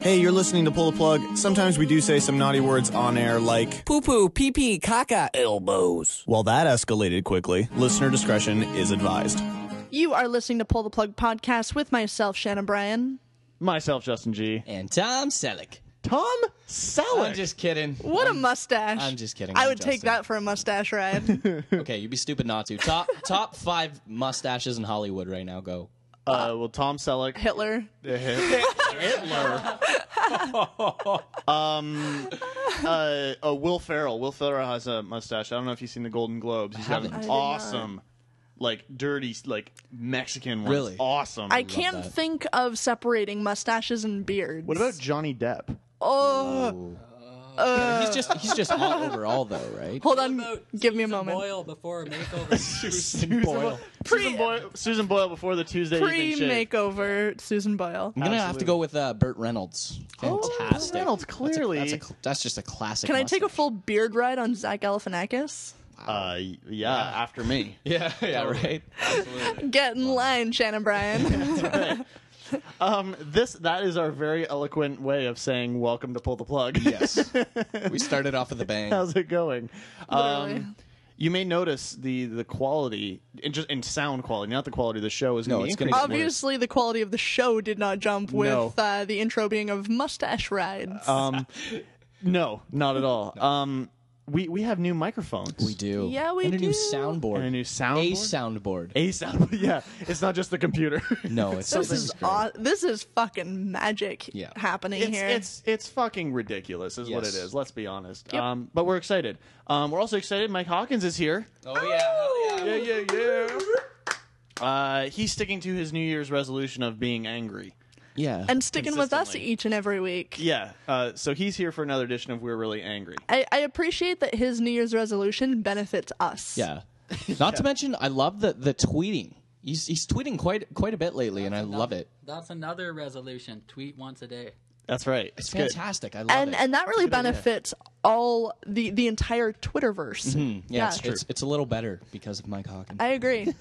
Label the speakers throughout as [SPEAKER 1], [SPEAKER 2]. [SPEAKER 1] Hey, you're listening to Pull the Plug. Sometimes we do say some naughty words on air like,
[SPEAKER 2] Poo poo, pee pee, caca, elbows.
[SPEAKER 1] well, that escalated quickly. Listener discretion is advised.
[SPEAKER 3] You are listening to Pull the Plug podcast with myself, Shannon Bryan.
[SPEAKER 4] Myself, Justin G.
[SPEAKER 2] And Tom Selleck.
[SPEAKER 4] Tom
[SPEAKER 2] I'm
[SPEAKER 4] Selleck.
[SPEAKER 2] just kidding.
[SPEAKER 3] What a mustache.
[SPEAKER 2] I'm just kidding.
[SPEAKER 3] I
[SPEAKER 2] I'm
[SPEAKER 3] would take
[SPEAKER 2] Justin.
[SPEAKER 3] that for a mustache ride.
[SPEAKER 2] Okay, you'd be stupid not to. Top top five mustaches in Hollywood right now. Go.
[SPEAKER 4] uh, well, Tom Selleck.
[SPEAKER 3] Hitler.
[SPEAKER 4] Hitler. um, uh, uh, Will Ferrell. Will Ferrell has a mustache. I don't know if you've seen the Golden Globes. He's got
[SPEAKER 2] haven't.
[SPEAKER 4] an
[SPEAKER 2] I
[SPEAKER 3] did not.
[SPEAKER 4] awesome, like dirty, like Mexican one.
[SPEAKER 2] Really?
[SPEAKER 4] awesome.
[SPEAKER 3] I can't
[SPEAKER 2] that.
[SPEAKER 3] think of separating mustaches and beards.
[SPEAKER 4] What about Johnny Depp? Uh,
[SPEAKER 3] Oh, uh.
[SPEAKER 2] he's just he's just hot overall though, right?
[SPEAKER 3] hold on. Give me a
[SPEAKER 5] Susan
[SPEAKER 3] moment.
[SPEAKER 5] Boyle before a makeover.
[SPEAKER 2] Susan Boyle.
[SPEAKER 4] Susan Boyle, Susan Boyle before the Tuesday
[SPEAKER 3] Pre
[SPEAKER 4] evening shave.
[SPEAKER 3] makeover, Susan Boyle.
[SPEAKER 2] I'm gonna have to go with uh, Burt Reynolds. Fantastic.
[SPEAKER 4] Oh, Reynolds, clearly.
[SPEAKER 2] That's, a, cl- that's just a classic.
[SPEAKER 3] Can I take a
[SPEAKER 2] mustache.
[SPEAKER 3] full beard ride on Zach Galifianakis?
[SPEAKER 4] Uh, yeah, after me.
[SPEAKER 2] Yeah, yeah, right.
[SPEAKER 3] Get in line, Shannon Bryan.
[SPEAKER 4] Um, this that is our very eloquent way of saying welcome to pull the plug.
[SPEAKER 2] yes. We started off with a bang.
[SPEAKER 4] How's it going?
[SPEAKER 3] Literally.
[SPEAKER 4] Um, you may notice the the quality and just and sound quality, not the quality of the show, is
[SPEAKER 2] No,
[SPEAKER 4] going
[SPEAKER 2] it's
[SPEAKER 4] to
[SPEAKER 2] gonna
[SPEAKER 4] increase.
[SPEAKER 2] get
[SPEAKER 3] Obviously, the quality of the show did not jump with
[SPEAKER 4] No.
[SPEAKER 3] uh, the intro being of mustache rides.
[SPEAKER 4] Um, no, not at all. Um, we we have new microphones.
[SPEAKER 2] We do.
[SPEAKER 3] Yeah, we
[SPEAKER 2] and a new
[SPEAKER 3] do.
[SPEAKER 2] soundboard.
[SPEAKER 4] and a new
[SPEAKER 2] A
[SPEAKER 4] soundboard.
[SPEAKER 2] soundboard.
[SPEAKER 4] A sound. Yeah, it's not just the computer.
[SPEAKER 2] no, it's
[SPEAKER 3] this
[SPEAKER 2] something's
[SPEAKER 3] is
[SPEAKER 2] great.
[SPEAKER 3] aw- this is fucking magic
[SPEAKER 2] Yeah.
[SPEAKER 3] happening
[SPEAKER 4] It's,
[SPEAKER 3] here.
[SPEAKER 4] it's it's fucking ridiculous, is what it
[SPEAKER 2] Yes.
[SPEAKER 4] is. Let's be honest.
[SPEAKER 3] Yep.
[SPEAKER 4] Um, but we're excited. Um, we're also excited. Mike Hawkins is here.
[SPEAKER 2] Oh yeah, hell yeah.
[SPEAKER 4] yeah, yeah. Uh, he's sticking to his New Year's resolution of being angry.
[SPEAKER 2] Yeah.
[SPEAKER 3] and sticking with us
[SPEAKER 4] consistently.
[SPEAKER 3] each and every week.
[SPEAKER 4] Yeah. Uh, so he's here for another edition of We're Really Angry.
[SPEAKER 3] I, I appreciate that his New Year's resolution benefits us.
[SPEAKER 2] yeah. Not to mention, I love the the tweeting. He's he's tweeting quite quite a bit lately, and I love it.
[SPEAKER 5] That's another resolution. Tweet once a day.
[SPEAKER 4] That's right.
[SPEAKER 2] It's fantastic. I love
[SPEAKER 3] And
[SPEAKER 2] it.
[SPEAKER 3] and that really benefits all the the entire Twitterverse.
[SPEAKER 2] Mm-hmm. yeah, it's,
[SPEAKER 3] yeah.
[SPEAKER 2] it's it's a little better because of Mike Hawkins.
[SPEAKER 3] I agree.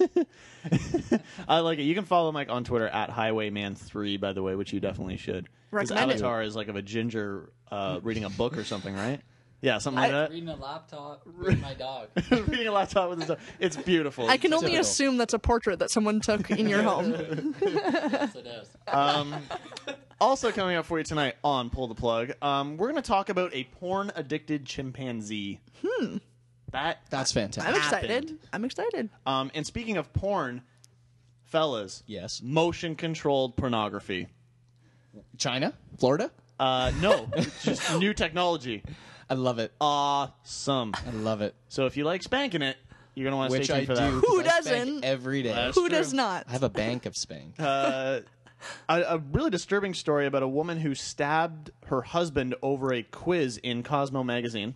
[SPEAKER 4] I like it. You can follow Mike on Twitter at Highwayman3, by the way, which you definitely should. His
[SPEAKER 3] Recommend it.
[SPEAKER 4] avatar is like of a ginger uh, reading a book or something, right? Yeah, something like that.
[SPEAKER 5] Reading a laptop with my dog.
[SPEAKER 4] reading a laptop with his dog. It's beautiful.
[SPEAKER 3] I can only
[SPEAKER 2] Typical.
[SPEAKER 3] assume that's a portrait that someone took in your home.
[SPEAKER 5] Yes, it is.
[SPEAKER 4] Um, also coming up for you tonight on Pull the Plug, um, we're going to talk about a porn addicted chimpanzee. Hmm. That
[SPEAKER 2] That's
[SPEAKER 3] I'm
[SPEAKER 2] fantastic.
[SPEAKER 3] excited. I'm excited.
[SPEAKER 4] Um, and speaking of porn, fellas,
[SPEAKER 2] Yes.
[SPEAKER 4] motion controlled pornography.
[SPEAKER 2] China, Florida.
[SPEAKER 4] Uh, no, it's just new technology.
[SPEAKER 2] I love it.
[SPEAKER 4] Awesome.
[SPEAKER 2] I love it.
[SPEAKER 4] So if you like spanking it, you're gonna want to
[SPEAKER 2] Which
[SPEAKER 4] stay
[SPEAKER 2] I
[SPEAKER 4] tuned
[SPEAKER 2] do.
[SPEAKER 4] for
[SPEAKER 2] 'cause
[SPEAKER 3] Who
[SPEAKER 2] I spank
[SPEAKER 3] doesn't?
[SPEAKER 2] every day?
[SPEAKER 4] That's-
[SPEAKER 3] Who does
[SPEAKER 4] true.
[SPEAKER 3] not?
[SPEAKER 2] I have a bank of spank.
[SPEAKER 4] that. Uh, a, a really disturbing story about a woman who stabbed her husband over a quiz in Cosmo magazine.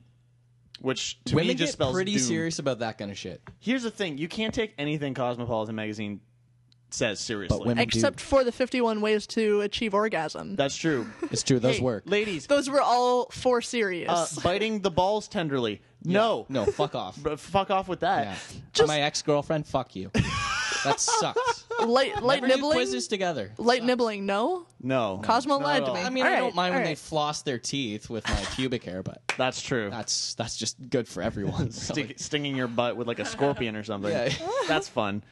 [SPEAKER 4] Which to
[SPEAKER 2] Women
[SPEAKER 4] me just
[SPEAKER 2] get
[SPEAKER 4] spells
[SPEAKER 2] pretty
[SPEAKER 4] doom.
[SPEAKER 2] serious about that kind of shit.
[SPEAKER 4] Here's the thing: you can't take anything Cosmopolitan magazine says seriously.
[SPEAKER 2] But women
[SPEAKER 3] Except for the 51 ways to achieve orgasm.
[SPEAKER 4] That's true.
[SPEAKER 2] do. It's true. Those
[SPEAKER 4] Hey,
[SPEAKER 2] work.
[SPEAKER 4] ladies.
[SPEAKER 3] Those were all for
[SPEAKER 4] uh,
[SPEAKER 3] serious.
[SPEAKER 4] biting the balls tenderly. No,
[SPEAKER 2] No, fuck off.
[SPEAKER 4] But fuck off with that.
[SPEAKER 2] Yeah. my ex girlfriend, fuck you. That sucks.
[SPEAKER 3] light light
[SPEAKER 2] Uh, Never do
[SPEAKER 3] nibbling.
[SPEAKER 2] quizzes together.
[SPEAKER 3] Light nibbling. No.
[SPEAKER 4] No.
[SPEAKER 3] Cosmo
[SPEAKER 4] Not
[SPEAKER 3] lied
[SPEAKER 4] at
[SPEAKER 3] to
[SPEAKER 4] all.
[SPEAKER 3] me.
[SPEAKER 2] I mean,
[SPEAKER 3] All
[SPEAKER 2] I
[SPEAKER 3] right,
[SPEAKER 2] don't mind
[SPEAKER 3] all
[SPEAKER 2] when they
[SPEAKER 3] right.
[SPEAKER 2] floss their teeth with my pubic hair, but
[SPEAKER 4] That's true.
[SPEAKER 2] that's that's just good for everyone.
[SPEAKER 4] Sti-
[SPEAKER 2] really.
[SPEAKER 4] stinging your butt with like a scorpion or something.
[SPEAKER 2] Yeah.
[SPEAKER 4] That's fun.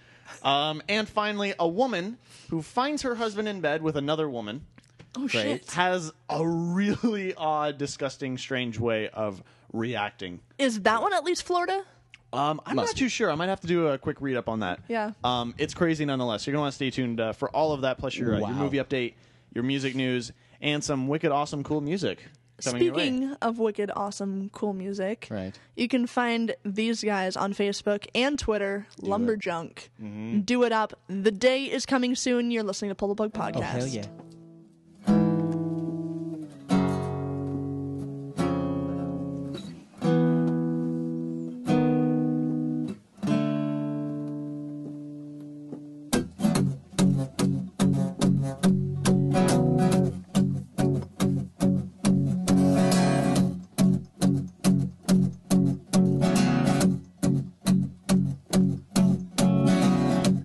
[SPEAKER 4] Um, and finally, a woman who finds her husband in bed with another woman
[SPEAKER 3] Oh shit.
[SPEAKER 4] has a really odd, disgusting, strange way of reacting.
[SPEAKER 3] Is that one at least Florida?
[SPEAKER 4] Um, I'm
[SPEAKER 2] Must
[SPEAKER 4] not
[SPEAKER 2] be.
[SPEAKER 4] too sure. I might have to do a quick read up on that.
[SPEAKER 3] Yeah.
[SPEAKER 4] Um, it's crazy nonetheless. You're going to want to stay tuned uh, for all of that, plus your, uh, your
[SPEAKER 2] Wow.
[SPEAKER 4] movie update, your music news, and some wicked, awesome, cool music coming your way.
[SPEAKER 3] Speaking of wicked, awesome, cool music,
[SPEAKER 2] Right.
[SPEAKER 3] you can find these guys on Facebook and Twitter, Lumberjunk.
[SPEAKER 2] Mm-hmm.
[SPEAKER 3] Do it up. The day is coming soon. You're listening to Pull the Plug Podcast.
[SPEAKER 2] Oh hell yeah.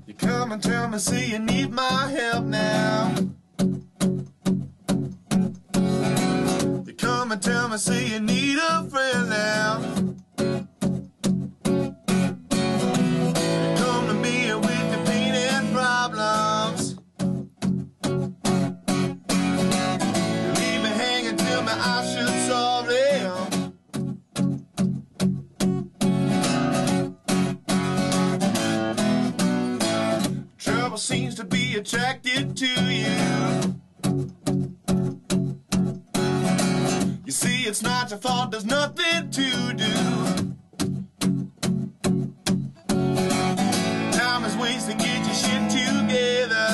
[SPEAKER 6] You come and tell me, see you need my help now. mama tell me, say you need a friend now. You come to me with your peanut problems. You leave me hanging, tell me I should solve them. Trouble seems to be attracted to you. You see, it's not your fault, there's nothing to do. Time is wasted, get your shit together.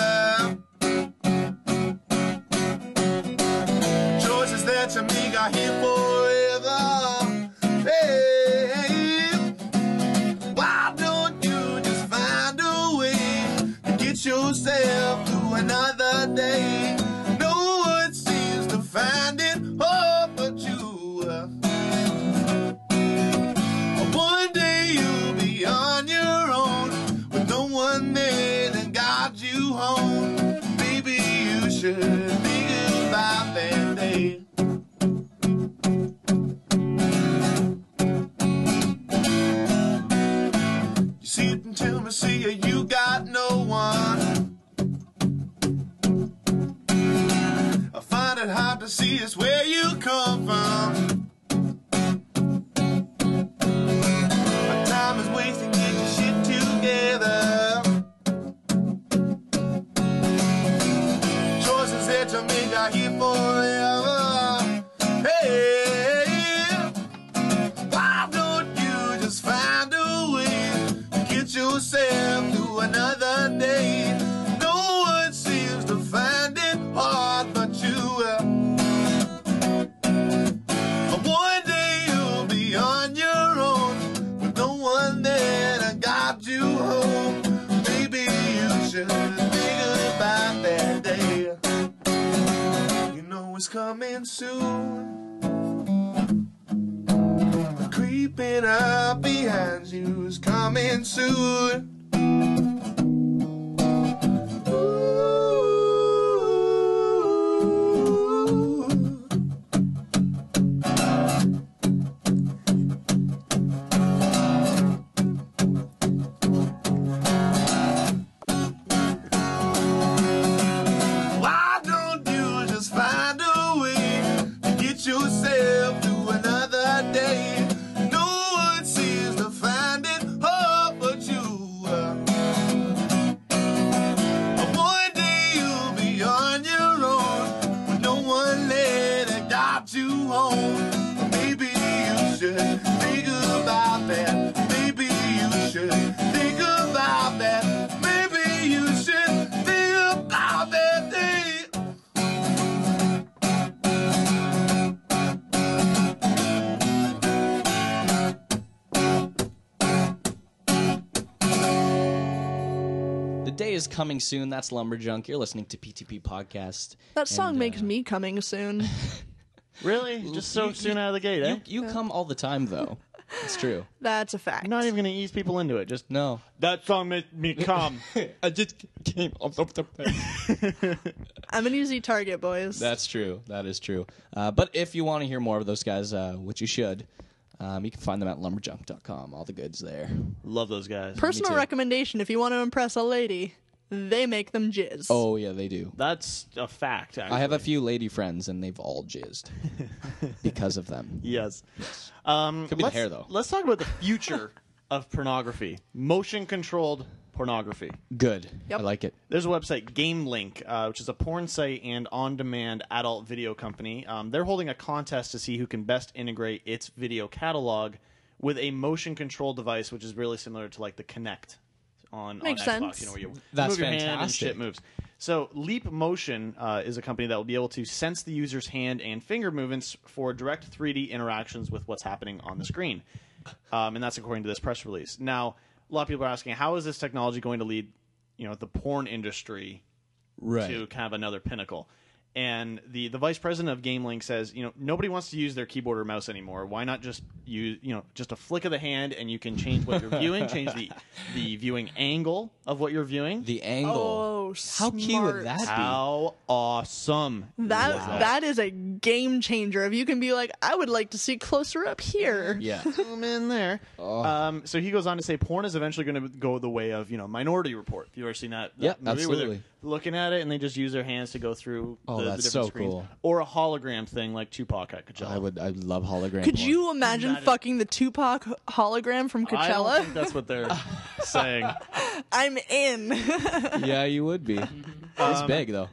[SPEAKER 6] Choices that you make are here forever. Hey, why don't you just find a way to get yourself through another day? No one seems to find it hard but you. One day you'll be on your own with no one there to guide you home. Maybe you should think about that day. You sit and tell me, see ya, you got no one. I find it hard to see it's where you come from. My time is wasting, get your shit together. Choices that you make are here forever. Hey. Why don't you just find a way to get yourself to another day? No one seems to find it hard but you. One day you'll be on your own with no one there to guide you home. Maybe you should think about that day. You know it's coming soon creeping up behind you is coming soon. Ooh. Why don't you just find a way to get yourself to another day? No one seems to find it hard but you. One day you'll be on your own with no one there to guide you home. Maybe you should think about that. Maybe you should think about that. Maybe you should think about that day.
[SPEAKER 2] The day is coming soon. That's Lumberjunk. You're listening to PTP Podcast.
[SPEAKER 3] That song
[SPEAKER 2] And, uh,
[SPEAKER 3] makes me coming soon.
[SPEAKER 4] Really? Just so
[SPEAKER 2] You-
[SPEAKER 4] soon out of the gate, eh?
[SPEAKER 2] You, you come all the time, though. It's true.
[SPEAKER 3] That's a fact.
[SPEAKER 4] You're not even going to ease people into it. Just
[SPEAKER 2] No.
[SPEAKER 4] that song made me come.
[SPEAKER 2] I just came off the
[SPEAKER 3] I'm an easy target, boys.
[SPEAKER 2] That's true. That is true. Uh, but if you want to hear more of those guys, uh, which you should, um, you can find them at lumberjunk.com. All the goods there.
[SPEAKER 4] Love those guys.
[SPEAKER 3] Personal
[SPEAKER 2] too.
[SPEAKER 3] recommendation: if you want to impress a lady, they make them jizz.
[SPEAKER 2] Oh, yeah, they do.
[SPEAKER 4] That's a fact. Actually.
[SPEAKER 2] I have a few lady friends, and they've all jizzed because of them.
[SPEAKER 4] Yes. Um,
[SPEAKER 2] Could be the
[SPEAKER 4] let's-
[SPEAKER 2] hair, though.
[SPEAKER 4] Let's talk about the future of pornography. Motion controlled pornography.
[SPEAKER 2] Good.
[SPEAKER 3] Yep.
[SPEAKER 2] I like it.
[SPEAKER 4] There's a website, GameLink, uh, which is a porn site and on demand adult video company. Um, they're holding a contest to see who can best integrate its video catalog with a motion control device, which is really similar to like the Kinect on,
[SPEAKER 3] Makes
[SPEAKER 4] on Xbox.
[SPEAKER 3] sense.
[SPEAKER 4] You know, where you
[SPEAKER 2] That's
[SPEAKER 4] move your hand and
[SPEAKER 2] fantastic.
[SPEAKER 4] shit moves. So Leap Motion uh, is a company that will be able to sense the user's hand and finger movements for direct 3D interactions with what's happening on the screen, um, and that's according to this press release. Now, a lot of people are asking, how is this technology going to lead, you know, the porn industry
[SPEAKER 2] Right.
[SPEAKER 4] to kind of another pinnacle. And the, the vice president of GameLink says, you know, nobody wants to use their keyboard or mouse anymore. Why not just use, you know, just a flick of the hand and you can change what you're viewing, change the, the viewing angle of what you're viewing.
[SPEAKER 2] The angle.
[SPEAKER 3] Oh,
[SPEAKER 2] How cute
[SPEAKER 3] smart.
[SPEAKER 2] would that be?
[SPEAKER 4] How awesome.
[SPEAKER 3] That
[SPEAKER 4] is that?
[SPEAKER 3] that is a game changer if you can be like, I would like to see closer up here.
[SPEAKER 2] Yeah.
[SPEAKER 4] Zoom in there.
[SPEAKER 2] Oh.
[SPEAKER 4] Um, so he goes on to say, porn is eventually going to go the way of you know Minority Report. Have you ever seen that? that
[SPEAKER 2] Yeah,
[SPEAKER 4] movie where they're
[SPEAKER 2] absolutely.
[SPEAKER 4] Looking at it, and they just use their hands to go through.
[SPEAKER 2] Oh,
[SPEAKER 4] the, the
[SPEAKER 2] that's
[SPEAKER 4] different
[SPEAKER 2] so
[SPEAKER 4] screens.
[SPEAKER 2] cool.
[SPEAKER 4] Or a hologram thing like Tupac at Coachella.
[SPEAKER 2] I would. I love hologram.
[SPEAKER 3] Could
[SPEAKER 2] porn.
[SPEAKER 3] you imagine fucking the Tupac hologram from
[SPEAKER 4] I don't think
[SPEAKER 3] Coachella?
[SPEAKER 4] that's what they're saying.
[SPEAKER 3] I'm in.
[SPEAKER 2] Yeah, you would be.
[SPEAKER 4] Mm-hmm. Um,
[SPEAKER 2] it's big though.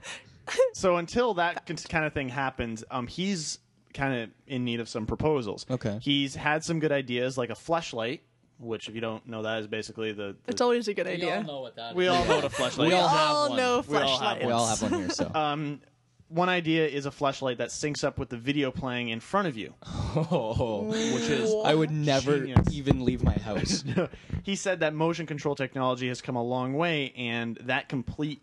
[SPEAKER 4] So until that con- kind of thing happens, um, he's kind of in need of some proposals.
[SPEAKER 2] Okay.
[SPEAKER 4] He's had some good ideas, like a flashlight, which if you don't know that is basically the. the-
[SPEAKER 3] it's always a good
[SPEAKER 5] We all
[SPEAKER 3] idea.
[SPEAKER 5] know what that is.
[SPEAKER 4] we all know what a flashlight.
[SPEAKER 2] We
[SPEAKER 4] is.
[SPEAKER 2] all have
[SPEAKER 3] all
[SPEAKER 2] one.
[SPEAKER 3] know
[SPEAKER 4] We all have
[SPEAKER 3] flashlights.
[SPEAKER 2] We all have one here, so
[SPEAKER 4] Um, one idea is a flashlight that syncs up with the video playing in front of you,
[SPEAKER 2] oh,
[SPEAKER 4] which is.
[SPEAKER 2] I would never
[SPEAKER 4] Genius.
[SPEAKER 2] even leave my house.
[SPEAKER 4] he said that motion control technology has come a long way, and that complete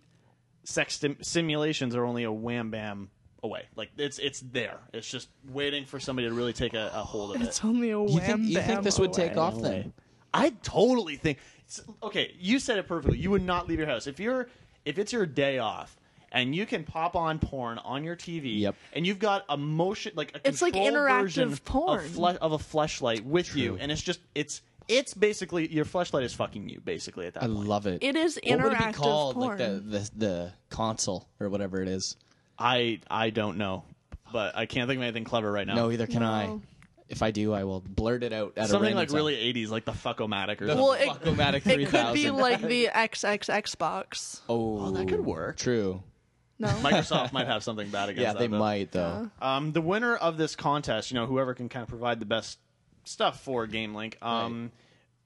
[SPEAKER 4] sex stim- simulations are only a wham bam away. Like it's it's there. It's just waiting for somebody to really take a, a hold of it.
[SPEAKER 3] It's only a
[SPEAKER 2] You
[SPEAKER 3] wham
[SPEAKER 2] think you
[SPEAKER 3] bam
[SPEAKER 2] think this would take
[SPEAKER 3] away.
[SPEAKER 2] off then?
[SPEAKER 4] I totally think. s- Okay, you said it perfectly. You would not leave your house if you're if it's your day off and you can pop on porn on your TV.
[SPEAKER 2] Yep.
[SPEAKER 4] And you've got a motion like a
[SPEAKER 3] It's like
[SPEAKER 4] control
[SPEAKER 3] interactive
[SPEAKER 4] version
[SPEAKER 3] porn.
[SPEAKER 4] of, fle- of a flashlight with you, and it's just it's it's basically your flashlight is fucking you basically at that
[SPEAKER 2] I
[SPEAKER 4] point.
[SPEAKER 2] love it.
[SPEAKER 3] It is
[SPEAKER 2] What would it be
[SPEAKER 3] interactive
[SPEAKER 2] called? Like
[SPEAKER 3] porn.
[SPEAKER 2] the, the the console or whatever it is.
[SPEAKER 4] I I don't know, but I can't think of anything clever right now.
[SPEAKER 2] No, either can I. If I do, I will blurt it out at
[SPEAKER 4] Something
[SPEAKER 2] a random
[SPEAKER 4] like
[SPEAKER 2] time.
[SPEAKER 4] really 80s, like the fuckomatic or
[SPEAKER 3] Well,
[SPEAKER 4] something.
[SPEAKER 3] it,
[SPEAKER 2] Fuck-o-matic
[SPEAKER 3] it could be
[SPEAKER 2] 3000.
[SPEAKER 3] like the XX Xbox.
[SPEAKER 2] Oh,
[SPEAKER 4] that could work.
[SPEAKER 2] True.
[SPEAKER 3] No.
[SPEAKER 4] Microsoft might have something bad against
[SPEAKER 2] Yeah,
[SPEAKER 4] that.
[SPEAKER 2] they
[SPEAKER 4] but-
[SPEAKER 2] might though.
[SPEAKER 4] Um, the winner of this contest, you know, whoever can kind of provide the best stuff for GameLink. Um,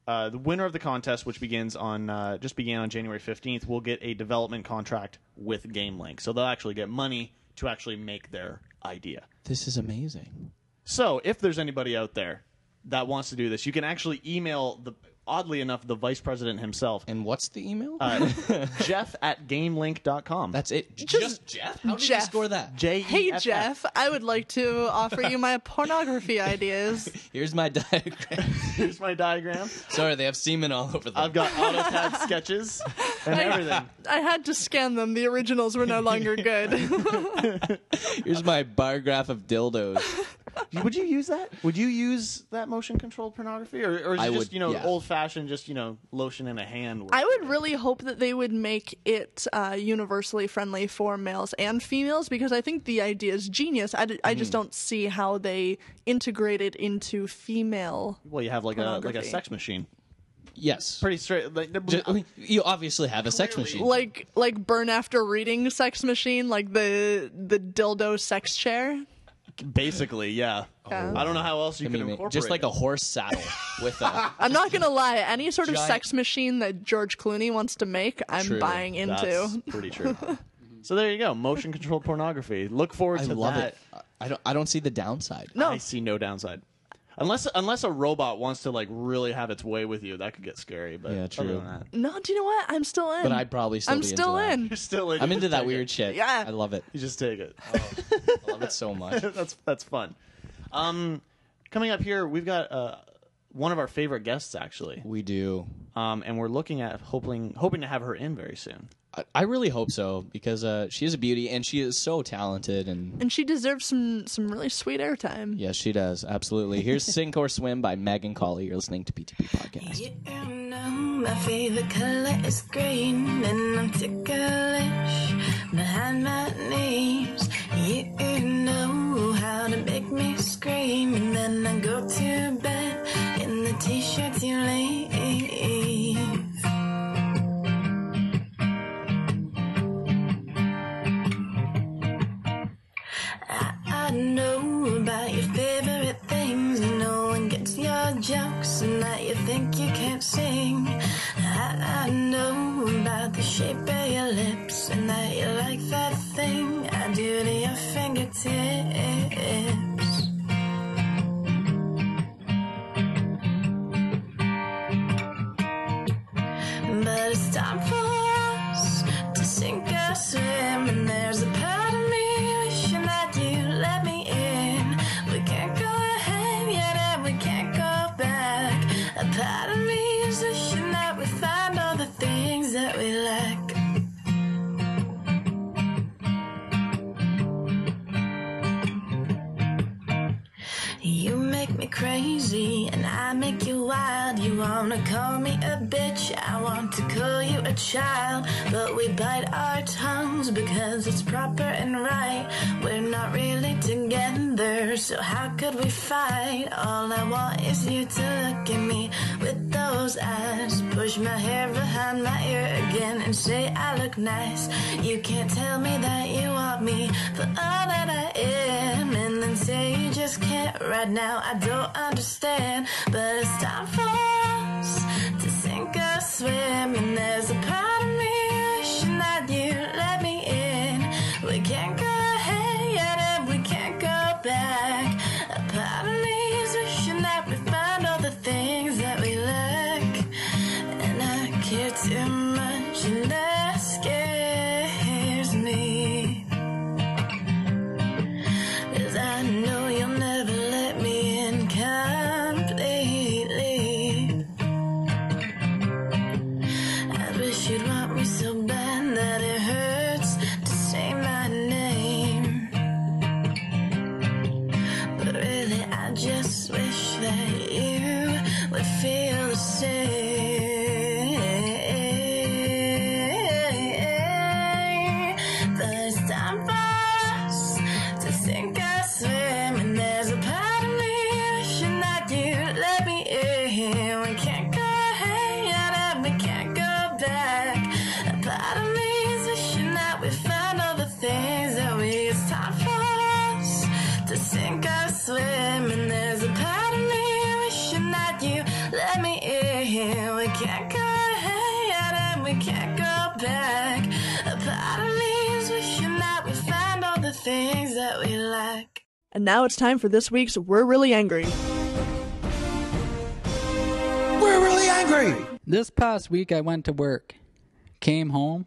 [SPEAKER 4] uh, the winner of the contest, which begins on uh, just began on January fifteenth, will get a development contract with GameLink, so they'll actually get money to actually make their idea.
[SPEAKER 2] This is amazing.
[SPEAKER 4] So, if there's anybody out there that wants to do this, you can actually email the oddly enough the vice president himself, Uh,
[SPEAKER 2] And what's the email?
[SPEAKER 4] Jeff at GameLink.com.
[SPEAKER 2] That's it.
[SPEAKER 3] Just
[SPEAKER 2] Jeff. How did
[SPEAKER 3] Jeff.
[SPEAKER 2] you score that?
[SPEAKER 4] J E
[SPEAKER 3] Hey
[SPEAKER 4] F F.
[SPEAKER 3] Jeff, I would like to offer you my pornography ideas.
[SPEAKER 2] Here's my diagram.
[SPEAKER 4] Here's my diagram.
[SPEAKER 2] Sorry, they have semen all over them.
[SPEAKER 4] I've got AutoCAD sketches and everything.
[SPEAKER 3] I had to scan them. The originals were no longer good.
[SPEAKER 2] Here's my bar graph of dildos.
[SPEAKER 4] Would you use that? Would you use that motion controlled pornography, or, or is it
[SPEAKER 2] I
[SPEAKER 4] just
[SPEAKER 2] would,
[SPEAKER 4] you know
[SPEAKER 2] yeah.
[SPEAKER 4] old fashioned, just you know lotion in a hand? Work?
[SPEAKER 3] I would really hope that they would make it uh, universally friendly for males and females because I think the idea is genius. I, d- I just
[SPEAKER 4] Mm-hmm.
[SPEAKER 3] don't see how they integrate it into female.
[SPEAKER 4] Well, you have like a like a
[SPEAKER 3] Pornography.
[SPEAKER 4] sex machine.
[SPEAKER 2] Yes.
[SPEAKER 4] Pretty straight. Like, the-
[SPEAKER 2] Ju- I mean, you obviously have a sex
[SPEAKER 4] Mm-hmm.
[SPEAKER 2] machine.
[SPEAKER 3] Like like burn after reading sex machine like the the dildo sex chair.
[SPEAKER 4] basically, yeah.
[SPEAKER 3] Yeah.
[SPEAKER 4] I don't know how else you
[SPEAKER 2] I
[SPEAKER 4] can
[SPEAKER 2] mean,
[SPEAKER 4] incorporate.
[SPEAKER 2] just like a
[SPEAKER 4] it.
[SPEAKER 2] horse saddle with a.
[SPEAKER 3] I'm not gonna lie. Any sort of
[SPEAKER 2] Giant-
[SPEAKER 3] sex machine that George Clooney wants to make, I'm
[SPEAKER 2] True.
[SPEAKER 3] buying into.
[SPEAKER 4] That's pretty true. so there you go, motion controlled pornography. Look forward
[SPEAKER 2] I
[SPEAKER 4] to
[SPEAKER 2] love
[SPEAKER 4] that.
[SPEAKER 2] it. I don't. I don't see the downside.
[SPEAKER 3] No.
[SPEAKER 4] I see no downside. Unless unless a robot wants to like really have its way with you, that could get scary. But
[SPEAKER 2] Yeah, true.
[SPEAKER 4] other than that,
[SPEAKER 3] No, do you know what? I'm still in.
[SPEAKER 2] But I'd probably still
[SPEAKER 3] I'm
[SPEAKER 2] be
[SPEAKER 3] still
[SPEAKER 2] into that.
[SPEAKER 3] in.
[SPEAKER 4] you're still in.
[SPEAKER 2] I'm
[SPEAKER 4] You
[SPEAKER 2] into
[SPEAKER 4] just
[SPEAKER 2] that
[SPEAKER 4] take
[SPEAKER 2] weird
[SPEAKER 4] it.
[SPEAKER 2] shit.
[SPEAKER 3] Yeah.
[SPEAKER 2] I love it. Oh,
[SPEAKER 4] You just take it.
[SPEAKER 2] I love it so much.
[SPEAKER 4] that's that's fun. Um, coming up here, we've got uh, one of our favorite guests actually,
[SPEAKER 2] We do.
[SPEAKER 4] um, and we're looking at hoping hoping to have her in very soon.
[SPEAKER 2] I, I really hope so because uh, she is a beauty and she is so talented and.
[SPEAKER 3] And she deserves some some really sweet airtime.
[SPEAKER 2] Yes, she does. Absolutely. Here's Sink or Swim by Megan Colley. You're listening to PTP Podcast.
[SPEAKER 7] You know my favorite color is green, and I'm ticklish behind my knees. You know how to make me scream, and then I go to bed in the t-shirt you leave. I know about your favorite things. and No one gets your jokes, and that you think you can't sing. I, I know about the shape of your lips, and that you like that thing I do to your fingertips. But it's time for us to sink or swim. And there's a part of me wishing that you let me in. We can't go ahead yet, and we can't go back. A part of me is wishing that we find all the things that we lack. You make me crazy and I make you wild. You wanna call me a bitch, I want to call you a child. But we bite our tongues because it's proper and right. We're not really together, so how could we fight? All I want is you to look at me with those eyes. Push my hair behind my ear again and say I look nice. You can't tell me that you want me for all that I am. And then say you just can't right now. I don't understand, but it's time for us to sink or swim. And there's a part of me wishing that you let me in. We can't go ahead yet, and we can't go back. A part of me is wishing that we find all the things that we lack. And I care too much, and that scares me. 'Cause I know you'll never let me in completely. I wish you'd want me so bad that it hurts to say my name. But really, I just wish that you would feel the same. But it's time for us to sink or swim, and there's a part of me wishing that you let me in. We can't go ahead yet, and we can't go back. A part of me is wishing that we find all the things that we. It's time for us to sink or swim, and there's a part of me wishing that you let me in. We can't go ahead and we can't go back. A part of me is wishing that we find all the things that we lack.
[SPEAKER 3] And now it's time for this week's We're Really Angry.
[SPEAKER 5] This past week, I went to work, came home,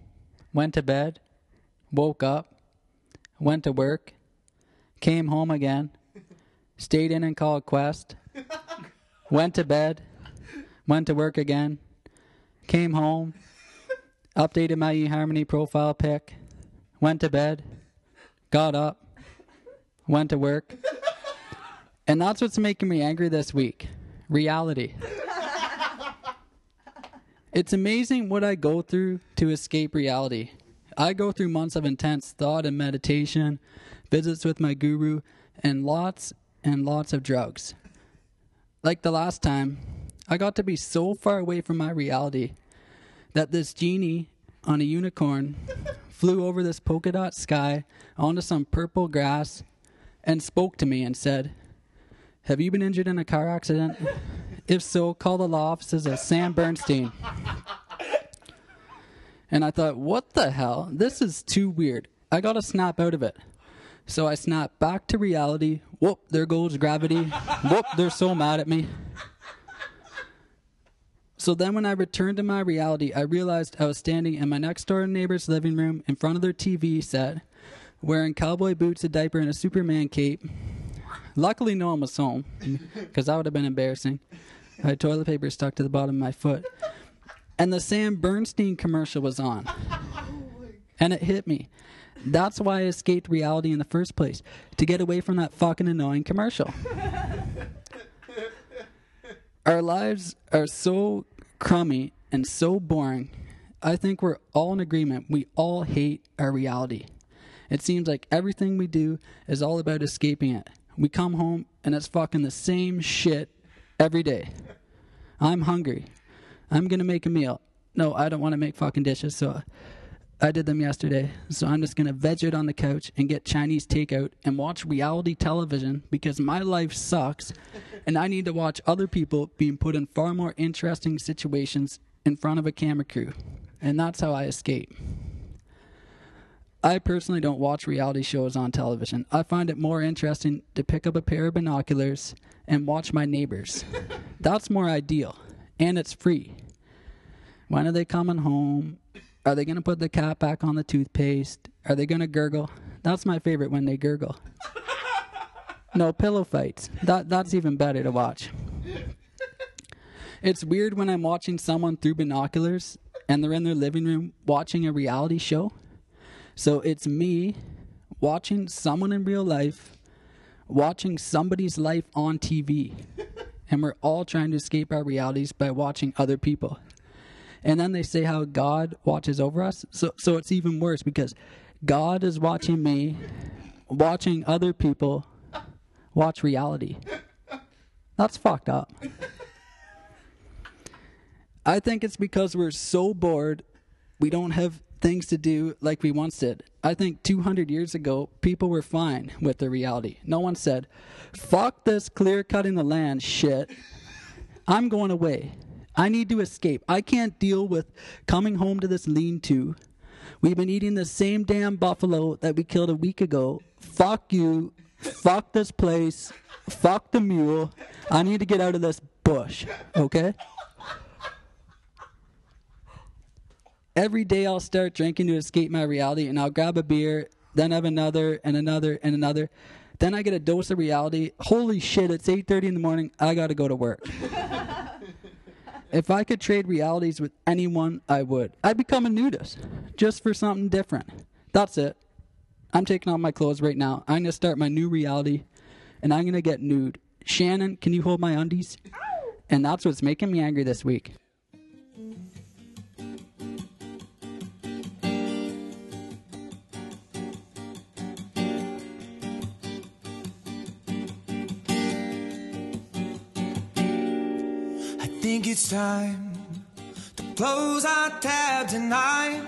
[SPEAKER 5] went to bed, woke up, went to work, came home again, stayed in and called Quest, went to bed, went to work again, came home, updated my eHarmony profile pic, went to bed, got up, went to work. And that's what's making me angry this week reality. It's amazing what I go through to escape reality. I go through months of intense thought and meditation, visits with my guru, and lots and lots of drugs. Like the last time, I got to be so far away from my reality that this genie on a unicorn flew over this polka dot sky onto some purple grass and spoke to me and said, Have you been injured in a car accident? If so, call the law offices of Sam Bernstein. And I thought, what the hell? This is too weird. I gotta snap out of it. So I snapped back to reality. Whoop, there goes gravity. Whoop, they're so mad at me. So then, when I returned to my reality, I realized I was standing in my next door neighbor's living room in front of their TV set, wearing cowboy boots, a diaper, and a Superman cape. Luckily, no one was home because that would have been embarrassing. I had toilet paper stuck to the bottom of my foot. And the Sam Bernstein commercial was on. And it hit me. That's why I escaped reality in the first place to get away from that fucking annoying commercial. Our lives are so crummy and so boring. I think we're all in agreement. We all hate our reality. It seems like everything we do is all about escaping it. We come home and it's fucking the same shit every day. I'm hungry. I'm gonna make a meal. No, I don't want to make fucking dishes, so I did them yesterday. So I'm just gonna veg out on the couch and get Chinese takeout and watch reality television because my life sucks, and I need to watch other people being put in far more interesting situations in front of a camera crew, and that's how I escape. I personally don't watch reality shows on television. I find it more interesting to pick up a pair of binoculars and watch my neighbors. That's more ideal, and it's free. When are they coming home? Are they going to put the cap back on the toothpaste? Are they going to gurgle? That's my favorite when they gurgle. no pillow fights. That that's even better to watch. It's weird when I'm watching someone through binoculars and they're in their living room watching a reality show. So it's me watching someone in real life watching somebody's life on TV. and we're all trying to escape our realities by watching other people. And then they say how God watches over us. So so it's even worse because God is watching me, watching other people watch reality. That's fucked up. I think it's because we're so bored, we don't have things to do like we once did. I think 200 years ago, people were fine with their reality. No one said, fuck this clear cutting the land shit. I'm going away. I need to escape. I can't deal with coming home to this lean to. We've been eating the same damn buffalo that we killed a week ago. Fuck you. Fuck this place. Fuck the mule. I need to get out of this bush. Okay? Every day I'll start drinking to escape my reality and I'll grab a beer, then have another and another and another. Then I get a dose of reality. Holy shit, it's 8:30 in the morning. I got to go to work. If I could trade realities with anyone, I would. I'd become a nudist just for something different. That's it. I'm taking off my clothes right now. I'm going to start my new reality and I'm going to get nude. Shannon, can you hold my undies? And that's what's making me angry this week.
[SPEAKER 8] I think it's time to close our tab tonight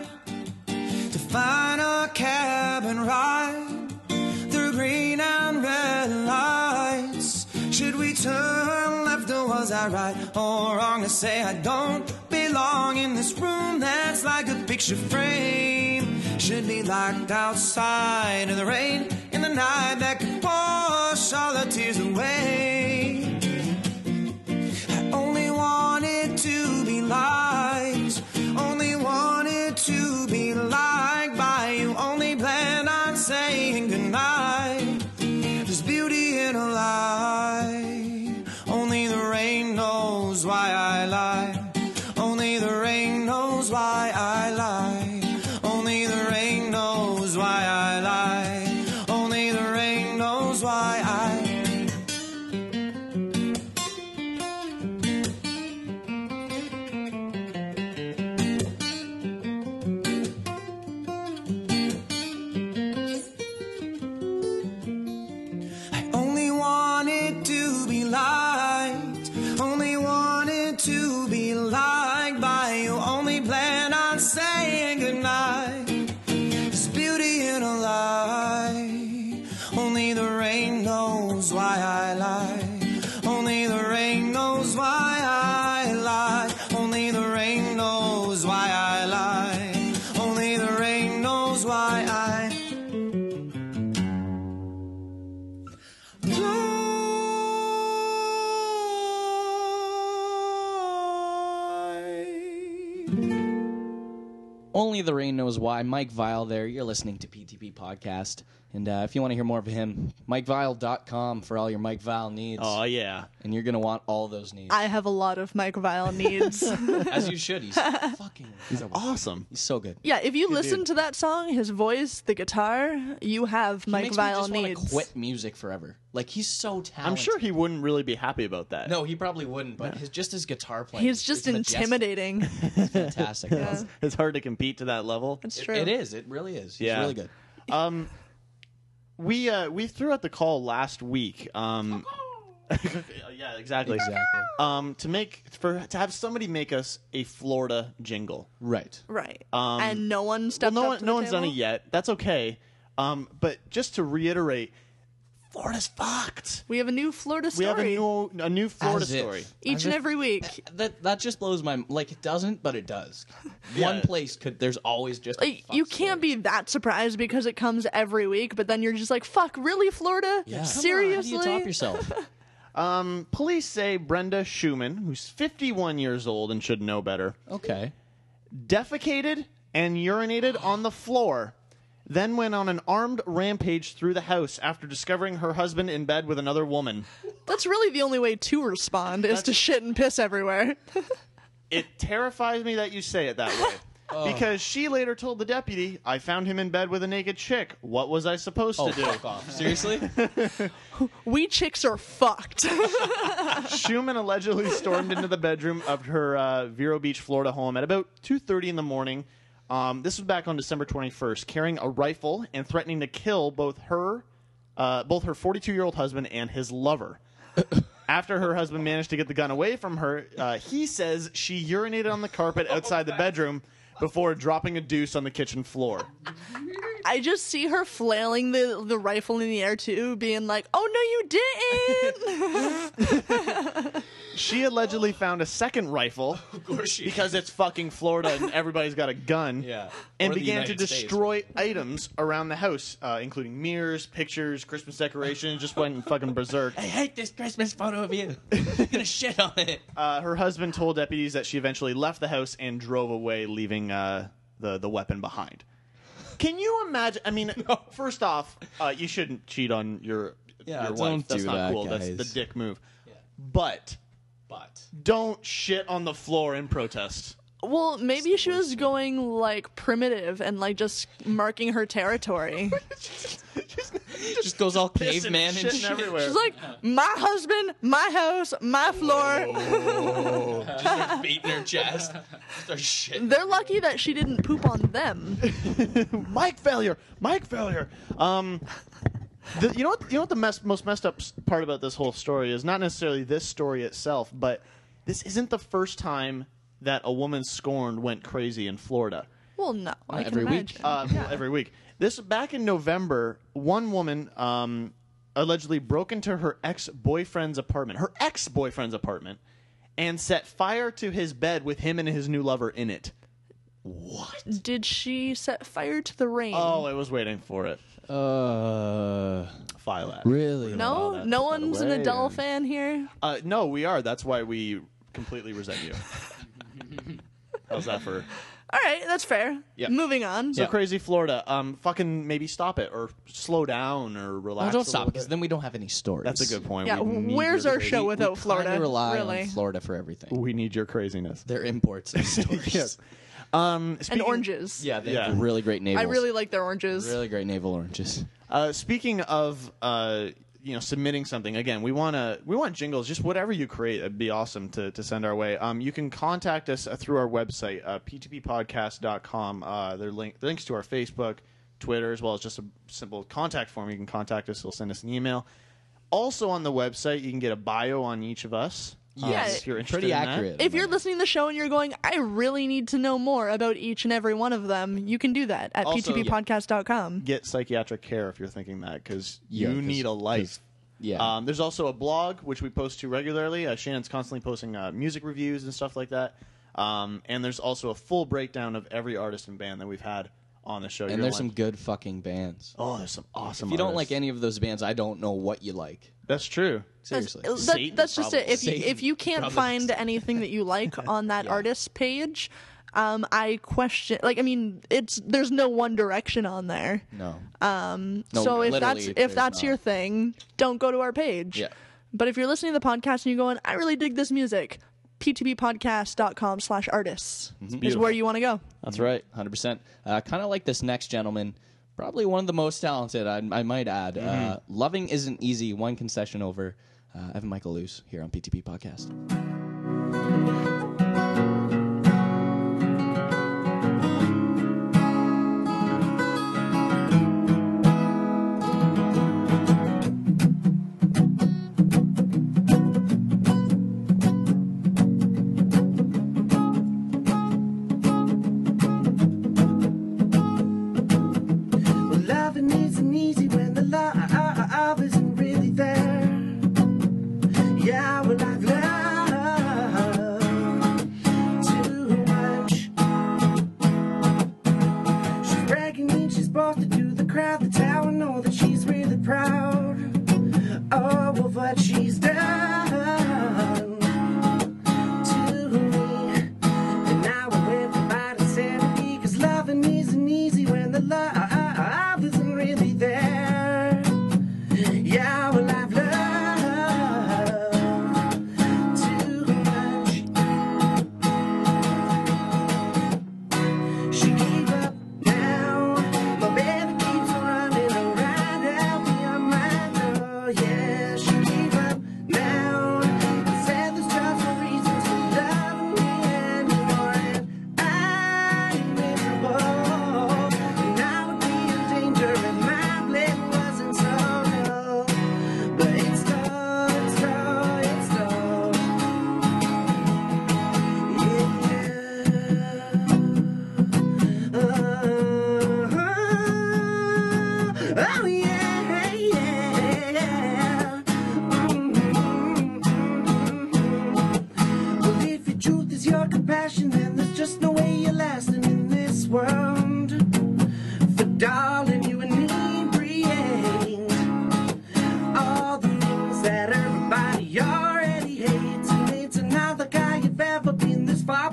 [SPEAKER 8] to find a cab and ride the green and red lights. Should we turn left or was I right or wrong to say I don't belong in this room that's like a picture frame? Should be locked outside in the rain in the night that could wash all our tears away. I only wanted to be liked. Only wanted to be liked by you. Only planned on saying goodnight. There's beauty in a lie. Only the rain knows why I lie. Only the rain knows why I lie. Only the rain knows why I lie. Only the rain knows why I I only wanted to be liked. Only wanted to be liked by you. Only planned on saying goodnight. There's beauty in a lie. Only the rain knows why I lie. Only the rain knows why I lie. Only the rain knows why I lie. Only the rain knows why I. Lie.
[SPEAKER 2] Only the Rain Knows Why. Mike Vile there. You're listening to PTP Podcast. And uh, if you want to hear more of him, MikeVile.com for all your Mike Vile needs.
[SPEAKER 4] Oh yeah.
[SPEAKER 2] and you're going to want all those needs.
[SPEAKER 3] I have a lot of Mike Vile needs.
[SPEAKER 2] As you should. He's fucking incredible.
[SPEAKER 4] Awesome.
[SPEAKER 2] He's so good.
[SPEAKER 3] yeah, if you listen to that song, his voice, the guitar, you have Mike
[SPEAKER 2] makes
[SPEAKER 3] Vile
[SPEAKER 2] me just
[SPEAKER 3] needs.
[SPEAKER 2] want to quit music forever. Like he's so talented.
[SPEAKER 4] I'm sure he wouldn't really be happy about that.
[SPEAKER 2] No, he probably wouldn't. But his just his guitar playing.
[SPEAKER 3] He's just
[SPEAKER 2] is majestic.
[SPEAKER 3] intimidating.
[SPEAKER 2] Fantastic. That's-
[SPEAKER 4] It's hard to compete to that level.
[SPEAKER 3] It's true.
[SPEAKER 2] It is. It really is. He's
[SPEAKER 4] Yeah.
[SPEAKER 2] really good.
[SPEAKER 4] Um, we uh, we threw out the call last week. Um, yeah, exactly.
[SPEAKER 2] Exactly.
[SPEAKER 4] Um, to make for to have somebody make us a Florida jingle.
[SPEAKER 2] Right.
[SPEAKER 3] Right.
[SPEAKER 4] Um,
[SPEAKER 3] and no one stepped
[SPEAKER 4] well, no
[SPEAKER 3] up
[SPEAKER 4] one,
[SPEAKER 3] to
[SPEAKER 4] no
[SPEAKER 3] the
[SPEAKER 4] one's done it
[SPEAKER 3] table?
[SPEAKER 4] yet. That's okay. Um, but just to reiterate, Florida's fucked.
[SPEAKER 3] We have a new Florida story
[SPEAKER 4] We have a new a new Florida
[SPEAKER 2] As if.
[SPEAKER 4] story.
[SPEAKER 3] each
[SPEAKER 2] As
[SPEAKER 3] and
[SPEAKER 2] if-
[SPEAKER 3] every week.
[SPEAKER 2] That that just blows my like it doesn't, but it does. One place could there's always just a
[SPEAKER 3] Like,
[SPEAKER 2] fuck
[SPEAKER 3] you can't
[SPEAKER 2] story.
[SPEAKER 3] be that surprised because it comes every week, but then you're just like, fuck, really, Florida?
[SPEAKER 2] Yeah.
[SPEAKER 3] Seriously?
[SPEAKER 2] How do you top yourself?
[SPEAKER 4] Um, Police say Brenda Schumann, who's 51 years old and should know better,
[SPEAKER 2] okay.
[SPEAKER 4] defecated and urinated on the floor, then went on an armed rampage through the house after discovering her husband in bed with another woman.
[SPEAKER 3] That's really the only way to respond is to shit and piss everywhere.
[SPEAKER 4] It terrifies me that you say it that way.
[SPEAKER 2] Oh.
[SPEAKER 4] Because she later told the deputy, I found him in bed with a naked chick. What was I supposed
[SPEAKER 2] Oh,
[SPEAKER 4] to do?
[SPEAKER 2] fuck off. Seriously?
[SPEAKER 3] We chicks are fucked.
[SPEAKER 4] Schumann allegedly stormed into the bedroom of her uh, Vero Beach, Florida home at about 2:30 in the morning. Um, this was back on December 21st, carrying a rifle and threatening to kill both her, uh, both her 42-year-old husband and his lover. After her husband managed to get the gun away from her, uh, he says she urinated on the carpet outside the bedroom before dropping a deuce on the kitchen floor.
[SPEAKER 3] I just see her flailing the the rifle in the air too, being like, "Oh no, you didn't."
[SPEAKER 4] She allegedly found a second rifle
[SPEAKER 2] of course she
[SPEAKER 4] because it's fucking Florida and everybody's got a gun.
[SPEAKER 2] Yeah.
[SPEAKER 4] And
[SPEAKER 2] Or the
[SPEAKER 4] began to
[SPEAKER 2] United States.
[SPEAKER 4] destroy items around the house, uh, including mirrors, pictures, Christmas decorations. Just went fucking berserk.
[SPEAKER 2] I hate this Christmas photo of you. I'm gonna shit on it.
[SPEAKER 4] Uh, her husband told deputies that she eventually left the house and drove away, leaving uh, the the weapon behind. Can you imagine? I mean, first off, uh, you shouldn't cheat on your
[SPEAKER 2] Yeah,
[SPEAKER 4] your wife.
[SPEAKER 2] don't
[SPEAKER 4] That's
[SPEAKER 2] do
[SPEAKER 4] not
[SPEAKER 2] that,
[SPEAKER 4] cool.
[SPEAKER 2] guys.
[SPEAKER 4] That's the dick move. But
[SPEAKER 2] but
[SPEAKER 4] don't shit on the floor in protest.
[SPEAKER 3] well, maybe she was going like primitive and like just marking her territory.
[SPEAKER 2] just goes all
[SPEAKER 4] Pissing
[SPEAKER 2] caveman and
[SPEAKER 4] shitting
[SPEAKER 2] shit.
[SPEAKER 4] everywhere.
[SPEAKER 3] She's like, "My husband, my house, my
[SPEAKER 4] Oh.
[SPEAKER 3] floor."
[SPEAKER 2] beating her chest. Start shitting.
[SPEAKER 3] They're lucky that she didn't poop on them.
[SPEAKER 4] Mike failure. Mike failure. Um, the, you know what? You know what the mess, most messed up s- part about this whole story is not necessarily this story itself, but this isn't the first time that a woman scorned went crazy in Florida.
[SPEAKER 3] Well, no, I can
[SPEAKER 2] every week.
[SPEAKER 3] imagine.
[SPEAKER 4] Uh, Every week. This back in November, one woman um, allegedly broke into her ex boyfriend's apartment, her ex boyfriend's apartment, and set fire to his bed with him and his new lover in it.
[SPEAKER 3] Did she set fire to the rain?
[SPEAKER 4] Oh, I was waiting for it.
[SPEAKER 2] Uh,
[SPEAKER 4] File that.
[SPEAKER 2] really?
[SPEAKER 3] no, no one's an Adele fan here.
[SPEAKER 4] Uh, no, we are. That's why we completely resent you. How's that for?
[SPEAKER 3] All right, that's fair.
[SPEAKER 4] Yeah.
[SPEAKER 3] Moving on.
[SPEAKER 4] So crazy, Florida. Um, fucking maybe stop it or slow down or
[SPEAKER 2] Oh,
[SPEAKER 4] relax.
[SPEAKER 2] don't
[SPEAKER 4] a
[SPEAKER 2] stop
[SPEAKER 4] little
[SPEAKER 2] because
[SPEAKER 4] bit.
[SPEAKER 2] then we don't have any stories.
[SPEAKER 4] That's a good point.
[SPEAKER 3] Yeah,
[SPEAKER 4] We need
[SPEAKER 3] where's
[SPEAKER 4] your
[SPEAKER 3] our
[SPEAKER 4] crazy-
[SPEAKER 3] show without
[SPEAKER 2] We kinda
[SPEAKER 3] Florida?
[SPEAKER 2] rely
[SPEAKER 3] really,
[SPEAKER 2] on Florida for everything.
[SPEAKER 4] We need your craziness.
[SPEAKER 2] Their imports and stories.
[SPEAKER 4] Yes. Um,
[SPEAKER 3] and
[SPEAKER 4] speaking-
[SPEAKER 3] oranges.
[SPEAKER 2] Yeah, they
[SPEAKER 4] Yeah.
[SPEAKER 2] have really great navel.
[SPEAKER 3] I really like their oranges.
[SPEAKER 2] really great navel oranges.
[SPEAKER 4] Uh, speaking of, uh, you know, submitting something again, we want to we want jingles. Just whatever you create, it'd be awesome to, to send our way. Um, you can contact us uh, through our website, uh, p2ppodcast.com. Uh, there are link, links to our Facebook, Twitter, as well as just a simple contact form. You can contact us. They'll send us an email. Also on the website, you can get a bio on each of us. um,
[SPEAKER 3] Yes.
[SPEAKER 4] if you're interested.
[SPEAKER 2] Pretty
[SPEAKER 4] in that.
[SPEAKER 2] accurate.
[SPEAKER 3] If you're listening to the show and you're going, I really need to know more about each and every one of them, you can do that at
[SPEAKER 4] Also-
[SPEAKER 3] ptppodcast.com.
[SPEAKER 4] get psychiatric care if you're thinking that because
[SPEAKER 2] Yeah,
[SPEAKER 4] you
[SPEAKER 2] 'cause-
[SPEAKER 4] need a
[SPEAKER 2] 'cause-
[SPEAKER 4] life.
[SPEAKER 2] yeah.
[SPEAKER 4] Um, there's also a blog which we post to regularly. Uh, Shannon's constantly posting uh, music reviews and stuff like that. Um, and there's also a full breakdown of every artist and band that we've had on the show.
[SPEAKER 2] and
[SPEAKER 4] You're
[SPEAKER 2] there's
[SPEAKER 4] like,
[SPEAKER 2] some good fucking bands.
[SPEAKER 4] oh, there's some awesome.
[SPEAKER 2] if you don't like
[SPEAKER 4] artists.
[SPEAKER 2] any of those bands, I don't know what you like.
[SPEAKER 4] that's true.
[SPEAKER 3] That's,
[SPEAKER 2] Seriously.
[SPEAKER 3] that,
[SPEAKER 4] Satan
[SPEAKER 3] that's just it. If you,
[SPEAKER 2] probably.
[SPEAKER 3] if you can't
[SPEAKER 2] Probably.
[SPEAKER 3] find anything that you like on that artist page, um, I question. Like, I mean, it's there's no one direction on there. Um,
[SPEAKER 2] No. No,
[SPEAKER 3] so if
[SPEAKER 2] literally,
[SPEAKER 3] that's if
[SPEAKER 2] there's
[SPEAKER 3] that's
[SPEAKER 2] not.
[SPEAKER 3] your thing, don't go to our page.
[SPEAKER 2] Yeah.
[SPEAKER 3] But if you're listening to the podcast and you're going, I really dig this music, ptbpodcast.com slash artists is where you want to go.
[SPEAKER 2] That's right, hundred percent. uh, Kind of like this next gentleman, probably one of the most talented. I, I might add. Uh,
[SPEAKER 4] Mm-hmm.
[SPEAKER 2] Loving isn't easy. One concession over. Uh, Evan Michael Luce here on PTP Podcast.
[SPEAKER 9] Well, loving isn't easy when the love isn't really there. Yeah, we like love.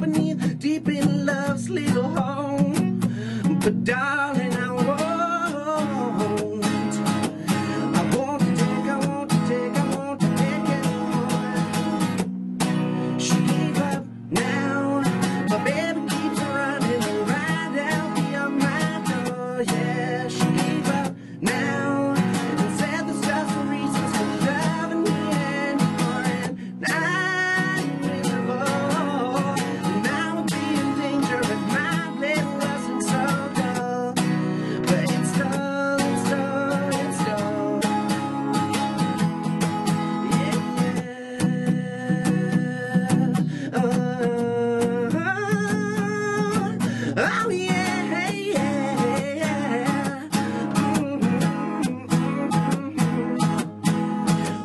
[SPEAKER 10] Oh, deep in love's little hole. But darling, I won't. I want to take, I want to take, I want to take it all. She gave up now. My baby keeps running right out beyond my door. Yeah, she gave up now. And said there's just no reasons for loving me anymore. And I'm miserable. And I would be in danger if my blade wasn't so dull. But it's dull, it's dull, it's dull. Oh yeah,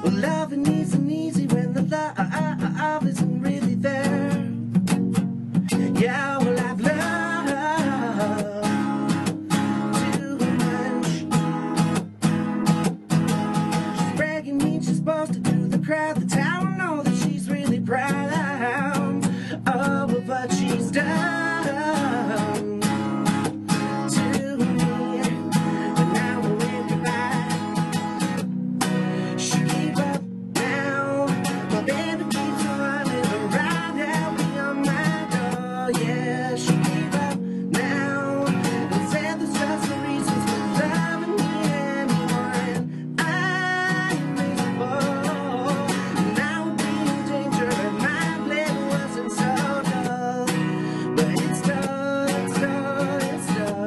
[SPEAKER 10] Well, loving isn't easy when the love isn't really there. Yeah, well I've loved too much. She's bragging means she's supposed to do the crowd. The town know that she's really proud of what she's done to me. But now we're in goodbye. She gave up now. My baby keeps running around out beyond my door. Yeah, she gave up now. And said there's just no reasons for loving me anymore. And I'm miserable. And I would be in danger if my blood wasn't so dull. But it's dull, it's dull, it's dull.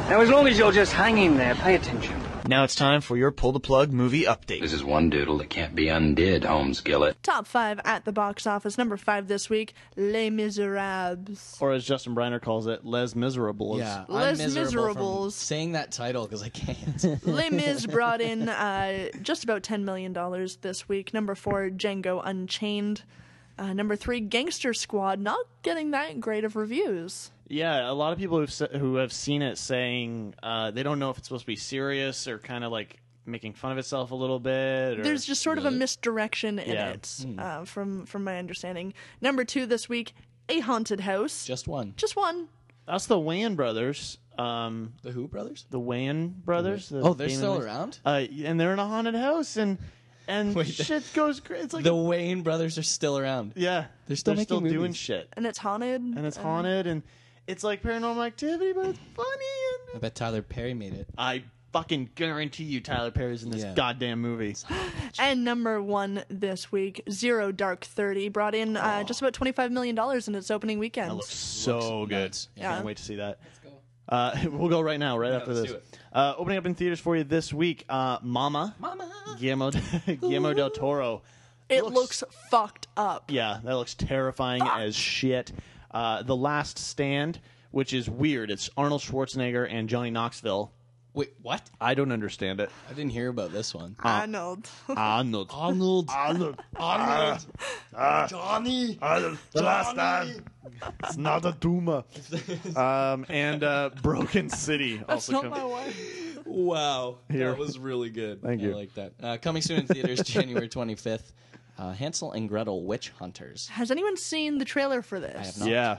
[SPEAKER 11] Now, as long as you're just hanging there, pay attention.
[SPEAKER 4] Now it's time for your pull the plug movie update.
[SPEAKER 12] This is one doodle that can't be undid, Holmes Gillett.
[SPEAKER 3] Top five at the box office. Number five this week, Les Miserables.
[SPEAKER 4] Or as Justin Briner calls it, Les Miserables.
[SPEAKER 2] Yeah,
[SPEAKER 3] Les
[SPEAKER 2] I'm miserable from
[SPEAKER 3] Miserables.
[SPEAKER 2] saying that title because I can't.
[SPEAKER 3] Les Mis brought in uh, just about $10 million this week. Number four, Django Unchained. Uh, number three, Gangster Squad. Not getting that great of reviews.
[SPEAKER 4] Yeah, a lot of people who've se- who have seen it saying uh, they don't know if it's supposed to be serious or kind of like making fun of itself a little bit. Or...
[SPEAKER 3] There's just sort of a misdirection in
[SPEAKER 4] Yeah. Hmm.
[SPEAKER 3] it, uh, from from my understanding. Number two this week, A Haunted House.
[SPEAKER 2] Just one.
[SPEAKER 3] Just one.
[SPEAKER 4] that's the Wayan brothers. Um,
[SPEAKER 2] The Who brothers?
[SPEAKER 4] the Wayan brothers. the
[SPEAKER 2] Oh, they're
[SPEAKER 4] Damon
[SPEAKER 2] still
[SPEAKER 4] Wayans-
[SPEAKER 2] around?
[SPEAKER 4] Uh, and they're in a haunted house, and and
[SPEAKER 2] Wait, the-
[SPEAKER 4] shit goes crazy. It's like
[SPEAKER 2] The Wayne brothers are still around.
[SPEAKER 4] yeah,
[SPEAKER 2] They're still making
[SPEAKER 4] doing
[SPEAKER 2] movies.
[SPEAKER 4] shit,
[SPEAKER 3] And it's haunted.
[SPEAKER 4] and it's haunted, and it's like Paranormal Activity, but it's funny.
[SPEAKER 2] I
[SPEAKER 4] And...
[SPEAKER 2] bet Tyler Perry made it.
[SPEAKER 4] I fucking guarantee you, Tyler Perry's in this
[SPEAKER 2] Yeah.
[SPEAKER 4] goddamn movie.
[SPEAKER 3] And number one this week, Zero Dark Thirty, brought in uh, just about $25 million in its opening weekend.
[SPEAKER 4] That looks so good.
[SPEAKER 2] Yeah.
[SPEAKER 4] Can't wait to see that. Uh, we'll go right now, right after
[SPEAKER 2] let's
[SPEAKER 4] this.
[SPEAKER 2] do it.
[SPEAKER 4] Uh, opening up in theaters for you this week, uh, Mama. Mama. Guillermo, Guillermo del Toro.
[SPEAKER 3] it
[SPEAKER 4] looks-
[SPEAKER 3] looks, fucked up.
[SPEAKER 4] Yeah, that looks terrifying as shit. Uh, the Last Stand, which is weird. It's Arnold Schwarzenegger and Johnny Knoxville.
[SPEAKER 2] Wait, what?
[SPEAKER 4] I don't understand it. Uh,
[SPEAKER 2] I didn't hear about this one.
[SPEAKER 3] Arnold.
[SPEAKER 4] Arnold.
[SPEAKER 2] Arnold.
[SPEAKER 13] Arnold. Ah.
[SPEAKER 2] Arnold.
[SPEAKER 13] Johnny. Arnold. The last time. It's not a tumor.
[SPEAKER 4] Um, and uh, Broken City also
[SPEAKER 3] not
[SPEAKER 4] comes.
[SPEAKER 3] my wife.
[SPEAKER 2] Wow,
[SPEAKER 4] Here.
[SPEAKER 2] that was really good.
[SPEAKER 4] Thank you.
[SPEAKER 2] I like that. Uh, coming soon in theaters, January 25th. Uh, Hansel and Gretel: Witch Hunters.
[SPEAKER 3] Has anyone seen the trailer for this?
[SPEAKER 2] I have not.
[SPEAKER 4] Yeah.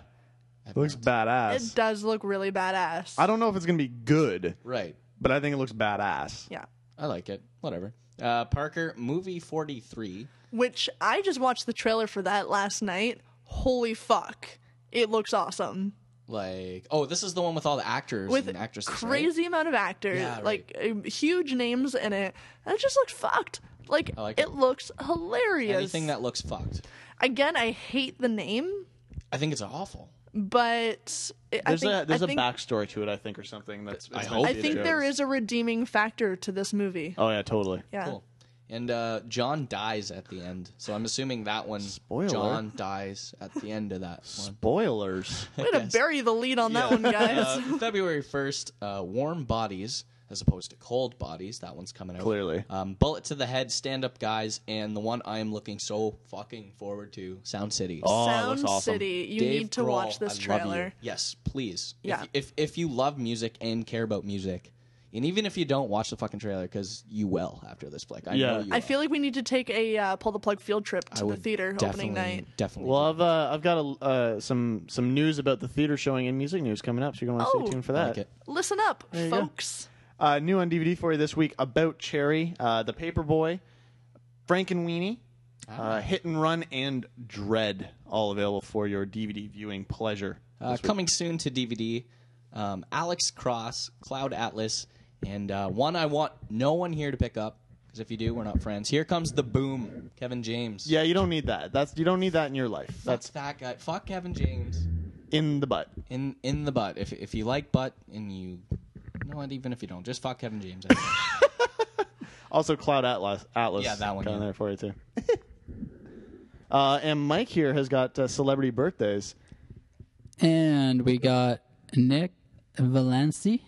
[SPEAKER 4] Looks badass.
[SPEAKER 3] It does look really badass.
[SPEAKER 4] I don't know if it's going to be good,
[SPEAKER 2] Right.
[SPEAKER 4] but I think it looks badass.
[SPEAKER 3] yeah.
[SPEAKER 2] I like it. Whatever. Uh, Parker, movie 43.
[SPEAKER 3] Which I just watched the trailer for that last night. Holy fuck. It looks awesome.
[SPEAKER 2] Like, oh, this is the one with all the actors
[SPEAKER 3] With
[SPEAKER 2] and actresses. right?
[SPEAKER 3] crazy amount of actors,
[SPEAKER 2] Yeah, right.
[SPEAKER 3] like um, huge names in it. And it just looks fucked. Like,
[SPEAKER 2] like
[SPEAKER 3] it.
[SPEAKER 2] it.
[SPEAKER 3] looks hilarious.
[SPEAKER 2] Anything that looks fucked.
[SPEAKER 3] Again, I hate the name,
[SPEAKER 2] I think it's awful.
[SPEAKER 3] but it,
[SPEAKER 4] There's
[SPEAKER 3] I think,
[SPEAKER 4] a there's
[SPEAKER 3] I
[SPEAKER 4] a
[SPEAKER 3] think,
[SPEAKER 4] backstory to it, I think, or something. That's
[SPEAKER 2] I
[SPEAKER 4] it's
[SPEAKER 2] hope
[SPEAKER 4] meant
[SPEAKER 3] I
[SPEAKER 4] to be
[SPEAKER 3] think
[SPEAKER 4] a
[SPEAKER 3] there
[SPEAKER 4] joke.
[SPEAKER 3] is a redeeming factor to this movie.
[SPEAKER 4] Oh yeah, totally.
[SPEAKER 3] yeah.
[SPEAKER 2] Cool. And uh, John dies at the end, so I'm assuming that one.
[SPEAKER 4] Spoiler.
[SPEAKER 2] John dies at the end of that one.
[SPEAKER 4] Spoilers.
[SPEAKER 3] Way to bury the lead on that one, guys.
[SPEAKER 2] Uh, February 1st, uh, Warm Bodies, as opposed to Cold Bodies. That one's coming out.
[SPEAKER 4] Clearly.
[SPEAKER 2] Um, Bullet to the Head, Stand Up Guys, and the one I am looking so fucking forward to, Sound City.
[SPEAKER 4] Oh, it
[SPEAKER 3] Sound
[SPEAKER 4] looks awesome.
[SPEAKER 3] City. You
[SPEAKER 2] Dave
[SPEAKER 3] need to
[SPEAKER 2] Grohl,
[SPEAKER 3] watch
[SPEAKER 2] I
[SPEAKER 3] this
[SPEAKER 2] love you.
[SPEAKER 3] trailer.
[SPEAKER 2] Yes, please. If-
[SPEAKER 3] Yeah.
[SPEAKER 2] If, if you love music and care about music, and even if you don't, watch the fucking trailer because you will after this flick. I know
[SPEAKER 4] Yeah.
[SPEAKER 2] you.
[SPEAKER 3] I
[SPEAKER 2] will.
[SPEAKER 3] feel like we need to take a uh, pull the plug field trip to the
[SPEAKER 2] would
[SPEAKER 3] theater opening
[SPEAKER 2] definitely-
[SPEAKER 3] night.
[SPEAKER 2] Definitely.
[SPEAKER 4] Well, I've uh, I've got a, uh, some some news about the theater showing and music news coming up, so you're going to
[SPEAKER 3] Oh.
[SPEAKER 4] stay tuned for
[SPEAKER 2] I
[SPEAKER 4] that.
[SPEAKER 2] like it.
[SPEAKER 3] Listen up, folks.
[SPEAKER 4] Uh, new on DVD for you this week about Cherry, uh, The Paperboy, Frank and Weenie,
[SPEAKER 2] Ah.
[SPEAKER 4] uh, Hit and Run, and Dread, all available for your DVD viewing pleasure.
[SPEAKER 2] Uh, coming soon to DVD, um, Alex Cross, Cloud Atlas, and uh, one I want no one here to pick up because if you do, we're not friends. Here comes the boom, Kevin James.
[SPEAKER 4] Yeah, you don't need that. That's you don't need that in your life.
[SPEAKER 2] that's
[SPEAKER 4] That's
[SPEAKER 2] that guy. Fuck Kevin James
[SPEAKER 4] in the butt.
[SPEAKER 2] in in the butt. If if you like butt and you, no, and even if you don't, just fuck Kevin James. I think.
[SPEAKER 4] Also, Cloud Atlas. Atlas.
[SPEAKER 2] Yeah, that one,
[SPEAKER 4] down
[SPEAKER 2] yeah.
[SPEAKER 4] there for you too. uh, and Mike here has got uh, celebrity birthdays.
[SPEAKER 5] And we got Nick Valenci,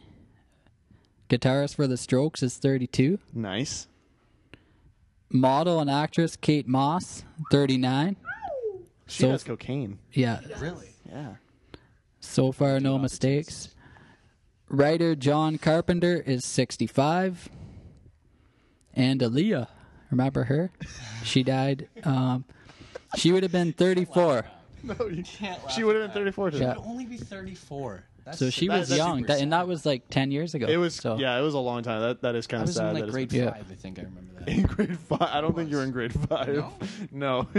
[SPEAKER 5] guitarist for The Strokes, is 32.
[SPEAKER 4] Nice.
[SPEAKER 5] Model and actress Kate Moss, 39.
[SPEAKER 4] She
[SPEAKER 5] So-
[SPEAKER 4] has cocaine.
[SPEAKER 5] Yeah,
[SPEAKER 2] really?
[SPEAKER 4] Yeah.
[SPEAKER 5] so far no mistakes. Writer John Carpenter is 65. And Aaliyah, remember her? She died. Um, she would have been 34.
[SPEAKER 4] No, you
[SPEAKER 2] Oh, can't laugh
[SPEAKER 4] She would have been 34 today.
[SPEAKER 5] Yeah.
[SPEAKER 2] I'd only be thirty four.
[SPEAKER 5] So she
[SPEAKER 4] That-
[SPEAKER 5] was
[SPEAKER 4] that's
[SPEAKER 5] young,
[SPEAKER 4] super
[SPEAKER 5] that, and that was like 10 years ago.
[SPEAKER 4] It was
[SPEAKER 5] so.
[SPEAKER 4] yeah, it was a long time. That that is kind
[SPEAKER 2] I
[SPEAKER 4] of
[SPEAKER 2] was
[SPEAKER 4] sad.
[SPEAKER 2] in
[SPEAKER 4] that
[SPEAKER 2] like
[SPEAKER 4] it's-
[SPEAKER 2] grade
[SPEAKER 5] Yeah.
[SPEAKER 2] five. I think I remember that.
[SPEAKER 4] in grade five. I don't think you were in grade five. No,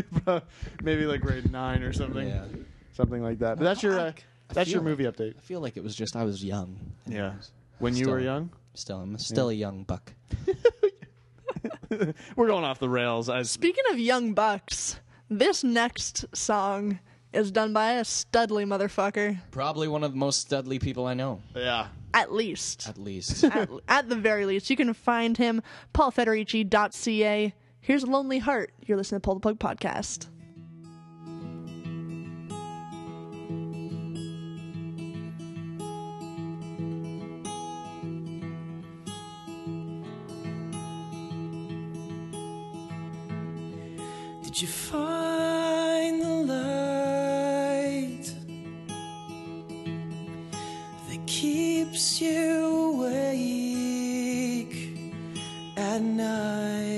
[SPEAKER 4] maybe like grade nine or something,
[SPEAKER 2] Yeah.
[SPEAKER 4] something like that. But that's your uh,
[SPEAKER 2] I
[SPEAKER 4] that's your
[SPEAKER 2] feel-
[SPEAKER 4] movie update.
[SPEAKER 2] I feel like it was just I was young.
[SPEAKER 4] Yeah, when you were
[SPEAKER 2] Still.
[SPEAKER 4] young,
[SPEAKER 2] Still, I'm still a young buck.
[SPEAKER 4] we're going off the rails. As
[SPEAKER 3] Speaking of young bucks, this next song is done by a studly motherfucker.
[SPEAKER 2] Probably one of the most studly people I know,
[SPEAKER 4] yeah,
[SPEAKER 3] At least,
[SPEAKER 2] at least.
[SPEAKER 3] at, at the very least, you can find him paulfederici.ca. Here's Lonely Heart. You're listening to Pull the Plug podcast.
[SPEAKER 14] Did you find the light that keeps you awake at night?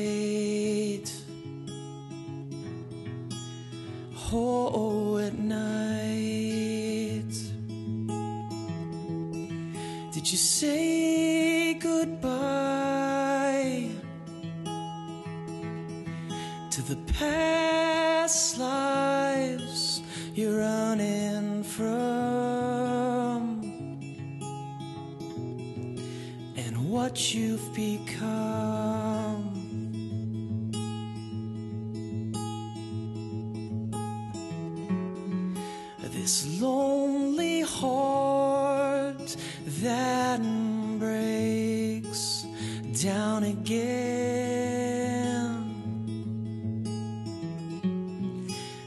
[SPEAKER 14] Oh, at night. Did you say goodbye? to the past lives you're running from and what you've become. This lonely heart that breaks down again.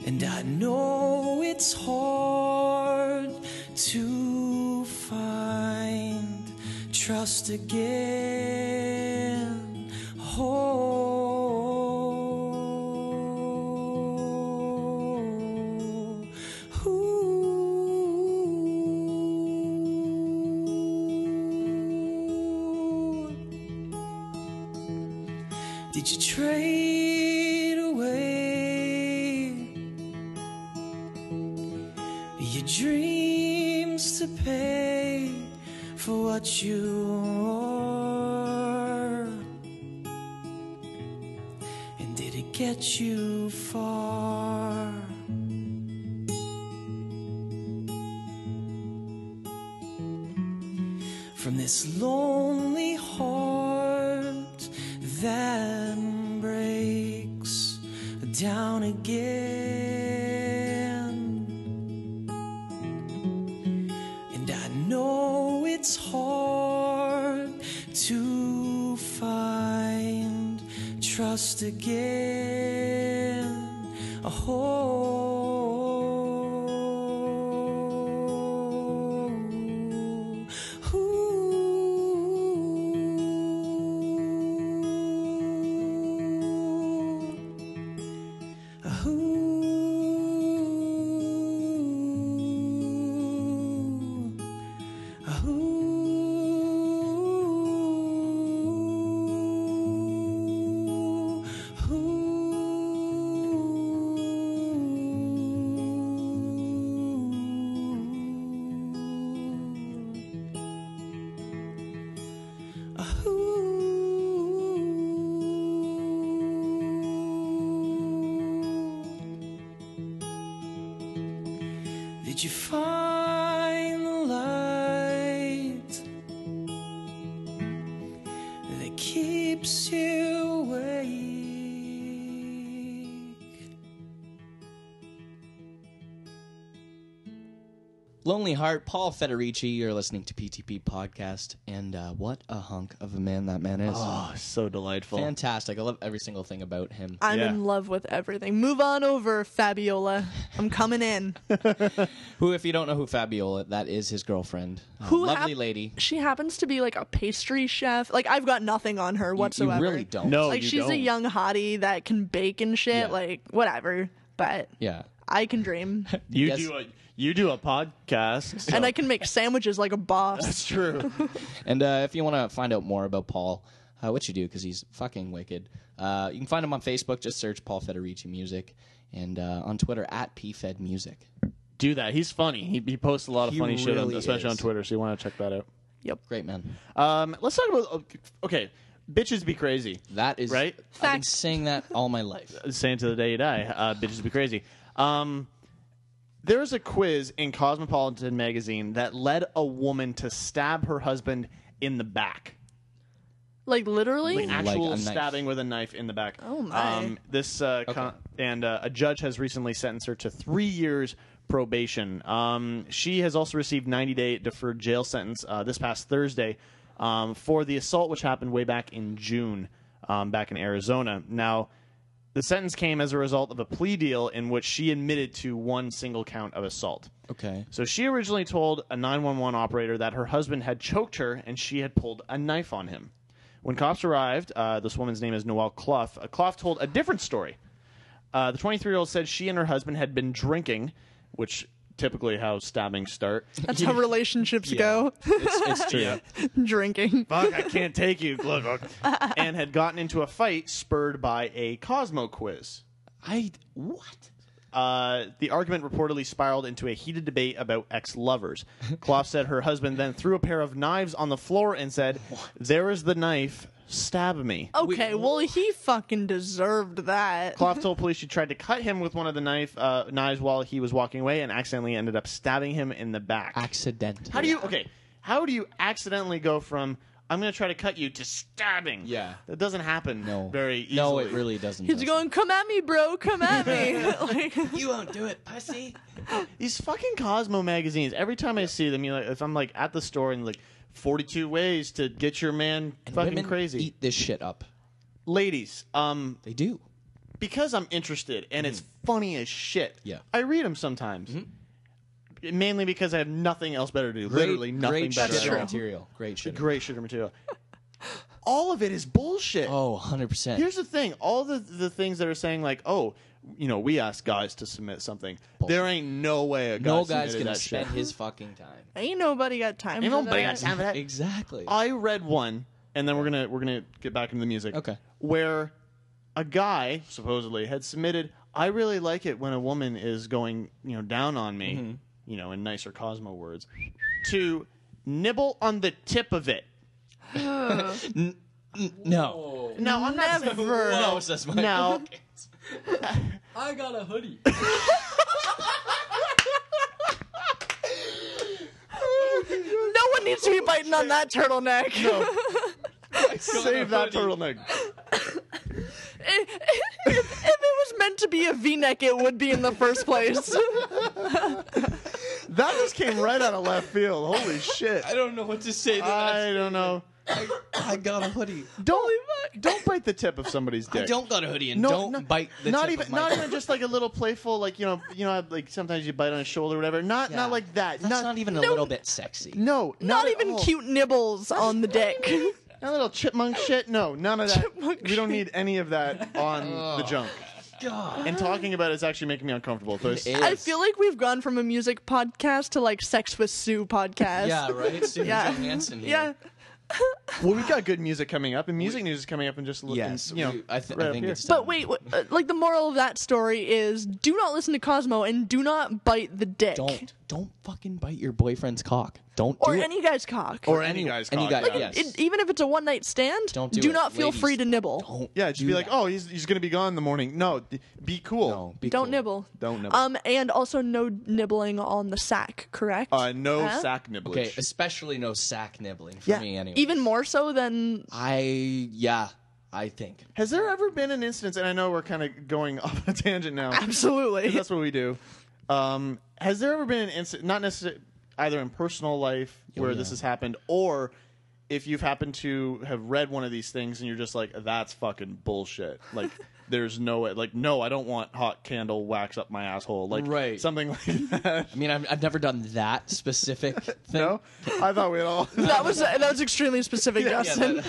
[SPEAKER 14] And I know it's hard to find trust again. Oh. Ooh. Did you trade away your dreams to pay for what you are? And did it get you far? From this lonely heart that breaks down again. And I know it's hard to find trust again. Oh. Ooh. Did you find the light that keeps you awake?
[SPEAKER 2] Lonely Heart, Paul Federici. You're listening to PTP Podcast, and uh, what a hunk of a man that man is.
[SPEAKER 4] Oh, so delightful.
[SPEAKER 2] Fantastic. I love every single thing about him.
[SPEAKER 3] I'm in love with everything. Move on over, Fabiola. I'm coming in.
[SPEAKER 2] Who, if you don't know who Fabiola, that is his girlfriend. Uh,
[SPEAKER 3] Who
[SPEAKER 2] lovely
[SPEAKER 3] hap-
[SPEAKER 2] lady.
[SPEAKER 3] She happens to be like a pastry chef. Like I've got nothing on her
[SPEAKER 2] You
[SPEAKER 3] whatsoever.
[SPEAKER 2] really don't.
[SPEAKER 4] No,
[SPEAKER 3] Like
[SPEAKER 4] you
[SPEAKER 3] she's a
[SPEAKER 4] don't.
[SPEAKER 3] young hottie that can bake and
[SPEAKER 2] Yeah.
[SPEAKER 3] shit. Like whatever. But
[SPEAKER 2] Yeah.
[SPEAKER 3] I can dream,
[SPEAKER 4] You
[SPEAKER 2] Yes.
[SPEAKER 4] do a you do a podcast, so-
[SPEAKER 3] and I can make sandwiches like a boss.
[SPEAKER 4] That's true.
[SPEAKER 2] And uh, if you want to find out more about Paul, uh, which you do because he's fucking wicked, uh, you can find him on Facebook. Just search Paul Federici Music and uh, on Twitter at PFed Music.
[SPEAKER 4] do that. He's funny. He, he posts a lot of
[SPEAKER 2] He
[SPEAKER 4] funny shit, on,
[SPEAKER 2] really
[SPEAKER 4] especially
[SPEAKER 2] is.
[SPEAKER 4] on Twitter. So you want to check that out.
[SPEAKER 2] Great man.
[SPEAKER 4] Um, let's talk about okay, bitches be crazy.
[SPEAKER 2] That is
[SPEAKER 4] Right?
[SPEAKER 2] I've been
[SPEAKER 3] Fact.
[SPEAKER 2] saying that all my life.
[SPEAKER 4] Saying to the day you die, uh, bitches be crazy. Um, there was a quiz in Cosmopolitan magazine that led a woman to stab her husband in the back.
[SPEAKER 3] Like literally.
[SPEAKER 4] An actual
[SPEAKER 2] a knife.
[SPEAKER 4] stabbing with a knife in the back. Oh
[SPEAKER 3] my.
[SPEAKER 4] this uh, con- and uh, a judge has recently sentenced her to three years probation. Um, she has also received 90 day deferred jail sentence uh, this past Thursday um, for the assault which happened way back in June, um, back in Arizona. Now. The sentence came as a result of a plea deal in which she admitted to one single count of assault.
[SPEAKER 2] Okay.
[SPEAKER 4] So she originally told a 911 operator that her husband had choked her and she had pulled a knife on him. When cops arrived, uh, this woman's name is Noelle Clough. Uh, Clough told a different story. Uh, the 23 year old said she and her husband had been drinking, which typically how stabbings start.
[SPEAKER 3] That's how relationships go.
[SPEAKER 2] It's, it's true.
[SPEAKER 3] Drinking.
[SPEAKER 4] Fuck, I can't take you. Look, look. and had gotten into a fight spurred by a Cosmo quiz.
[SPEAKER 2] I what?
[SPEAKER 4] Uh, the argument reportedly spiraled into a heated debate about ex lovers. Clough said her husband then threw a pair of knives on the floor and said, There is the knife, stab me.
[SPEAKER 3] Okay, well he fucking deserved that.
[SPEAKER 4] Clough
[SPEAKER 2] Mm-hmm.
[SPEAKER 4] told police she tried to cut him with one of the knife uh, knives while he was walking away and accidentally ended up stabbing him in the back.
[SPEAKER 2] Accidentally.
[SPEAKER 4] how do you, okay, how do you accidentally go from, I'm going to try to cut you to stabbing?
[SPEAKER 2] Yeah.
[SPEAKER 4] That doesn't happen
[SPEAKER 2] No.
[SPEAKER 4] very easily.
[SPEAKER 2] No, it really doesn't.
[SPEAKER 3] He's
[SPEAKER 2] Justin.
[SPEAKER 3] going, come at me, bro, come at me. like,
[SPEAKER 2] You won't do it, pussy.
[SPEAKER 4] These fucking Cosmo magazines. Every time I see them, you like if I'm like at the store and like 42 ways to get your man
[SPEAKER 2] And
[SPEAKER 4] fucking
[SPEAKER 2] women
[SPEAKER 4] crazy.
[SPEAKER 2] Eat this shit up.
[SPEAKER 4] Ladies, um,
[SPEAKER 2] They do. Mm.
[SPEAKER 4] because I'm interested and it's funny as shit.
[SPEAKER 2] Yeah.
[SPEAKER 4] I read them sometimes. Mainly because I have nothing else better to do. Literally
[SPEAKER 2] Mm-hmm. Great-
[SPEAKER 4] nothing
[SPEAKER 2] great
[SPEAKER 4] better.
[SPEAKER 2] sugar
[SPEAKER 4] to do.
[SPEAKER 2] material. Great shit.
[SPEAKER 4] Great sugar material. All of it is bullshit.
[SPEAKER 2] Oh, 100%.
[SPEAKER 4] Here's the thing: all the the things that are saying like, oh, you know, we asked guys to submit something. There ain't no way a guy
[SPEAKER 2] no guy's
[SPEAKER 4] submitted
[SPEAKER 2] gonna
[SPEAKER 4] that
[SPEAKER 2] spend
[SPEAKER 4] shit.
[SPEAKER 2] his fucking time.
[SPEAKER 3] ain't nobody got time
[SPEAKER 4] Ain't
[SPEAKER 3] for
[SPEAKER 4] nobody
[SPEAKER 3] that.
[SPEAKER 4] got time for that.
[SPEAKER 2] Exactly.
[SPEAKER 4] I read one, and then we're gonna we're gonna get back into the music.
[SPEAKER 2] Okay.
[SPEAKER 4] Where a guy supposedly had submitted, "I really like it when a woman is going, you know, down on me,
[SPEAKER 2] Mm-hmm.
[SPEAKER 4] you know, in nicer Cosmo words, to nibble on the tip of it."
[SPEAKER 2] no.
[SPEAKER 4] No, I'm not saying-
[SPEAKER 3] Never.
[SPEAKER 4] No,
[SPEAKER 2] Close this mic.
[SPEAKER 4] no,
[SPEAKER 5] I got a hoodie.
[SPEAKER 3] No one needs to be biting on that turtleneck.
[SPEAKER 4] save that turtleneck.
[SPEAKER 3] if if it was meant to be a V-neck, it would be in the first place.
[SPEAKER 4] That just came right out of left field. Holy shit!
[SPEAKER 2] I don't know what to say to that.
[SPEAKER 4] I don't know.
[SPEAKER 2] I got a hoodie.
[SPEAKER 4] Don't don't bite the tip of somebody's dick.
[SPEAKER 2] I don't got a hoodie and
[SPEAKER 4] No,
[SPEAKER 2] don't
[SPEAKER 4] not-
[SPEAKER 2] bite the
[SPEAKER 4] not
[SPEAKER 2] tip
[SPEAKER 4] even
[SPEAKER 2] of my
[SPEAKER 4] not
[SPEAKER 2] dick.
[SPEAKER 4] even just like a little playful like you know you know like sometimes you bite on his shoulder or whatever not
[SPEAKER 2] Yeah.
[SPEAKER 4] not like that
[SPEAKER 2] That's not, even a
[SPEAKER 3] no.
[SPEAKER 2] little bit sexy.
[SPEAKER 4] no
[SPEAKER 3] Not
[SPEAKER 4] at
[SPEAKER 3] even
[SPEAKER 4] all.
[SPEAKER 3] cute nibbles on the dick.
[SPEAKER 4] that little chipmunk shit no none of that
[SPEAKER 3] Chipmunk
[SPEAKER 4] we don't need any of that on the junk
[SPEAKER 2] God.
[SPEAKER 4] and talking about it is actually making me uncomfortable so it's-
[SPEAKER 3] I feel like we've gone from a music podcast to like Sex with Sue podcast.
[SPEAKER 2] Yeah, right? Susan
[SPEAKER 3] Yeah.
[SPEAKER 2] Hansen here.
[SPEAKER 3] Yeah.
[SPEAKER 4] well we've got good music coming up and music news is coming up in just a little
[SPEAKER 2] Yes.
[SPEAKER 4] in, you know
[SPEAKER 2] we- I, th-
[SPEAKER 4] right
[SPEAKER 2] I
[SPEAKER 4] up
[SPEAKER 2] think
[SPEAKER 4] here.
[SPEAKER 2] it's
[SPEAKER 3] But wait, wh- uh, like the moral of that story is do not listen to Cosmo and do not bite the dick.
[SPEAKER 2] Don't. Don't fucking bite your boyfriend's cock. Don't
[SPEAKER 3] or
[SPEAKER 2] do it.
[SPEAKER 3] any guy's cock.
[SPEAKER 4] Or any guy's
[SPEAKER 2] any
[SPEAKER 4] cock,
[SPEAKER 2] guy,
[SPEAKER 4] yeah.
[SPEAKER 2] yes.
[SPEAKER 3] It- even if it's a one night stand,
[SPEAKER 2] Don't do it.
[SPEAKER 3] not feel
[SPEAKER 2] Ladies,
[SPEAKER 3] free to nibble. Don't,
[SPEAKER 2] Don't
[SPEAKER 4] Yeah, just
[SPEAKER 2] do
[SPEAKER 4] be like,
[SPEAKER 2] that.
[SPEAKER 4] oh, he's he's gonna be gone in the morning. No, d- be cool.
[SPEAKER 2] No, be cool.
[SPEAKER 3] nibble.
[SPEAKER 4] Don't nibble.
[SPEAKER 3] Um, and also no nibbling on the sack. Correct.
[SPEAKER 4] Uh, no
[SPEAKER 3] Huh?
[SPEAKER 4] sack nibbling.
[SPEAKER 2] Okay, especially no sack nibbling for
[SPEAKER 4] Yeah,
[SPEAKER 2] me anyway.
[SPEAKER 3] Even more so than
[SPEAKER 2] I yeah, I think.
[SPEAKER 4] Has there ever been an instance? And I know we're kind of going off a tangent now.
[SPEAKER 3] absolutely.
[SPEAKER 4] That's what we do. Um, has there ever been an incident, not necessarily either in personal life
[SPEAKER 2] Oh,
[SPEAKER 4] where this has happened, or if you've happened to have read one of these things and you're just like, that's fucking bullshit. Like, there's no way. Like, no, I don't want hot candle wax up my asshole. Like,
[SPEAKER 2] Right.
[SPEAKER 4] something like that.
[SPEAKER 2] I mean, I've, I've never done that specific thing.
[SPEAKER 4] no, I thought we had all.
[SPEAKER 3] That was that was extremely specific, Justin.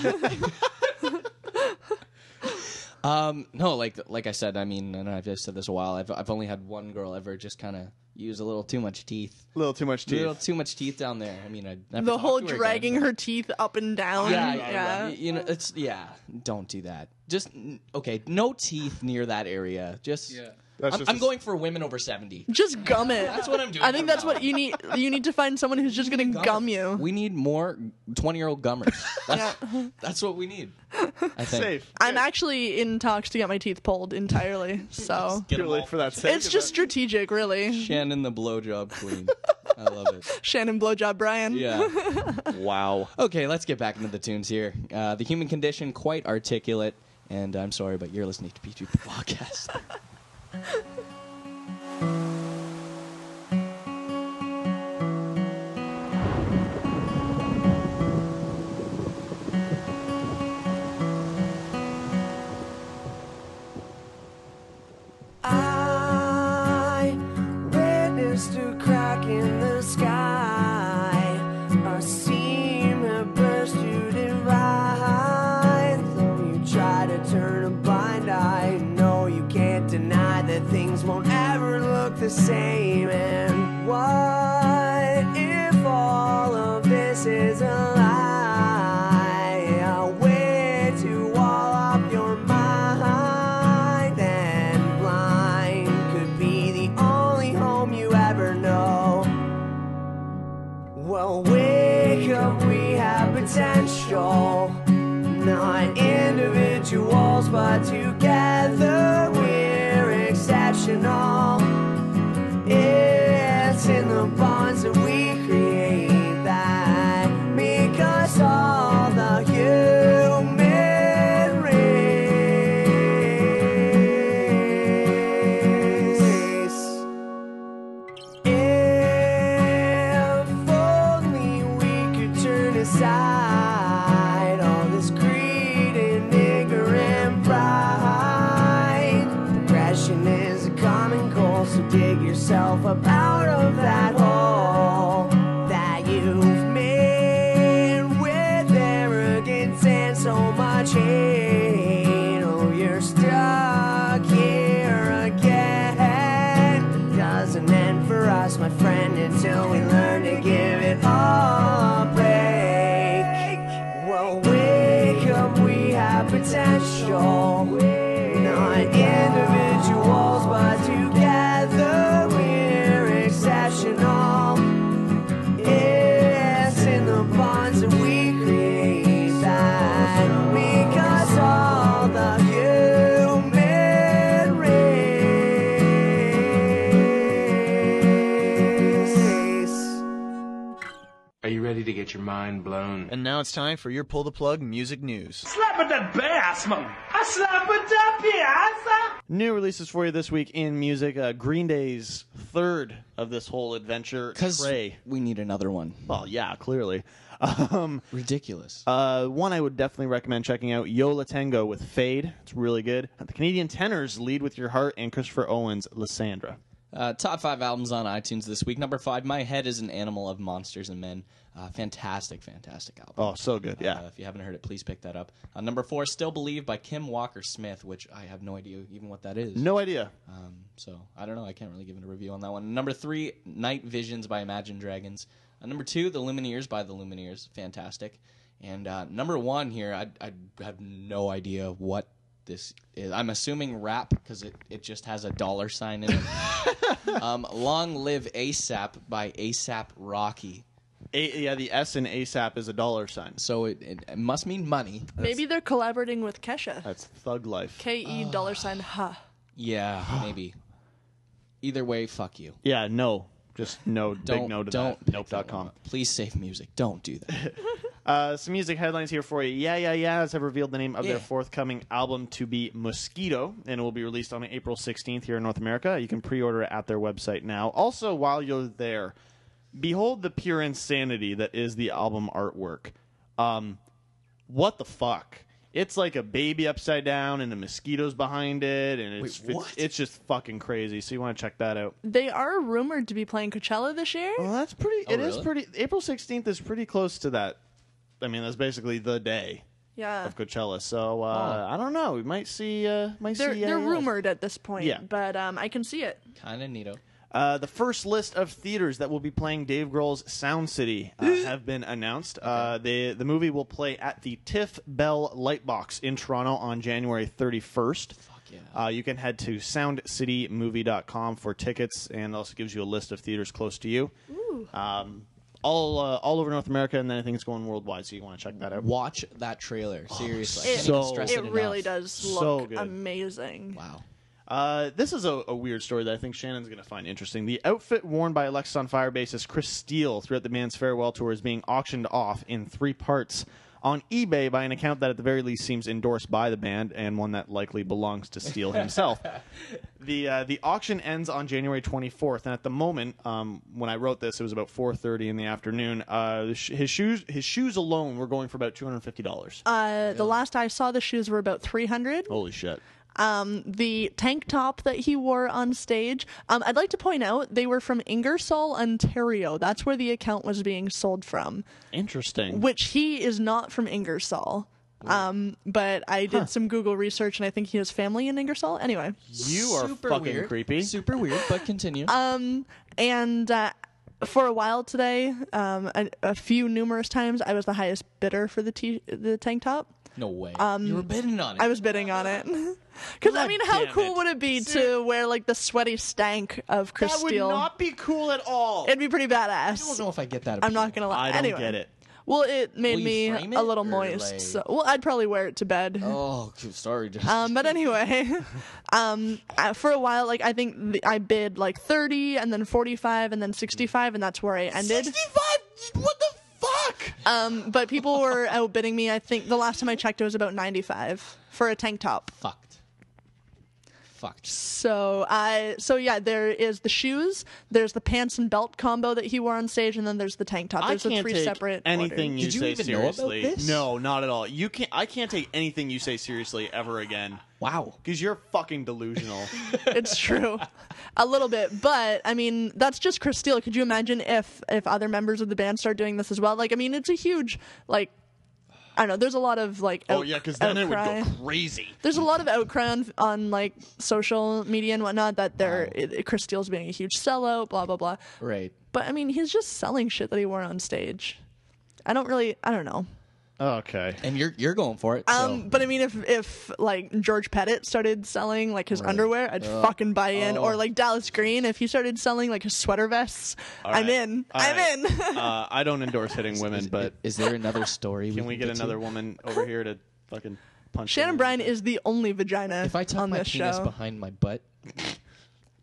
[SPEAKER 2] Um, no, like like I said, I mean, and I've just said this a while. I've I've only had one girl ever just kind of use a little too much teeth,
[SPEAKER 4] a little too much
[SPEAKER 2] a little
[SPEAKER 4] teeth.
[SPEAKER 2] too much teeth down there. I mean, I never
[SPEAKER 3] the
[SPEAKER 2] talked
[SPEAKER 3] whole
[SPEAKER 2] to her again,
[SPEAKER 3] dragging
[SPEAKER 2] but-
[SPEAKER 3] her teeth up and down.
[SPEAKER 2] Yeah, yeah, yeah. You, you know, it's yeah. Don't do that. Just n- okay. No teeth near that area. Just.
[SPEAKER 4] That's
[SPEAKER 2] I'm,
[SPEAKER 4] just
[SPEAKER 2] I'm
[SPEAKER 4] a-
[SPEAKER 2] going for women over seventy.
[SPEAKER 3] Just gum it.
[SPEAKER 2] That's what I'm doing
[SPEAKER 3] I think
[SPEAKER 2] from
[SPEAKER 3] that's
[SPEAKER 2] now
[SPEAKER 3] what
[SPEAKER 2] on.
[SPEAKER 3] you need. You need to find someone who's just going to gum you.
[SPEAKER 2] We need more twenty-year-old gummers. That's, that's what we need. I think.
[SPEAKER 4] Safe.
[SPEAKER 3] I'm actually in talks to get my teeth pulled entirely, so
[SPEAKER 2] Get
[SPEAKER 4] Too
[SPEAKER 2] 'em
[SPEAKER 4] late
[SPEAKER 2] all-
[SPEAKER 4] for that. sake
[SPEAKER 3] it's
[SPEAKER 4] of
[SPEAKER 3] just
[SPEAKER 4] it.
[SPEAKER 3] strategic, really.
[SPEAKER 2] Shannon the blowjob queen. I love it.
[SPEAKER 3] Shannon blowjob Brian.
[SPEAKER 2] Yeah.
[SPEAKER 4] wow.
[SPEAKER 2] Okay, let's get back into the tunes here. Uh, the human condition, quite articulate, and I'm sorry, but you're listening to PTP Podcast.
[SPEAKER 9] I witnessed a crack in the sky, a seam that burst you divide. Though you try to turn a blind eye, no, you can't deny that things won't ever look the same. And what if all of this is a lie? A way to wall up your mind and blind could be the only home you ever know. Well, wake up, we have potential. Not individuals, but together we're exceptional. It's in the bonds that we create that make us all the human race. If only we could turn aside all this greed and ignorant pride. Depression is a common goal, so dig yourself up out of that hole that you've made with arrogance and so much hate. Oh, you're stuck here again. Doesn't end for us, my friend, until we learn to give it all a break. Well, wake up, we have potential. Not individuals, but together we're exceptional. It's in the bonds that we create that make us all the human race.
[SPEAKER 10] Are you ready to get your mind blown?
[SPEAKER 15] And now it's time for your pull the plug music news.
[SPEAKER 4] New releases for you this week in music. Uh, Green Day's third of this whole adventure.
[SPEAKER 2] Because
[SPEAKER 4] Trey.
[SPEAKER 2] we need another one.
[SPEAKER 4] Well, yeah, clearly. Um,
[SPEAKER 2] Ridiculous.
[SPEAKER 4] uh, one I would definitely recommend checking out: Yola Tango with Fade. It's really good. The Canadian tenors lead with Your Heart and Christopher Owens' Lysandra.
[SPEAKER 2] Uh, top five albums on iTunes this week. Number five, My Head is an Animal of Monsters and Men. Uh, fantastic, fantastic album.
[SPEAKER 4] Oh, so good. Yeah.
[SPEAKER 2] Uh, if you haven't heard it, please pick that up. Uh, number four, Still Believe by Kim Walker Smith, which I have no idea even what that is.
[SPEAKER 4] no idea.
[SPEAKER 2] Um, so I don't know. I can't really give it a review on that one. Number three, Night Visions by Imagine Dragons. Uh, number two, The Lumineers by The Lumineers. Fantastic. And uh, number one here, I, I have no idea what this is. I'm assuming rap because it, it just has a dollar sign in it. um, Long Live ASAP by ASAP Rocky.
[SPEAKER 4] A, yeah, the S in ASAP is a dollar sign.
[SPEAKER 2] So it, it, must mean money.
[SPEAKER 3] Maybe they're collaborating with Kesha.
[SPEAKER 4] That's thug life.
[SPEAKER 3] K E dollar sign ha.
[SPEAKER 2] Yeah, maybe. Either way, fuck you.
[SPEAKER 4] Yeah, no. Just no,
[SPEAKER 2] Don't-
[SPEAKER 4] big no to
[SPEAKER 2] don't
[SPEAKER 4] that. Nope.com.
[SPEAKER 2] Please save music. Don't do that.
[SPEAKER 4] Uh, some music headlines here for you. Yeah, yeah, yeah. Have revealed the name of
[SPEAKER 2] Yeah.
[SPEAKER 4] their forthcoming album to be Mosquito, and it will be released on April 16th here in North America. You can pre-order it at their website now. Also, while you're there, behold the pure insanity that is the album artwork. Um, what the fuck? It's like a baby upside down, and the mosquitoes behind it, and it's
[SPEAKER 3] Wait, what?
[SPEAKER 4] It's, it's just fucking crazy. So you want to check that out?
[SPEAKER 3] They are rumored to be playing Coachella this year.
[SPEAKER 4] Well, that's pretty.
[SPEAKER 3] Oh,
[SPEAKER 4] It is
[SPEAKER 3] really?
[SPEAKER 4] pretty. April 16th is pretty close to that. I mean, that's basically the day
[SPEAKER 3] Yeah.
[SPEAKER 4] of Coachella. So uh, I don't know. We might see. Uh, might
[SPEAKER 3] They're
[SPEAKER 4] see.
[SPEAKER 3] they're
[SPEAKER 4] AIS.
[SPEAKER 3] rumored at this point,
[SPEAKER 4] Yeah.
[SPEAKER 3] but um, I can see it.
[SPEAKER 2] Kind of neato.
[SPEAKER 4] Uh, the first list of theaters that will be playing Dave Grohl's Sound City uh, have been announced. Uh, the the movie will play at the Tiff Bell Lightbox in Toronto on January 31st. Uh, you can head to soundcitymovie.com for tickets, and it also gives you a list of theaters close to you. Um, all uh, all over North America, and then I think it's going worldwide. So you want to check that out. Oh,
[SPEAKER 2] Watch that trailer, seriously.
[SPEAKER 3] It,
[SPEAKER 4] so
[SPEAKER 3] it, really does
[SPEAKER 4] So
[SPEAKER 3] look
[SPEAKER 4] good.
[SPEAKER 3] amazing.
[SPEAKER 2] Wow.
[SPEAKER 4] Uh, this is a, a weird story that I think Shannon's going to find interesting. The outfit worn by Alexis on Fire bassist Chris Steele throughout the band's farewell tour is being auctioned off in three parts on eBay by an account that at the very least seems endorsed by the band and one that likely belongs to Steele himself. the uh, The auction ends on January 24th, and at the moment um, when I wrote this, it was about 4:30 in the afternoon. Uh, the sh- his shoes his shoes alone were going for about $250.
[SPEAKER 3] Uh, the last I saw, the shoes were about three hundred.
[SPEAKER 4] Holy shit!
[SPEAKER 3] um, the tank top that he wore on stage. Um, I'd like to point out they were from Ingersoll, Ontario. That's where the account was being sold from,
[SPEAKER 4] Interesting.
[SPEAKER 3] which he is not from Ingersoll. Um, but I did some Google research and I think he has family in Ingersoll. Anyway,
[SPEAKER 4] You are
[SPEAKER 2] Super
[SPEAKER 4] fucking
[SPEAKER 2] weird.
[SPEAKER 4] creepy.
[SPEAKER 2] Super weird, but continue.
[SPEAKER 3] um, and uh, for a while today, um, a, a few numerous times, I was the highest bidder for the t- the tank top.
[SPEAKER 2] no way.
[SPEAKER 3] Um,
[SPEAKER 2] you were bidding on it.
[SPEAKER 3] I was bidding on it. Because, I mean, how
[SPEAKER 2] damn
[SPEAKER 3] cool
[SPEAKER 2] it.
[SPEAKER 3] would it be to wear, like, the sweaty stank of Chris
[SPEAKER 4] That would
[SPEAKER 3] Steele?
[SPEAKER 4] not be cool at all.
[SPEAKER 3] It'd be pretty badass.
[SPEAKER 2] I don't know if I get that.
[SPEAKER 3] I'm not going to
[SPEAKER 4] I
[SPEAKER 3] lie.
[SPEAKER 4] don't
[SPEAKER 3] Anyway.
[SPEAKER 4] get it.
[SPEAKER 3] Well, it made
[SPEAKER 2] Will you
[SPEAKER 3] me
[SPEAKER 2] frame
[SPEAKER 3] a
[SPEAKER 2] it
[SPEAKER 3] little
[SPEAKER 2] or,
[SPEAKER 3] moist.
[SPEAKER 2] like-
[SPEAKER 3] So, well, I'd probably wear it to bed.
[SPEAKER 2] Oh, sorry. Just,
[SPEAKER 3] Um, but anyway, um, uh, for a while, like I think the, I bid like 30 and then 45 and then 65, and that's where I ended.
[SPEAKER 4] 65? What the fuck?
[SPEAKER 3] Um, but people were outbidding me. I think the last time I checked, it was about 95 for a tank top.
[SPEAKER 2] fucked. Fucked.
[SPEAKER 3] So I so yeah, there is the shoes, there's the pants and belt combo that he wore on stage, and then there's the tank top.
[SPEAKER 4] I
[SPEAKER 3] There's
[SPEAKER 4] can't
[SPEAKER 3] the three
[SPEAKER 4] take
[SPEAKER 3] separate
[SPEAKER 4] anything
[SPEAKER 3] orders.
[SPEAKER 4] you, say
[SPEAKER 2] even know about
[SPEAKER 4] seriously.
[SPEAKER 2] this?
[SPEAKER 4] No, not at all. You can't. I can't take anything you say seriously ever again.
[SPEAKER 2] Wow.
[SPEAKER 4] Because you're fucking delusional.
[SPEAKER 3] it's true. A little bit. But I mean, that's just Chris Steele. Could you imagine if if other members of the band start doing this as well? Like I mean it's a huge like I don't know, there's a lot of like
[SPEAKER 4] oh
[SPEAKER 3] out-
[SPEAKER 4] yeah, because then
[SPEAKER 3] outcry.
[SPEAKER 4] it would go crazy.
[SPEAKER 3] There's a lot of outcry on, on like social media and whatnot that they're it- Chris Steele's being a huge sellout, blah blah blah.
[SPEAKER 2] Right.
[SPEAKER 3] But I mean, he's just selling shit that he wore on stage. I don't really, I don't know.
[SPEAKER 4] Okay.
[SPEAKER 2] And you're you're going for it.
[SPEAKER 4] Oh.
[SPEAKER 3] Um, but I mean, if if like George Pettit started selling like his
[SPEAKER 2] Right.
[SPEAKER 3] underwear, I'd
[SPEAKER 4] Uh,
[SPEAKER 2] Ugh.
[SPEAKER 3] fucking buy in. Or
[SPEAKER 2] Oh.
[SPEAKER 3] like Dallas Green, if he started selling like his sweater vests,
[SPEAKER 4] All
[SPEAKER 3] I'm
[SPEAKER 4] right.
[SPEAKER 3] in.
[SPEAKER 4] All
[SPEAKER 3] I'm
[SPEAKER 4] right.
[SPEAKER 3] in.
[SPEAKER 4] uh, I don't endorse hitting women, but
[SPEAKER 2] is there another story?
[SPEAKER 4] can we get another woman over here to fucking punch?
[SPEAKER 3] Shannon
[SPEAKER 4] someone?
[SPEAKER 3] Bryan is the only vagina
[SPEAKER 2] If I tuck
[SPEAKER 3] on
[SPEAKER 2] my
[SPEAKER 3] this
[SPEAKER 2] penis
[SPEAKER 3] show.
[SPEAKER 2] behind my butt,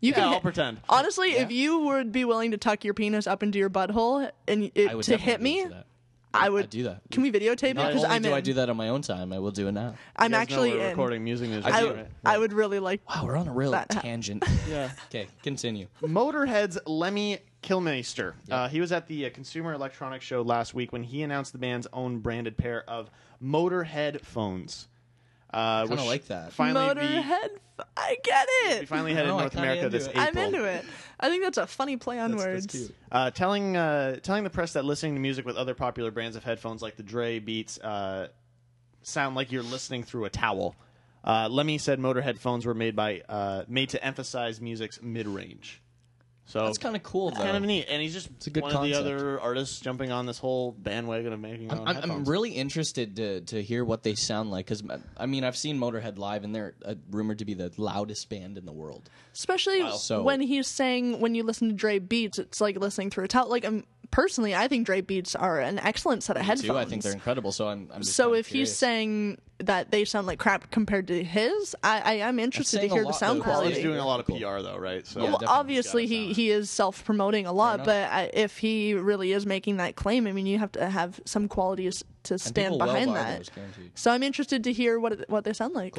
[SPEAKER 3] you
[SPEAKER 4] Yeah,
[SPEAKER 3] can
[SPEAKER 4] I'll
[SPEAKER 3] hit-
[SPEAKER 4] pretend.
[SPEAKER 3] honestly, if you would be willing to tuck your penis up into your butthole and
[SPEAKER 2] I
[SPEAKER 3] it,
[SPEAKER 2] would
[SPEAKER 3] to hit
[SPEAKER 2] definitely be
[SPEAKER 3] me,
[SPEAKER 2] into that.
[SPEAKER 3] I
[SPEAKER 2] I'd
[SPEAKER 3] would
[SPEAKER 2] do that.
[SPEAKER 3] Can we videotape it?
[SPEAKER 2] Not
[SPEAKER 3] Because
[SPEAKER 2] only
[SPEAKER 3] I'm
[SPEAKER 2] do
[SPEAKER 3] in.
[SPEAKER 2] I do that on my own time, I will do it now.
[SPEAKER 4] You guys
[SPEAKER 3] I'm
[SPEAKER 4] know
[SPEAKER 3] actually
[SPEAKER 4] we're
[SPEAKER 3] in.
[SPEAKER 4] recording music news.
[SPEAKER 3] I,
[SPEAKER 4] right?
[SPEAKER 3] I would really like.
[SPEAKER 2] Wow, we're on a real
[SPEAKER 3] That-
[SPEAKER 2] tangent.
[SPEAKER 4] Yeah.
[SPEAKER 2] Okay, continue.
[SPEAKER 4] Motorhead's Lemmy Kilmister. Uh, he was at the uh, Consumer Electronics Show last week when he announced the band's own branded pair of Motorhead phones. Uh,
[SPEAKER 2] Kinda
[SPEAKER 4] which
[SPEAKER 2] like that.
[SPEAKER 4] Finally, be-
[SPEAKER 3] Motorhead. f- I get
[SPEAKER 4] we
[SPEAKER 3] it.
[SPEAKER 4] finally headed
[SPEAKER 2] No, I
[SPEAKER 4] North
[SPEAKER 2] kinda
[SPEAKER 4] America
[SPEAKER 2] am
[SPEAKER 4] this
[SPEAKER 2] into
[SPEAKER 4] April.
[SPEAKER 3] I'm into it. I think that's a funny play on words.
[SPEAKER 4] Uh, telling uh, telling the press that listening to music with other popular brands of headphones like the Dre Beats uh, sound like you're listening through a towel. Uh, Lemmy said Motorhead phones were made by uh, made to emphasize music's mid range. So
[SPEAKER 2] That's kind of cool, though.
[SPEAKER 4] kind of neat. And he's just
[SPEAKER 2] a good
[SPEAKER 4] one of
[SPEAKER 2] concept.
[SPEAKER 4] the other artists jumping on this whole bandwagon of making.
[SPEAKER 2] I'm, I'm, I'm really interested to to hear what they sound like because I mean I've seen Motorhead live and they're uh, rumored to be the loudest band in the world.
[SPEAKER 3] Especially
[SPEAKER 2] So-
[SPEAKER 3] when he's saying when you listen to Dre beats, it's like listening through a towel. Like um, personally, I think Dre beats are an excellent set of headphones.
[SPEAKER 2] too. I think they're incredible. So I'm. I'm just
[SPEAKER 3] so
[SPEAKER 2] kinda
[SPEAKER 3] if
[SPEAKER 2] curious.
[SPEAKER 3] he's saying that they sound like crap compared to his, I, I am interested to
[SPEAKER 2] saying a
[SPEAKER 3] hear the
[SPEAKER 2] lot,
[SPEAKER 3] sound
[SPEAKER 2] though.
[SPEAKER 3] quality.
[SPEAKER 4] He's doing a lot of PR though, right? So
[SPEAKER 3] well,
[SPEAKER 2] um,
[SPEAKER 3] obviously he, he is self promoting a lot, but I, if he really is making that claim, I mean, you have to have some qualities to stand
[SPEAKER 4] people will
[SPEAKER 3] behind
[SPEAKER 4] buy
[SPEAKER 3] that.
[SPEAKER 4] those, guaranteed.
[SPEAKER 3] so I'm interested to hear what it- what they sound like.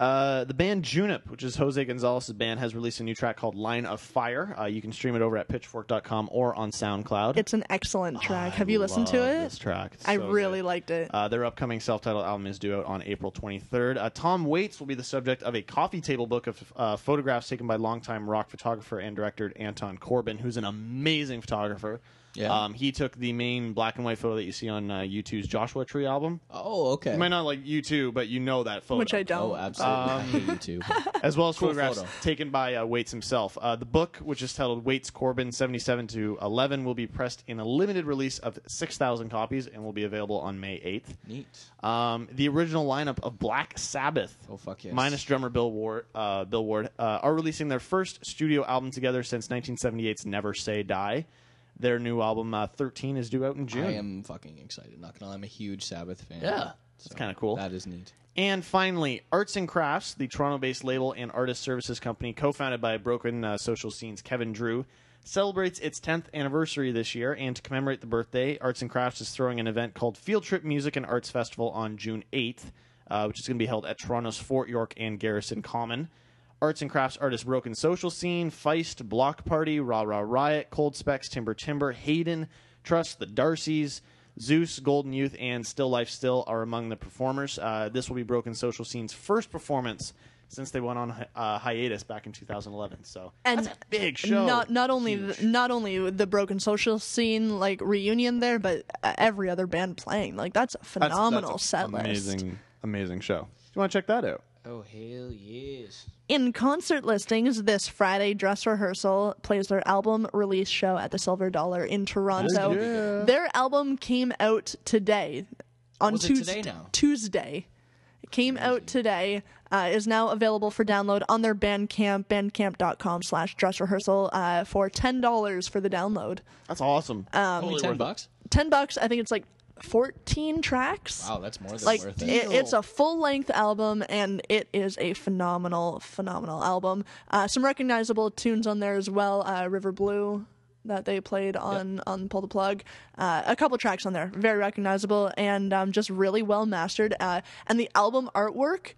[SPEAKER 4] Uh, the band Junip, which is Jose Gonzalez's band, has released a new track called "Line of Fire." Uh, you can stream it over at Pitchfork.com or on SoundCloud.
[SPEAKER 3] It's an excellent track. have you listened to
[SPEAKER 4] love
[SPEAKER 3] it?
[SPEAKER 4] this track. It's
[SPEAKER 3] I
[SPEAKER 4] so
[SPEAKER 3] really
[SPEAKER 4] good.
[SPEAKER 3] liked it.
[SPEAKER 4] Uh, their upcoming self-titled album is due out on April 23rd. Uh, Tom Waits will be the subject of a coffee table book of uh, photographs taken by longtime rock photographer and director Anton Corbin, who's an amazing photographer.
[SPEAKER 2] Yeah.
[SPEAKER 4] Um, he took the main black and white photo that you see on uh, U2's Joshua Tree album.
[SPEAKER 2] Oh, okay.
[SPEAKER 4] You might not like U2, but you know that photo. Um,
[SPEAKER 3] Which I don't.
[SPEAKER 2] Oh, absolutely. I hate you too.
[SPEAKER 4] as well as
[SPEAKER 2] Cool
[SPEAKER 4] photographs
[SPEAKER 2] photo.
[SPEAKER 4] taken by uh, Waits himself. Uh, the book, which is titled Waits Corbin 77 to 11, will be pressed in a limited release of 6,000 copies and will be available on May 8th.
[SPEAKER 2] Neat.
[SPEAKER 4] Um, the original lineup of Black Sabbath, oh fuck
[SPEAKER 2] yes.
[SPEAKER 4] minus drummer Bill Ward, uh, Bill Ward, uh, are releasing their first studio album together since 1978's Never Say Die. Their new album uh, 13 is due out in June.
[SPEAKER 2] I am fucking excited. Not gonna lie, I'm a huge Sabbath fan.
[SPEAKER 4] Yeah.
[SPEAKER 2] it's
[SPEAKER 4] kind of cool.
[SPEAKER 2] That is neat.
[SPEAKER 4] And finally, Arts and Crafts, the Toronto based label and artist services company co founded by Broken uh, Social Scene's Kevin Drew, celebrates its 10th anniversary this year. And to commemorate the birthday, Arts and Crafts is throwing an event called Field Trip Music and Arts Festival on June 8th, uh, which is going to be held at Toronto's Fort York and Garrison Common. Arts and crafts artists Broken Social Scene, Feist, Block Party, Rah Rah Riot, Cold Specs, Timber Timber, Hayden, Trust, The Darcys, Zeus, Golden Youth, and Still Life Still are among the performers. Uh, this will be Broken Social Scene's first performance since they went on hi- uh, hiatus back in 2011. So
[SPEAKER 3] and
[SPEAKER 4] big show.
[SPEAKER 3] Not not only not only the broken social scene like reunion there, but uh, every other band playing like that's a
[SPEAKER 4] That's- that's
[SPEAKER 3] phenomenal
[SPEAKER 4] a
[SPEAKER 3] set list.
[SPEAKER 4] Amazing, amazing show. Do you want to check that out?
[SPEAKER 2] Oh hell yes.
[SPEAKER 3] In concert listings, this Friday, Dress Rehearsal plays their album release show at the Silver Dollar in Toronto.
[SPEAKER 2] Yeah.
[SPEAKER 3] Their album came out today on
[SPEAKER 2] Was it
[SPEAKER 3] Tuesday.
[SPEAKER 2] today now?
[SPEAKER 3] Tuesday. It came out today. Uh, is now available for download on their Bandcamp, bandcamp.com slash dress rehearsal uh, for $10 for the download.
[SPEAKER 4] That's awesome.
[SPEAKER 3] Um,
[SPEAKER 2] Only ten bucks.
[SPEAKER 3] 10 bucks. I think it's like 14 tracks.
[SPEAKER 2] Wow, that's more than
[SPEAKER 3] like
[SPEAKER 2] worth
[SPEAKER 3] it- it's a full length album and it is a phenomenal phenomenal album uh, some recognizable tunes on there as well uh, river blue that they played on on pull the plug uh, a couple tracks on there very recognizable and um, just really well mastered uh, and the album artwork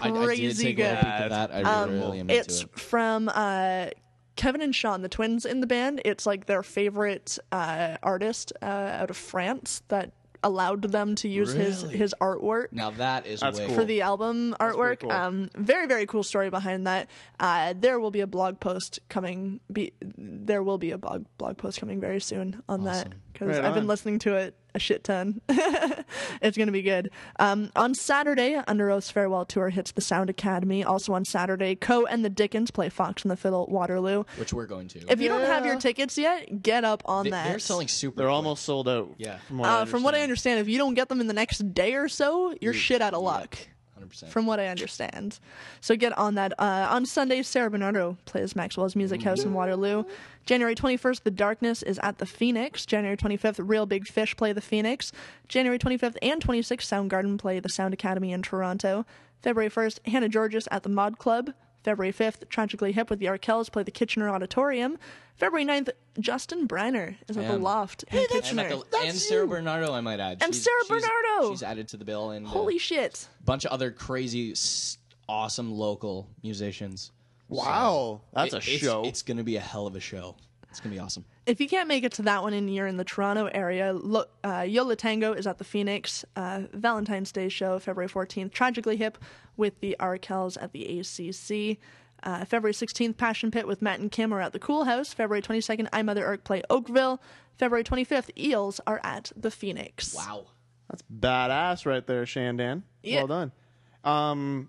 [SPEAKER 2] I, I
[SPEAKER 3] crazy
[SPEAKER 2] did take a
[SPEAKER 3] good
[SPEAKER 2] little peek at that. I
[SPEAKER 3] Um,
[SPEAKER 2] really, really am into
[SPEAKER 3] it's
[SPEAKER 2] it.
[SPEAKER 3] from uh, Kevin and Sean, the twins in the band. It's like their favorite uh, artist uh, out of France that allowed them to use his
[SPEAKER 2] Really?
[SPEAKER 3] his artwork
[SPEAKER 2] Now that is
[SPEAKER 4] That's
[SPEAKER 2] way
[SPEAKER 4] cool.
[SPEAKER 3] for the album artwork.
[SPEAKER 4] cool.
[SPEAKER 3] Um, very very cool story behind that. Uh, there will be a blog post coming. Be, there will be a blog blog post coming very soon on that because
[SPEAKER 16] Right
[SPEAKER 3] I've been
[SPEAKER 16] on.
[SPEAKER 3] listening to it a shit ton. it's gonna be good. Um, on Saturday, Under Oath's farewell tour hits the Sound Academy. Also on Saturday, Co and the Dickens play Fox and the Fiddle at Waterloo.
[SPEAKER 2] which we're going to.
[SPEAKER 3] If you don't have your tickets yet, get up on
[SPEAKER 2] They-
[SPEAKER 3] that.
[SPEAKER 2] they're selling super.
[SPEAKER 4] They're almost sold out.
[SPEAKER 2] Yeah.
[SPEAKER 4] From
[SPEAKER 3] uh, from what I understand, if you don't get them in the next day or so, you're shit out of luck.
[SPEAKER 2] 100%.
[SPEAKER 3] From what I understand, so get on that. Uh, on Sunday, Sarah Bernardo plays Maxwell's Music House
[SPEAKER 2] Mm-hmm.
[SPEAKER 3] in Waterloo. January 21st, The Darkness is at the Phoenix. January 25th, Real Big Fish play the Phoenix. January 25th and 26th, Soundgarden play the Sound Academy in Toronto. February 1st, Hannah Georges at the Mod Club. February 5th, Tragically Hip with the Arkells play the Kitchener Auditorium. February 9th, Justin Briner is at the
[SPEAKER 2] Man.
[SPEAKER 3] Loft. in
[SPEAKER 2] and,
[SPEAKER 3] Kitchener.
[SPEAKER 2] at the- and Sarah Bernardo, I might add.
[SPEAKER 3] And
[SPEAKER 2] She's-
[SPEAKER 3] Sarah
[SPEAKER 2] she's-
[SPEAKER 3] Bernardo!
[SPEAKER 2] She's added to the bill, and uh,
[SPEAKER 3] Holy shit.
[SPEAKER 2] bunch of other crazy, s- awesome local musicians.
[SPEAKER 4] Wow, that's a
[SPEAKER 2] it's-
[SPEAKER 4] show.
[SPEAKER 2] It's gonna be a hell of a show. It's gonna be awesome.
[SPEAKER 3] If you can't make it to that one and you're in the Toronto area, lo- uh, Yola Tango is at the Phoenix. Uh, Valentine's Day show, February 14th, Tragically Hip with the Arkells at the ACC. Uh, February 16th, Passion Pit with Matt and Kim are at the Cool House. February 22nd, I Mother Irk play Oakville. February 25th, Eels are at the Phoenix.
[SPEAKER 2] Wow.
[SPEAKER 4] That's badass right there, Shandan.
[SPEAKER 3] Yeah.
[SPEAKER 4] Well done. Um,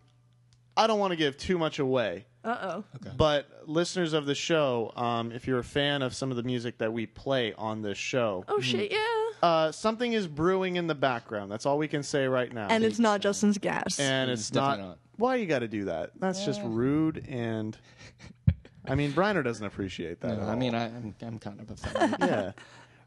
[SPEAKER 4] I don't want to give too much away,
[SPEAKER 3] Uh oh.
[SPEAKER 4] but listeners of the show, um, if you're a fan of some of the music that we play on this show,
[SPEAKER 3] Oh shit, yeah.
[SPEAKER 2] Mm-hmm.
[SPEAKER 4] uh, something is brewing in the background. That's all we can say right now.
[SPEAKER 3] And it's not Justin's gas.
[SPEAKER 4] and it's, not, Why you got to do that? That's just rude and. I mean, Briner doesn't appreciate that.
[SPEAKER 2] No,
[SPEAKER 4] at
[SPEAKER 2] I
[SPEAKER 4] all.
[SPEAKER 2] mean, I, I'm, I'm kind of a fan.
[SPEAKER 4] yeah.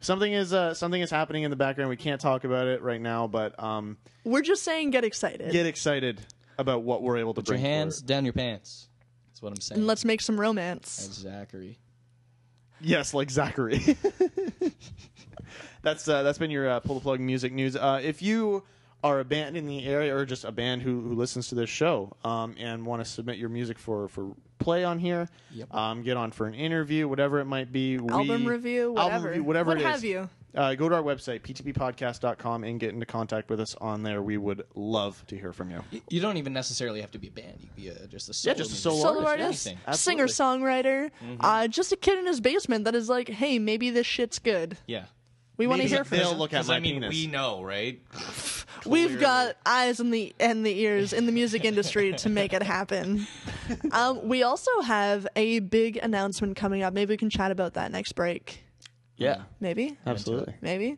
[SPEAKER 4] something is uh, something is happening in the background. We can't talk about it right now, but um,
[SPEAKER 3] We're just saying get excited.
[SPEAKER 4] get excited about what we're able to
[SPEAKER 2] Put your
[SPEAKER 4] bring.
[SPEAKER 2] hands down your pants. That's what I'm saying.
[SPEAKER 3] and let's make some romance.
[SPEAKER 2] Like Zachary.
[SPEAKER 4] Yes, like Zachary. that's uh, that's been your uh, pull the plug music news. Uh, if you are a band in the area or just a band who, who listens to this show um, and want to submit your music for, for play on here,
[SPEAKER 2] Yep.
[SPEAKER 4] um, get on for an interview, whatever it might be. we-
[SPEAKER 3] Album review,
[SPEAKER 4] Album
[SPEAKER 3] whatever.
[SPEAKER 4] review, whatever
[SPEAKER 3] What
[SPEAKER 4] it is.
[SPEAKER 3] have you.
[SPEAKER 4] Uh, go to our website, ptppodcast.com, and get into contact with us on there. We would love to hear from you.
[SPEAKER 2] Y- You don't even necessarily have to be a band. You could be a, just a
[SPEAKER 4] Yeah,
[SPEAKER 2] solo
[SPEAKER 4] just a
[SPEAKER 2] musician.
[SPEAKER 4] solo
[SPEAKER 3] Solo
[SPEAKER 4] artist,
[SPEAKER 3] artist,
[SPEAKER 2] anything.
[SPEAKER 3] singer
[SPEAKER 4] Absolutely.
[SPEAKER 3] songwriter, uh, just a kid in his basement that is like, hey, maybe this shit's good.
[SPEAKER 2] Yeah.
[SPEAKER 3] We want to
[SPEAKER 4] Maybe
[SPEAKER 3] hear from
[SPEAKER 4] they'll
[SPEAKER 3] you.
[SPEAKER 4] look at
[SPEAKER 2] 'Cause,
[SPEAKER 4] my
[SPEAKER 2] I mean,
[SPEAKER 4] penis.
[SPEAKER 2] we know, right?
[SPEAKER 3] We've got eyes and the and the ears in the music industry to make it happen. Um, we also have a big announcement coming up. Maybe we can chat about that next break.
[SPEAKER 4] yeah,
[SPEAKER 3] Maybe,
[SPEAKER 4] absolutely.
[SPEAKER 3] maybe.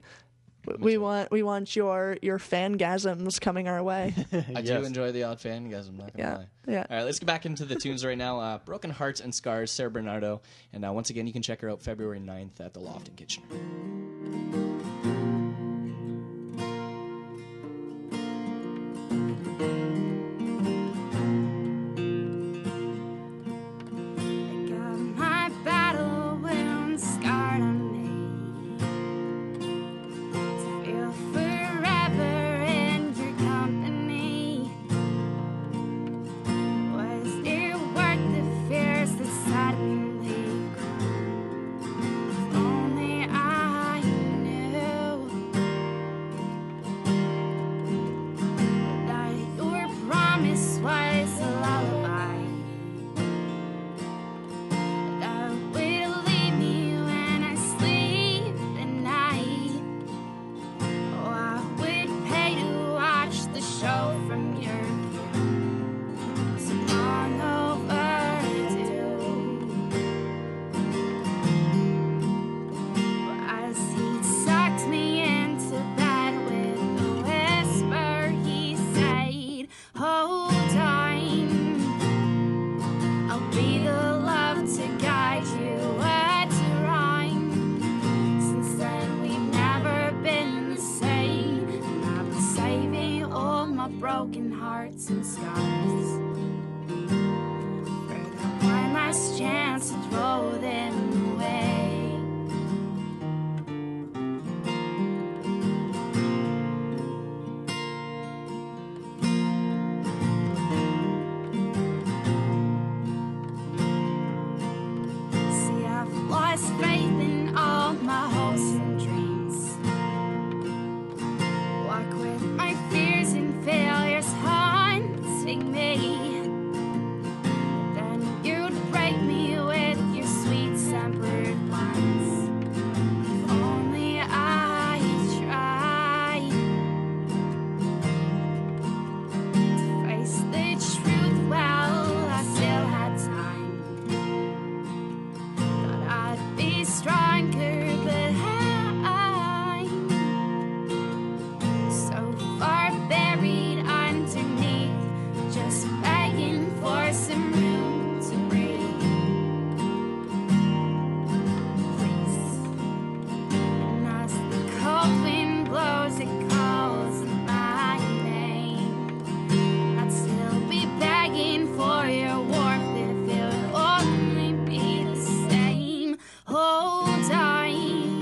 [SPEAKER 3] W- We want we want your your fangasms coming our way.
[SPEAKER 2] I do
[SPEAKER 4] Yes.
[SPEAKER 2] enjoy the odd fan, guys. I'm not gonna
[SPEAKER 3] Yeah,
[SPEAKER 2] lie.
[SPEAKER 3] yeah.
[SPEAKER 2] All right, let's get back into the tunes right now. Uh, Broken Hearts and Scars, Sarah Bernardo, and uh, once again, you can check her out February 9th at the Loft in Kitchener.
[SPEAKER 16] got my battle wound scarred on me. To feel forever in your company. Was it worth the fears that suddenly grew? If only I knew that your promise was a lullaby that will leave me when I sleep at night. Oh, I would pay to watch the show from your view. So long overdue. But as he sucked me into bed with a whisper, he said, Hold time. I'll be the love to guide you where to rhyme. Since then, we've never been the same. And I've been saving all my broken hearts and scars. For the one last chance to throw them away. See, I've lost faith in all my hopes and dreams. Walk with my fears and failures haunting me. Then you'd break me with your sweet tempered lines. If only I tried to face the truth while I still had time. Thought I'd be stronger, but I'm so far buried underneath, just begging for some room to breathe. Please. And as the cold wind blows, it calls my name. I'd still be begging for your warmth if it would only be the same. Oh, Hold time.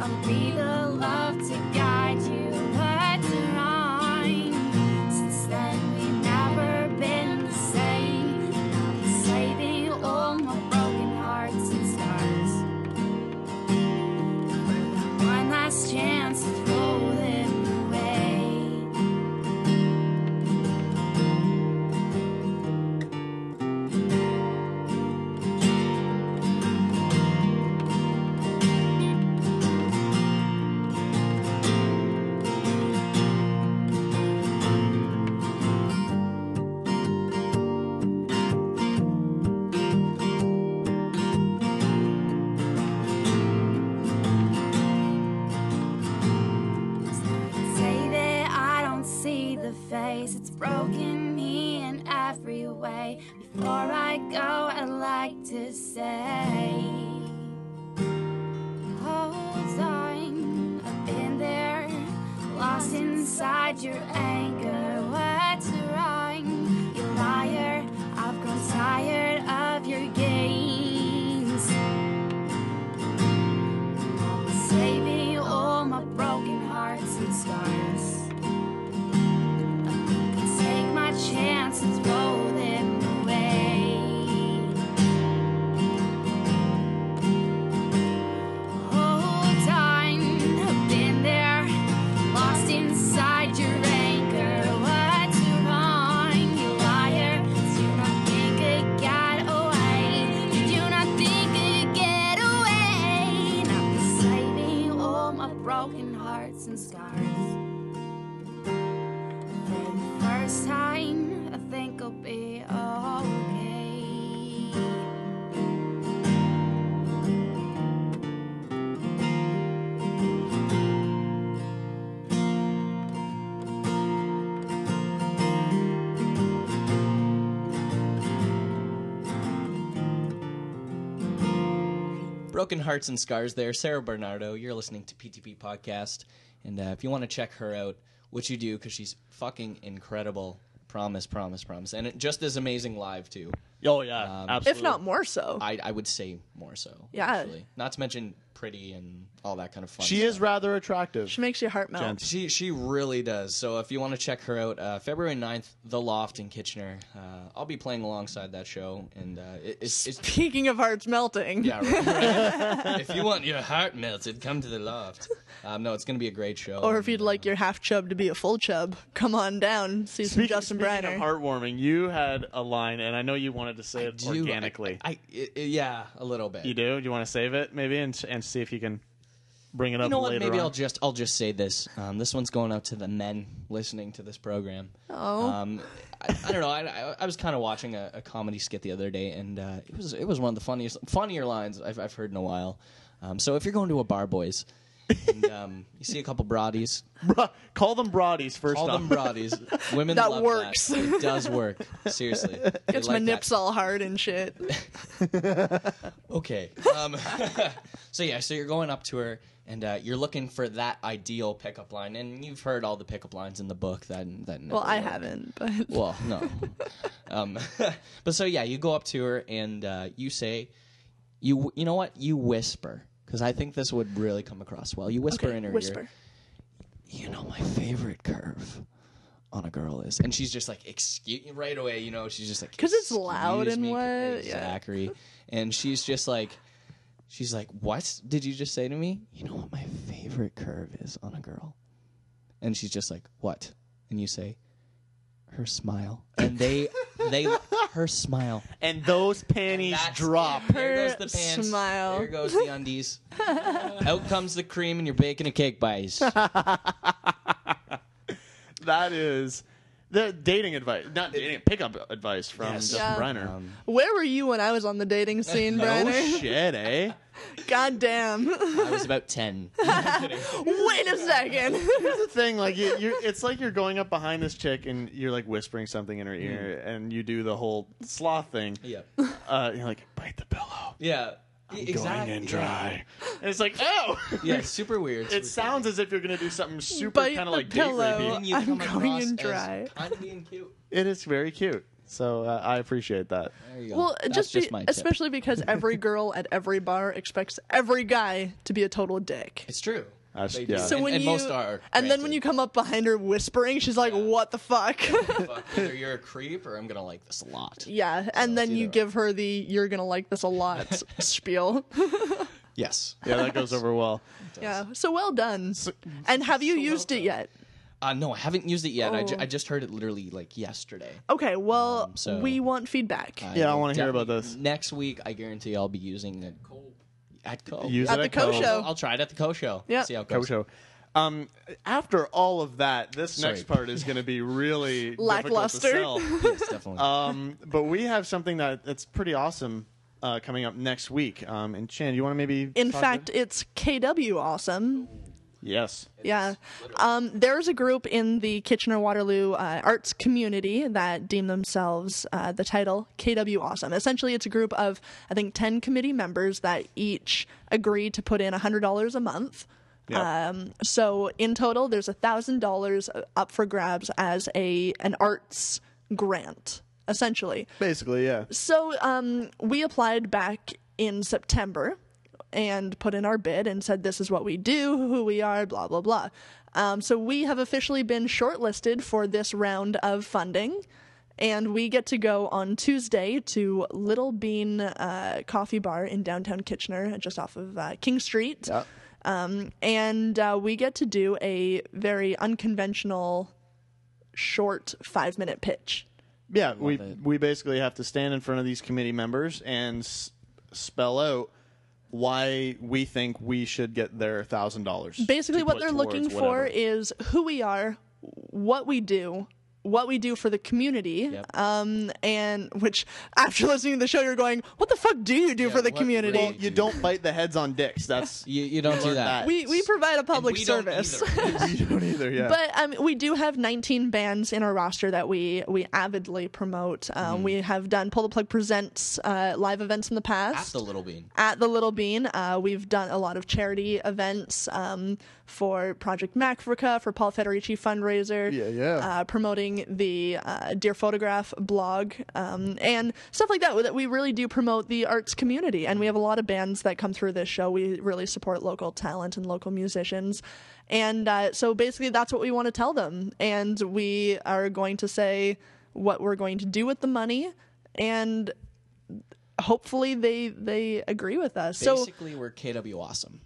[SPEAKER 16] I'll be the love to guide you at time. Since then, we've never been the same. I'll be saving all my broken hearts and scars. For that one last chance to throw them away. Say that I don't see the face, it's broken me in every way. Before I go, I'd like to say, Hold clothes on. I've been there, lost inside your anger. What's wrong, you liar? I've grown tired of your games. Saving all my broken hearts and scars. Take my chance and throw them away. Whole time I've been there, lost inside your anger. What's wrong, you liar? Do not think it got away. You do not think it get away. Not saving all my broken hearts and scars. For the first time, I think I'll be okay.
[SPEAKER 2] Broken Hearts and Scars there. Sarah Bernardo, you're listening to PTP Podcast. And uh, if you want to check her out, what you do, because she's fucking incredible. Promise, promise, promise. And it just as amazing live, too.
[SPEAKER 4] Oh, yeah.
[SPEAKER 2] absolutely.
[SPEAKER 3] If not more so.
[SPEAKER 2] I, I would say more so.
[SPEAKER 3] Yeah.
[SPEAKER 2] Actually. Not to mention pretty and all that kind of fun.
[SPEAKER 4] She is rather attractive.
[SPEAKER 3] She makes your heart melt.
[SPEAKER 2] She she really does. So if you want to check her out, uh, February 9th, The Loft in Kitchener. Uh, I'll be playing alongside that show, and uh, it, it's, it's
[SPEAKER 3] Speaking of hearts melting.
[SPEAKER 2] Yeah, right, right. if you want your heart melted, come to the loft. Um, no, it's going to be a great show.
[SPEAKER 3] Or if you'd like your half chub to be a full chub, come on down, see some Justin
[SPEAKER 4] speaking
[SPEAKER 3] Briner.
[SPEAKER 4] of heartwarming, you had a line, and I know you wanted to say it
[SPEAKER 2] do.
[SPEAKER 4] organically.
[SPEAKER 2] I, I- yeah, a little bit.
[SPEAKER 4] you do? Do you want to save it maybe and and see if you can bring it up
[SPEAKER 2] You know what?
[SPEAKER 4] later
[SPEAKER 2] Maybe
[SPEAKER 4] on?
[SPEAKER 2] I'll just I'll just say this. Um, this one's going out to the men listening to this program.
[SPEAKER 3] Oh.
[SPEAKER 2] Um, I, I don't know. I, I, I was kind of watching a, a comedy skit the other day, and uh, it was it was one of the funniest funnier lines I've I've heard in a while. Um, so if you're going to a bar, boys, and, um, you see a couple broadies,
[SPEAKER 4] call them broadies first.
[SPEAKER 2] Call them
[SPEAKER 4] off.
[SPEAKER 2] broadies. Women
[SPEAKER 3] That
[SPEAKER 2] love
[SPEAKER 3] works.
[SPEAKER 2] That. It does work. Seriously, They
[SPEAKER 3] Gets my
[SPEAKER 2] like that.
[SPEAKER 3] nips all hard and shit.
[SPEAKER 2] Okay. Um, so yeah, so you're going up to her and uh, you're looking for that ideal pickup line, and you've heard all the pickup lines in the book. That that. never
[SPEAKER 3] Well, I
[SPEAKER 2] work.
[SPEAKER 3] haven't, but
[SPEAKER 2] Well, no. um, but so yeah, you go up to her and uh, you say, you you know what? You whisper because I think this would really come across well. You whisper in her ear.
[SPEAKER 3] whisper.
[SPEAKER 2] You know my favorite curve on a girl is, and she's just like, excuse right away. You know, she's just like,
[SPEAKER 3] Because it's loud
[SPEAKER 2] "Excuse
[SPEAKER 3] and
[SPEAKER 2] me,
[SPEAKER 3] what? Uh, Yeah.
[SPEAKER 2] Zachary, and she's just like, she's like, what did you just say to me? You know what my favorite curve is on a girl, and she's just like, what? And you say, her smile, and they, they, her smile.
[SPEAKER 4] and those panties drop.
[SPEAKER 2] There goes the pants.
[SPEAKER 3] smile.
[SPEAKER 2] There goes the undies. Out comes the cream, and you're baking a cake by
[SPEAKER 4] That is the dating advice, not dating pickup advice from
[SPEAKER 2] Yes.
[SPEAKER 4] Justin
[SPEAKER 2] Um,
[SPEAKER 3] Yeah.
[SPEAKER 4] Briner.
[SPEAKER 3] Where were you when I was on the dating scene,
[SPEAKER 4] no
[SPEAKER 3] Briner?
[SPEAKER 4] shit, eh?
[SPEAKER 3] God damn.
[SPEAKER 2] I was about ten.
[SPEAKER 3] Wait a second.
[SPEAKER 4] Here's the thing, like you, you, it's like you're going up behind this chick and you're like whispering something in her ear, and you do the whole sloth thing.
[SPEAKER 2] Mm. Yep.
[SPEAKER 4] Uh, you're like bite the pillow,
[SPEAKER 2] Yeah.
[SPEAKER 4] going
[SPEAKER 2] exactly.
[SPEAKER 4] in dry, and it's like oh,
[SPEAKER 2] Yeah, it's super weird.
[SPEAKER 4] it sounds as if you're gonna do something super
[SPEAKER 3] Bite
[SPEAKER 4] kind of
[SPEAKER 3] the
[SPEAKER 4] like
[SPEAKER 3] pillow.
[SPEAKER 4] date rapey.
[SPEAKER 2] And you
[SPEAKER 3] I'm
[SPEAKER 2] come
[SPEAKER 3] going
[SPEAKER 2] across
[SPEAKER 3] in
[SPEAKER 2] as
[SPEAKER 3] dry.
[SPEAKER 2] Kind of being cute.
[SPEAKER 4] It is very cute, so uh, I appreciate that.
[SPEAKER 2] There you go.
[SPEAKER 3] Well,
[SPEAKER 2] That's
[SPEAKER 3] just, be,
[SPEAKER 2] just my tip.
[SPEAKER 3] especially because every girl at every bar expects every guy to be a total dick.
[SPEAKER 2] It's true.
[SPEAKER 4] That's-
[SPEAKER 2] They do.
[SPEAKER 4] yeah.
[SPEAKER 3] So
[SPEAKER 2] and,
[SPEAKER 3] when
[SPEAKER 2] and
[SPEAKER 3] you
[SPEAKER 2] most are.
[SPEAKER 3] and then when you come up behind her whispering, she's like, "What the fuck?"
[SPEAKER 2] granted. Fuck, either you're a creep or I'm gonna like this a lot.
[SPEAKER 3] yeah, and then you give her the "You're gonna like this a lot" s- spiel.
[SPEAKER 2] Yes.
[SPEAKER 4] Yeah, that goes over well.
[SPEAKER 3] yeah, so well done. and have you used it yet?
[SPEAKER 2] Uh, no, I haven't used it yet. I, ju-
[SPEAKER 3] Oh.
[SPEAKER 2] I just heard it literally like yesterday.
[SPEAKER 3] Okay, well,
[SPEAKER 2] so-
[SPEAKER 3] we want feedback.
[SPEAKER 4] Yeah, I
[SPEAKER 2] will
[SPEAKER 4] wanna hear
[SPEAKER 2] definitely-
[SPEAKER 4] about this.
[SPEAKER 2] Next week, I guarantee I'll be using it. At Co.
[SPEAKER 4] Use
[SPEAKER 3] At
[SPEAKER 4] it
[SPEAKER 3] the Co
[SPEAKER 4] Co.
[SPEAKER 3] Show.
[SPEAKER 2] I'll try it at the Co Show.
[SPEAKER 3] Yeah.
[SPEAKER 2] See how it
[SPEAKER 4] Co
[SPEAKER 2] goes.
[SPEAKER 4] show. Um, after all of that, this
[SPEAKER 2] Sorry.
[SPEAKER 4] next part is going to be really difficult to
[SPEAKER 3] Lackluster.
[SPEAKER 4] sell.
[SPEAKER 2] Yes, definitely.
[SPEAKER 4] Um, but we have something that that's pretty awesome uh, coming up next week. Um, and Chan, you want to maybe?
[SPEAKER 3] In
[SPEAKER 4] talk
[SPEAKER 3] fact, it's KW awesome.
[SPEAKER 4] Yes.
[SPEAKER 3] Yeah. Um, there's a group in the Kitchener Waterloo uh, arts community that deem themselves uh, the title KW Awesome. Essentially, it's a group of, I think, 10 committee members that each agree to put in $100 a month.
[SPEAKER 7] Yeah.
[SPEAKER 3] Um, so in total, there's $1,000 up for grabs as a an arts grant, essentially.
[SPEAKER 4] Basically, yeah.
[SPEAKER 3] So um, we applied back in September and put in our bid and said, this is what we do, who we are, blah, blah, blah. Um, so we have officially been shortlisted for this round of funding. And we get to go on Tuesday to Little Bean uh, Coffee Bar in downtown Kitchener, just off of uh, King Street. Um, and uh, we get to do a very unconventional, short five minute pitch.
[SPEAKER 4] Yeah, we we basically have to stand in front of these committee members and s- spell out why we think we should get their thousand dollars.
[SPEAKER 3] Basically, what they're looking for is who we are, what we do, what we do for the community, um, and which after listening to the show, you're going, "What the fuck do you do for the community?"
[SPEAKER 4] Well, you don't bite the heads on dicks. That's
[SPEAKER 2] you, you don't do that.
[SPEAKER 3] we we provide a public
[SPEAKER 2] we don't
[SPEAKER 3] service.
[SPEAKER 4] you don't either. Yeah.
[SPEAKER 3] But um, we do have 19 bands in our roster that we we avidly promote. Um,
[SPEAKER 2] Hmm.
[SPEAKER 3] We have done Pull the Plug presents uh, live events in the
[SPEAKER 2] At
[SPEAKER 3] past.
[SPEAKER 2] the little bean.
[SPEAKER 3] At the Little Bean, uh, we've done a lot of charity events um, for Project Macfrica, for Paul Federici fundraiser. Yeah, yeah. Uh, promoting the uh, Dear Photograph blog um, and stuff like that. That we really do promote the arts community, and we have a lot of bands that come through this show. We really support local talent and local musicians, and uh, so basically that's what we want to tell them. And we are going to say what we're going to do with the money and hopefully they they agree with us. so
[SPEAKER 2] Basically, we're KW awesome.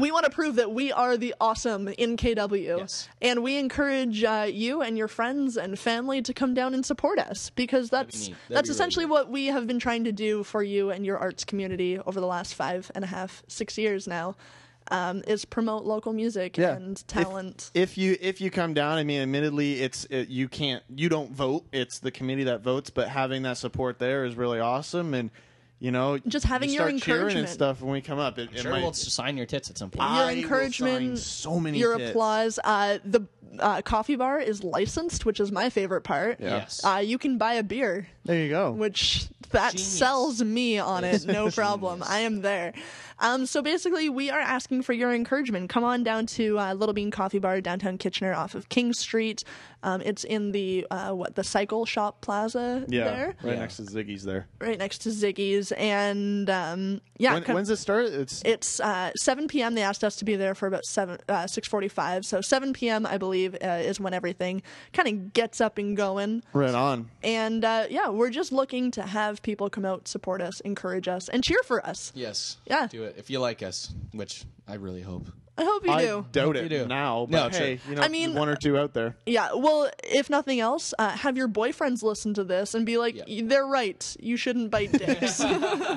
[SPEAKER 3] we want to prove that we are the awesome in KW, and we encourage uh, you and your friends and family to come down and support us because that's
[SPEAKER 2] neat. That'd be
[SPEAKER 3] that's
[SPEAKER 2] really
[SPEAKER 3] essentially what we have been trying to do for you and your arts community over the last five and a half six years now. Um, is promote local music
[SPEAKER 4] Yeah.
[SPEAKER 3] and talent.
[SPEAKER 4] if you if you come down, I mean, admittedly, it's it, you can't you don't vote. It's the committee that votes, but having that support there is really awesome, and you know,
[SPEAKER 3] Just having
[SPEAKER 4] you
[SPEAKER 3] your
[SPEAKER 4] start cheering and
[SPEAKER 3] encouragement.
[SPEAKER 4] stuff when we come up. It, it
[SPEAKER 2] Sure,
[SPEAKER 4] might-
[SPEAKER 2] we'll sign your tits at some point.
[SPEAKER 4] I
[SPEAKER 3] your
[SPEAKER 4] will sign
[SPEAKER 3] encouragement,
[SPEAKER 4] so many
[SPEAKER 3] your
[SPEAKER 4] tits.
[SPEAKER 3] applause. Uh, the uh, coffee bar is licensed, which is my favorite part.
[SPEAKER 4] Yeah. Yes.
[SPEAKER 3] Uh, you can buy a beer.
[SPEAKER 4] There you go.
[SPEAKER 3] Which that sells me on it, no problem. I am there. Um, so basically, we are asking for your encouragement. Come on down to uh, Little Bean Coffee Bar downtown Kitchener, off of King Street. Um, it's in the uh, what the Cycle Shop Plaza
[SPEAKER 4] yeah,
[SPEAKER 3] there,
[SPEAKER 4] right next to Ziggy's there.
[SPEAKER 3] right next to Ziggy's, and um, yeah.
[SPEAKER 4] When-
[SPEAKER 3] come-
[SPEAKER 4] when's it start? It's
[SPEAKER 3] it's uh, 7 p.m. They asked us to be there for about 7 uh, 6:45. So 7 p.m. I believe uh, is when everything kind of gets up and going.
[SPEAKER 4] right on.
[SPEAKER 3] And uh, yeah, we're just looking to have people come out, support us, encourage us, and cheer for us.
[SPEAKER 2] Yes.
[SPEAKER 3] Yeah.
[SPEAKER 2] Do it if you like us, which I really hope.
[SPEAKER 3] I hope you
[SPEAKER 4] I
[SPEAKER 3] do.
[SPEAKER 4] doubt
[SPEAKER 2] You
[SPEAKER 4] it
[SPEAKER 2] do.
[SPEAKER 4] now,
[SPEAKER 2] No,
[SPEAKER 4] but
[SPEAKER 2] true.
[SPEAKER 4] hey, you know,
[SPEAKER 3] I mean-
[SPEAKER 4] one or two out there.
[SPEAKER 3] Yeah, well, if nothing else, uh, have your boyfriends listen to this and be like, they're right. You shouldn't bite dicks.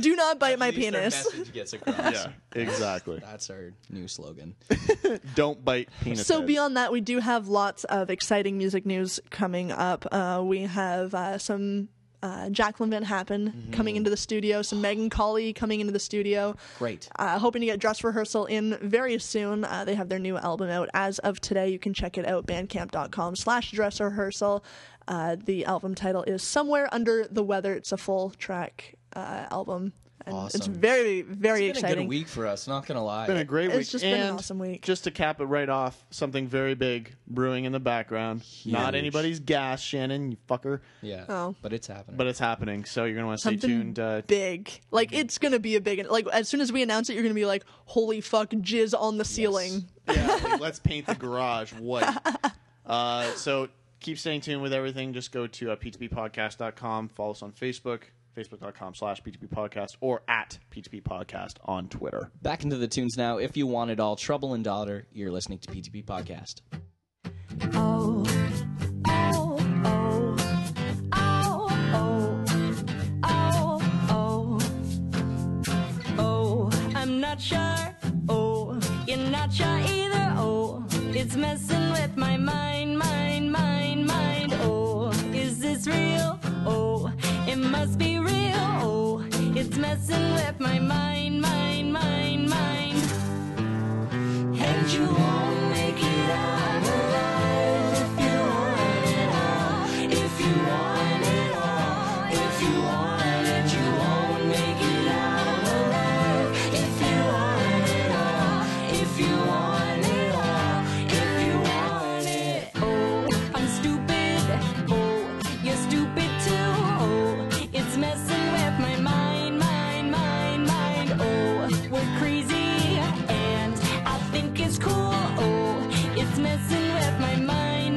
[SPEAKER 3] do not bite my
[SPEAKER 2] At least their
[SPEAKER 3] penis.
[SPEAKER 2] message gets across.
[SPEAKER 4] Yeah, exactly.
[SPEAKER 2] That's our new slogan.
[SPEAKER 4] Don't bite penis.
[SPEAKER 3] So
[SPEAKER 4] heads.
[SPEAKER 3] beyond that, we do have lots of exciting music news coming up. Uh, we have uh, some uh, Jacqueline Van Happen
[SPEAKER 2] Mm-hmm.
[SPEAKER 3] coming into the studio, some Megan Colley coming into the studio.
[SPEAKER 2] Great.
[SPEAKER 3] Uh, hoping to get dress rehearsal in very soon. Uh, they have their new album out as of today. You can check it out, bandcamp.com slash dress rehearsal. Uh, the album title is Somewhere Under the Weather. It's a full track uh, album. And It's
[SPEAKER 2] Awesome.
[SPEAKER 3] very, very
[SPEAKER 2] It's been a
[SPEAKER 3] exciting.
[SPEAKER 2] good week for us. Not gonna lie.
[SPEAKER 4] been a great
[SPEAKER 3] It's
[SPEAKER 4] week.
[SPEAKER 3] just
[SPEAKER 4] and
[SPEAKER 3] been an awesome week.
[SPEAKER 4] Just to cap it right off, something very big brewing in the background. Not anybody's gas, Shannon, you fucker.
[SPEAKER 2] Yeah.
[SPEAKER 3] Oh.
[SPEAKER 2] But it's happening.
[SPEAKER 4] But it's happening, so you're gonna want to stay
[SPEAKER 3] Something
[SPEAKER 4] tuned. Uh,
[SPEAKER 3] big. Like it's gonna be a big. Like as soon as we announce it, you're gonna be like, "Holy fuck, jizz on the ceiling!"
[SPEAKER 4] yeah, like, let's paint the garage white. Uh, so keep staying tuned with everything. Just go to uh, p2ppodcast.com. Follow us on Facebook, facebook.com slash p2ppodcast, or at p2ppodcast on Twitter.
[SPEAKER 2] Back into the tunes now. If you want it all, Trouble and Daughter, you're listening to PTP Podcast.
[SPEAKER 7] Oh, oh, oh, oh, oh, oh, oh,
[SPEAKER 11] Oh, I'm not sure. Oh, you're not sure either. Oh, it's messing with my mind, mind, mind, mind. Oh, is this real? Oh, it must be real. Oh, it's messing with my mind, mind, mind, mind.
[SPEAKER 7] and you
[SPEAKER 11] Oh, Oh, Oh,
[SPEAKER 7] you won't make it out alive if you want it all. If you want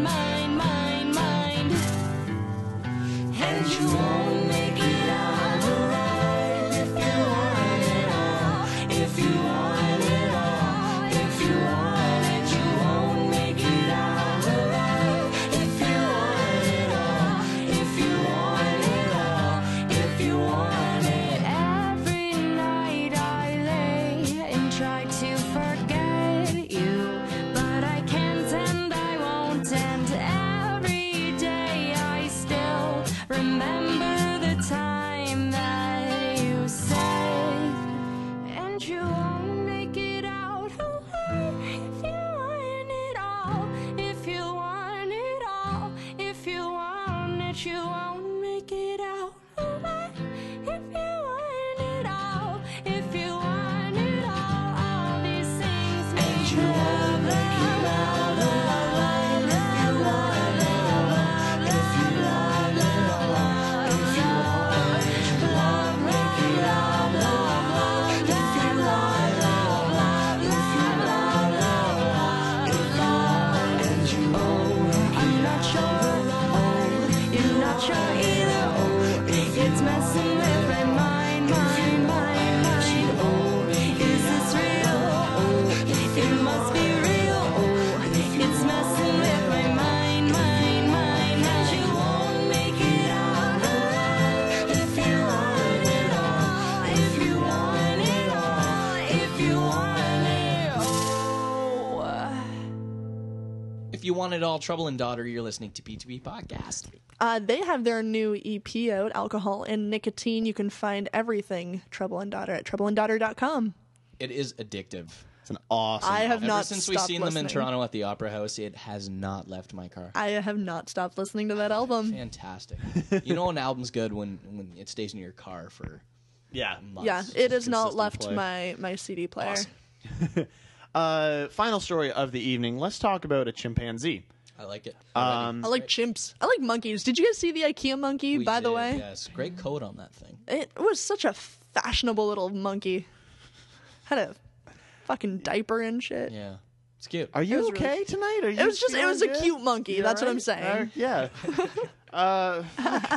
[SPEAKER 7] it all. If you want it, you won't make it out alive. If you want it all. If you want it all. If you want it. Every night I lay and try to forget you. But I can't and I won't and every day I still remember the time that you saved and you won't make it out alive if you want it all if you want it all if you want it you won't make it out alive if you want it all if you want it all all these things make you love I'm not sure. Oh, you're not sure either. Oh, it's messing with my mind, mind, mind, mind. Oh, is this real? Oh, it must be real. Oh, it's messing with my mind, mind, mind, mind. You won't make it out alive if you want it all. If you want it all. If you want it
[SPEAKER 3] Oh.
[SPEAKER 7] all.
[SPEAKER 2] If you want it all, Trouble and Daughter, you're listening to B2B Podcast.
[SPEAKER 3] Uh, they have their new EP out, Alcohol and Nicotine. You can find everything Trouble and Daughter at troubleanddaughter.com.
[SPEAKER 2] It is addictive. It's
[SPEAKER 4] an awesome.
[SPEAKER 3] I have
[SPEAKER 2] Ever
[SPEAKER 3] not
[SPEAKER 2] since we've
[SPEAKER 3] stopped
[SPEAKER 2] seen them in
[SPEAKER 3] listening.
[SPEAKER 2] Toronto at the Opera House, it has not left my car.
[SPEAKER 3] I have not stopped listening to that album.
[SPEAKER 2] Fantastic. you know an album's good when when it stays in your car for
[SPEAKER 4] yeah
[SPEAKER 2] months.
[SPEAKER 3] Yeah, it has not
[SPEAKER 2] Consistent
[SPEAKER 3] left
[SPEAKER 2] play.
[SPEAKER 3] my, my CD player.
[SPEAKER 4] Uh, final story of the evening. Let's talk about a chimpanzee.
[SPEAKER 2] I like it.
[SPEAKER 4] Um,
[SPEAKER 3] I
[SPEAKER 2] Mm.
[SPEAKER 3] like chimps. I like monkeys. Did you guys see the IKEA monkey, by the way?
[SPEAKER 2] Yes, great coat on that thing.
[SPEAKER 3] It was such a fashionable little monkey. Had a fucking diaper and shit.
[SPEAKER 2] Yeah. It's cute.
[SPEAKER 4] Are
[SPEAKER 3] It
[SPEAKER 4] you
[SPEAKER 3] was
[SPEAKER 4] okay
[SPEAKER 3] really-
[SPEAKER 4] tonight? Are you
[SPEAKER 3] It was just- it
[SPEAKER 4] feeling
[SPEAKER 3] was a
[SPEAKER 4] good?
[SPEAKER 3] cute monkey,
[SPEAKER 4] You
[SPEAKER 3] that's what I'm
[SPEAKER 4] alright? Uh,
[SPEAKER 3] saying.
[SPEAKER 4] yeah. uh,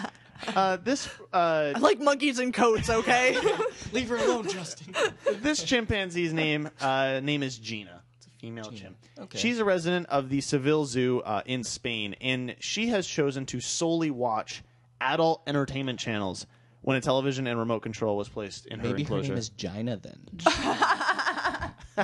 [SPEAKER 4] fuck. uh, this uh,
[SPEAKER 3] I like monkeys in coats, okay?
[SPEAKER 2] Leave her alone, Justin.
[SPEAKER 4] this chimpanzee's name uh, name is Gina. It's a female chimp.
[SPEAKER 2] Okay.
[SPEAKER 4] She's a resident of the Seville Zoo uh, in Spain, and she has chosen to solely watch adult entertainment channels when a television and remote control was placed in her
[SPEAKER 2] Maybe her
[SPEAKER 4] enclosure.
[SPEAKER 2] name is Gina then.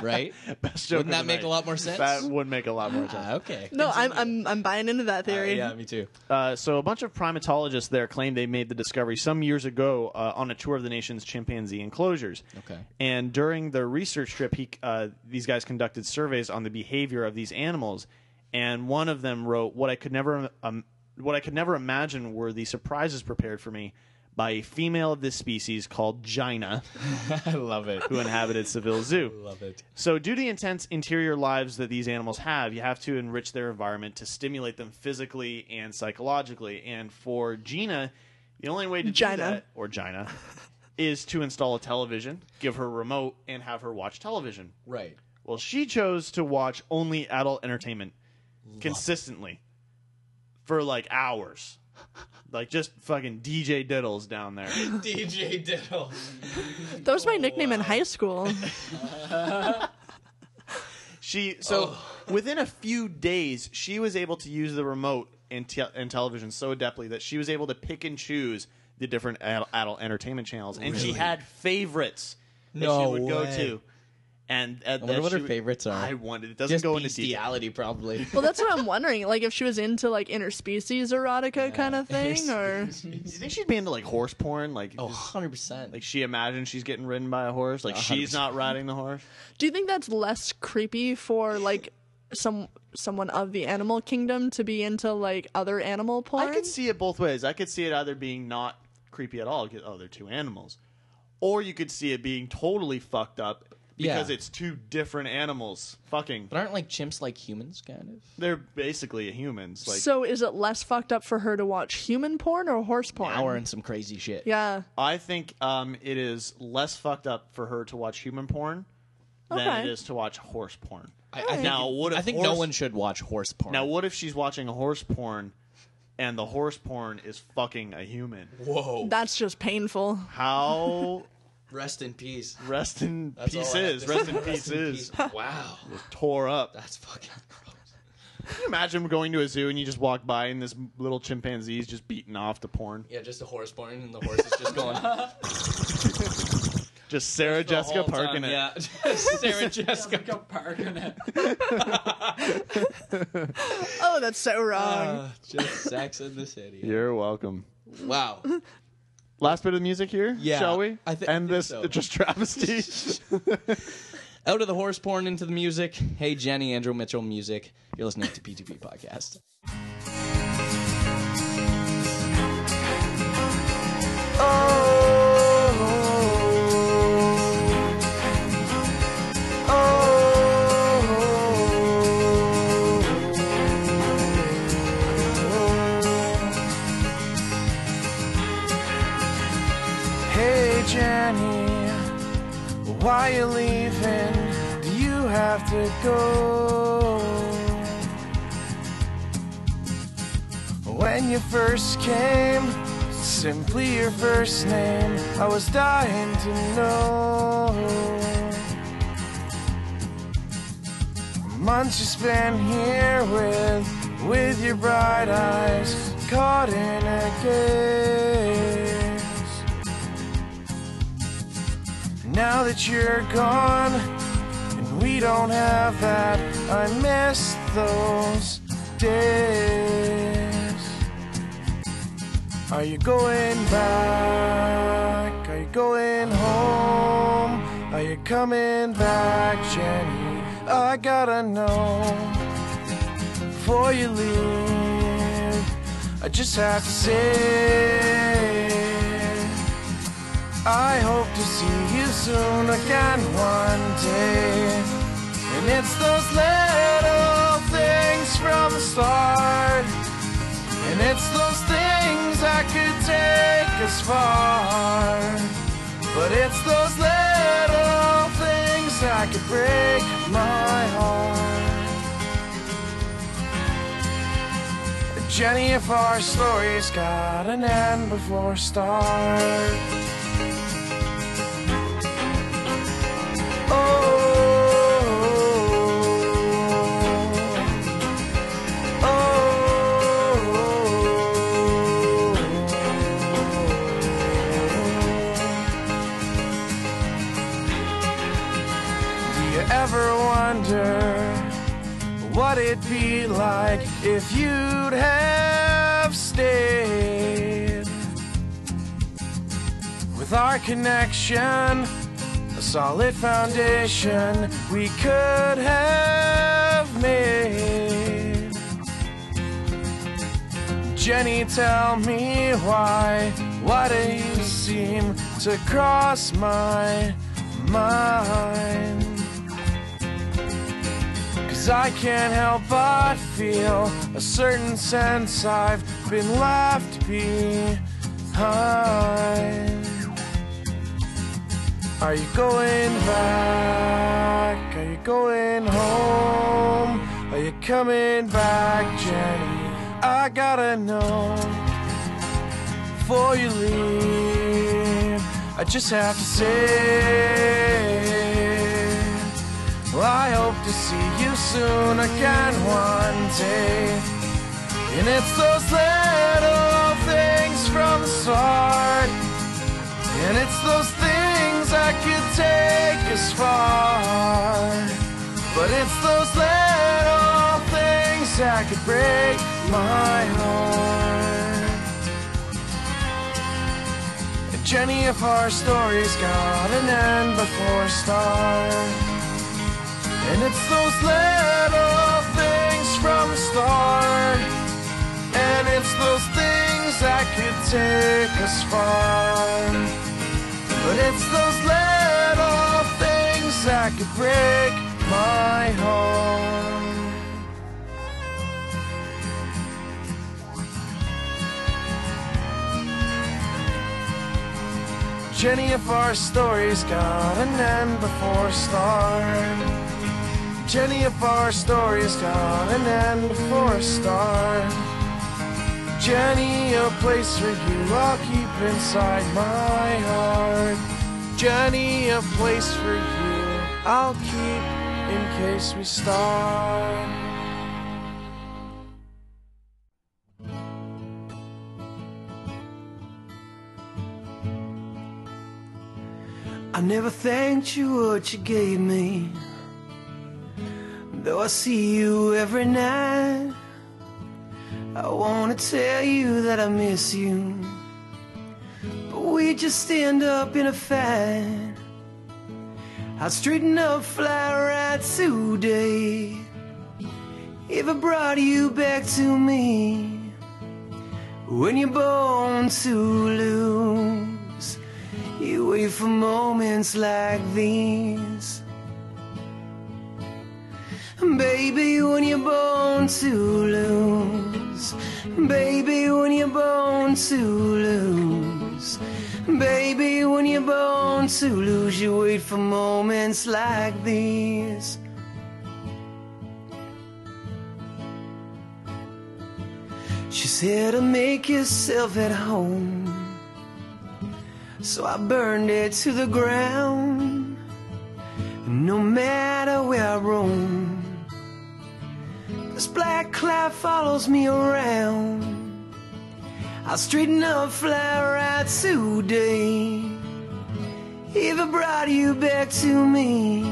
[SPEAKER 2] right?
[SPEAKER 4] Best joke
[SPEAKER 2] Wouldn't
[SPEAKER 4] of
[SPEAKER 2] that
[SPEAKER 4] the
[SPEAKER 2] make
[SPEAKER 4] night.
[SPEAKER 2] a lot more sense?
[SPEAKER 4] That would make a lot more sense.
[SPEAKER 2] Ah, okay.
[SPEAKER 3] no, I'm I'm I'm buying into that theory.
[SPEAKER 2] yeah, me too.
[SPEAKER 4] Uh, so a bunch of primatologists there claim they made the discovery some years ago uh, on a tour of the nation's chimpanzee enclosures.
[SPEAKER 2] Okay.
[SPEAKER 4] And during their research trip, he, uh, these guys conducted surveys on the behavior of these animals, and one of them wrote, "What I could never, um, what I could never imagine were the surprises prepared for me." By a female of this species called Gina,
[SPEAKER 2] I love it.
[SPEAKER 4] who inhabited Seville Zoo.
[SPEAKER 2] Love it.
[SPEAKER 4] So, due to the intense interior lives that these animals have, you have to enrich their environment to stimulate them physically and psychologically. And for Gina, the only way to
[SPEAKER 3] Gina.
[SPEAKER 4] do that, or Gina, is to install a television, give her a remote, and have her watch television.
[SPEAKER 2] Right.
[SPEAKER 4] Well, she chose to watch only adult entertainment consistently for like hours. Like just fucking DJ Diddles down there.
[SPEAKER 2] DJ Diddle.
[SPEAKER 3] That was my nickname in high school.
[SPEAKER 4] She so
[SPEAKER 2] Oh.
[SPEAKER 4] within a few days, she was able to use the remote and, te- and television so adeptly that she was able to pick and choose the different ad- adult entertainment channels, and she
[SPEAKER 2] Really?
[SPEAKER 4] had favorites that
[SPEAKER 2] No
[SPEAKER 4] she would go
[SPEAKER 2] way.
[SPEAKER 4] to. And uh,
[SPEAKER 2] wonder
[SPEAKER 4] that
[SPEAKER 2] what
[SPEAKER 4] she
[SPEAKER 2] her
[SPEAKER 4] would-
[SPEAKER 2] favorites are.
[SPEAKER 4] I wondered. It doesn't
[SPEAKER 2] Just
[SPEAKER 4] go into detail.
[SPEAKER 2] bestiality, probably.
[SPEAKER 3] well, that's what I'm wondering. Like if she was into like interspecies erotica kind of thing or
[SPEAKER 4] Do you think she'd be into like horse porn? Like,
[SPEAKER 2] Oh,
[SPEAKER 4] just-
[SPEAKER 2] 100%.
[SPEAKER 4] like she imagines she's getting ridden by a horse. Like she's
[SPEAKER 2] 100%.
[SPEAKER 4] not riding the horse.
[SPEAKER 3] do you think that's less creepy for like some someone of the animal kingdom to be into like other animal porn?
[SPEAKER 4] I could see it both ways. I could see it either being not creepy at all, get oh they're two animals, or you could see it being totally fucked up because
[SPEAKER 2] Yeah.
[SPEAKER 4] it's two different animals fucking.
[SPEAKER 2] but aren't like chimps like humans, kind of?
[SPEAKER 4] They're basically humans. Like
[SPEAKER 3] so is it less fucked up for her to watch human porn or horse porn?
[SPEAKER 2] Now we're in some crazy shit.
[SPEAKER 3] Yeah.
[SPEAKER 4] I think um, it is less fucked up for her to watch human porn than
[SPEAKER 3] Okay.
[SPEAKER 4] it is to watch horse porn.
[SPEAKER 2] I, I think,
[SPEAKER 4] Now, what if
[SPEAKER 2] I think no
[SPEAKER 4] horse-
[SPEAKER 2] one should watch horse porn.
[SPEAKER 4] Now, what if she's watching horse porn, and the horse porn is fucking a human.
[SPEAKER 2] Whoa.
[SPEAKER 3] That's just painful.
[SPEAKER 4] How
[SPEAKER 2] Rest in peace.
[SPEAKER 4] rest in
[SPEAKER 2] That's all I have
[SPEAKER 4] pieces,
[SPEAKER 2] to
[SPEAKER 4] rest in
[SPEAKER 2] say.
[SPEAKER 4] pieces.
[SPEAKER 2] peace. Wow.
[SPEAKER 4] Just tore up.
[SPEAKER 2] That's fucking gross.
[SPEAKER 4] Can you imagine going to a zoo and you just walk by and this little chimpanzee's just beating off to porn?
[SPEAKER 2] Yeah, just a horse barn and the horse is just going.
[SPEAKER 4] Just Sarah
[SPEAKER 2] the
[SPEAKER 4] Jessica
[SPEAKER 2] whole time,
[SPEAKER 4] Parkin it.
[SPEAKER 2] Yeah, just Sarah Jessica.
[SPEAKER 5] Parkin it.
[SPEAKER 3] Oh, that's so wrong.
[SPEAKER 2] Uh, just sex in the city.
[SPEAKER 4] You're welcome.
[SPEAKER 2] Wow.
[SPEAKER 4] Last bit of music here,
[SPEAKER 2] Yeah,
[SPEAKER 4] shall we?
[SPEAKER 2] I thi- I
[SPEAKER 4] End
[SPEAKER 2] think
[SPEAKER 4] this
[SPEAKER 2] so.
[SPEAKER 4] just travesty.
[SPEAKER 2] Out of the horse porn into the music. Hey, Jenny, Andrew Mitchell music. You're listening to P2P Podcast.
[SPEAKER 17] Hey Jenny, why you leaving? Do you have to go? When you first came, simply your first name, I was dying to know. Months you spent here with, with your bright eyes, caught in a gaze. Now that you're gone, and we don't have that, I miss those days. Are you going back? Are you going home? Are you coming back, Jenny? I gotta know before you leave. I just have to say. I hope to see you soon again one day. And it's those little things from the start. And it's those things I could take as far. But it's those little things that could break my heart. Jenny, if our story's got an end before start. Oh, Do you ever wonder what it'd be like if you'd have stayed? With our connection, a solid foundation we could have made. Jenny, tell me why, why do you seem to cross my mind? Cause I can't help but feel a certain sense I've been left behind. Are you going back? Are you going home? Are you coming back, Jenny? I gotta know before you leave. I just have to say, well, I hope to see you soon again one day. And it's those little things from the start. And it's those things I could take as far. But it's those little things that could break my heart. And Jenny, if our story's got an end before start. And it's those little things from the start. And it's those things that could take us far. But it's those little things that could break my heart. Jenny, if our story's got an end before start. Jenny, if our story's got an end before start. Jenny, a place where you are keep inside my heart. Jenny, a place for you I'll keep in case we start.
[SPEAKER 18] I never thanked you what you gave me. Though I see you every night, I wanna tell you that I miss you. But we just end up in a fight. I'd straighten up, fly right today. If I brought you back to me, when you're born to lose. You wait for moments like these. Baby, when you're born to lose. Baby, when you're born to lose. Baby, when you're born to lose, you wait for moments like these. She said to make yourself at home. So I burned it to the ground. No matter where I roam, this black cloud follows me around. I'll straighten up, fly right today. If I brought you back to me,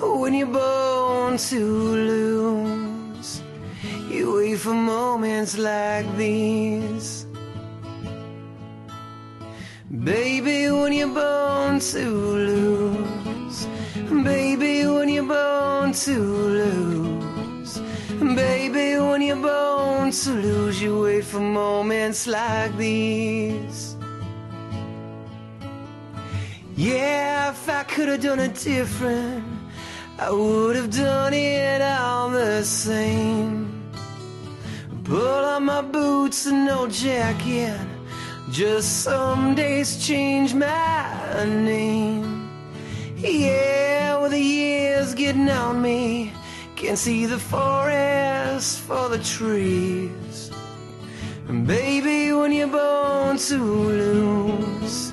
[SPEAKER 18] when you're born to lose, you wait for moments like these. Baby, when you're born to lose. Baby, when you're born to lose. Baby, when you're born to lose, you wait for moments like these. Yeah, if I could have done it different, I would have done it all the same. Pull on my boots and no jacket. Just some days change my name. Yeah, with the years getting on me, can't see the forest for the trees. And baby, when you're born to lose,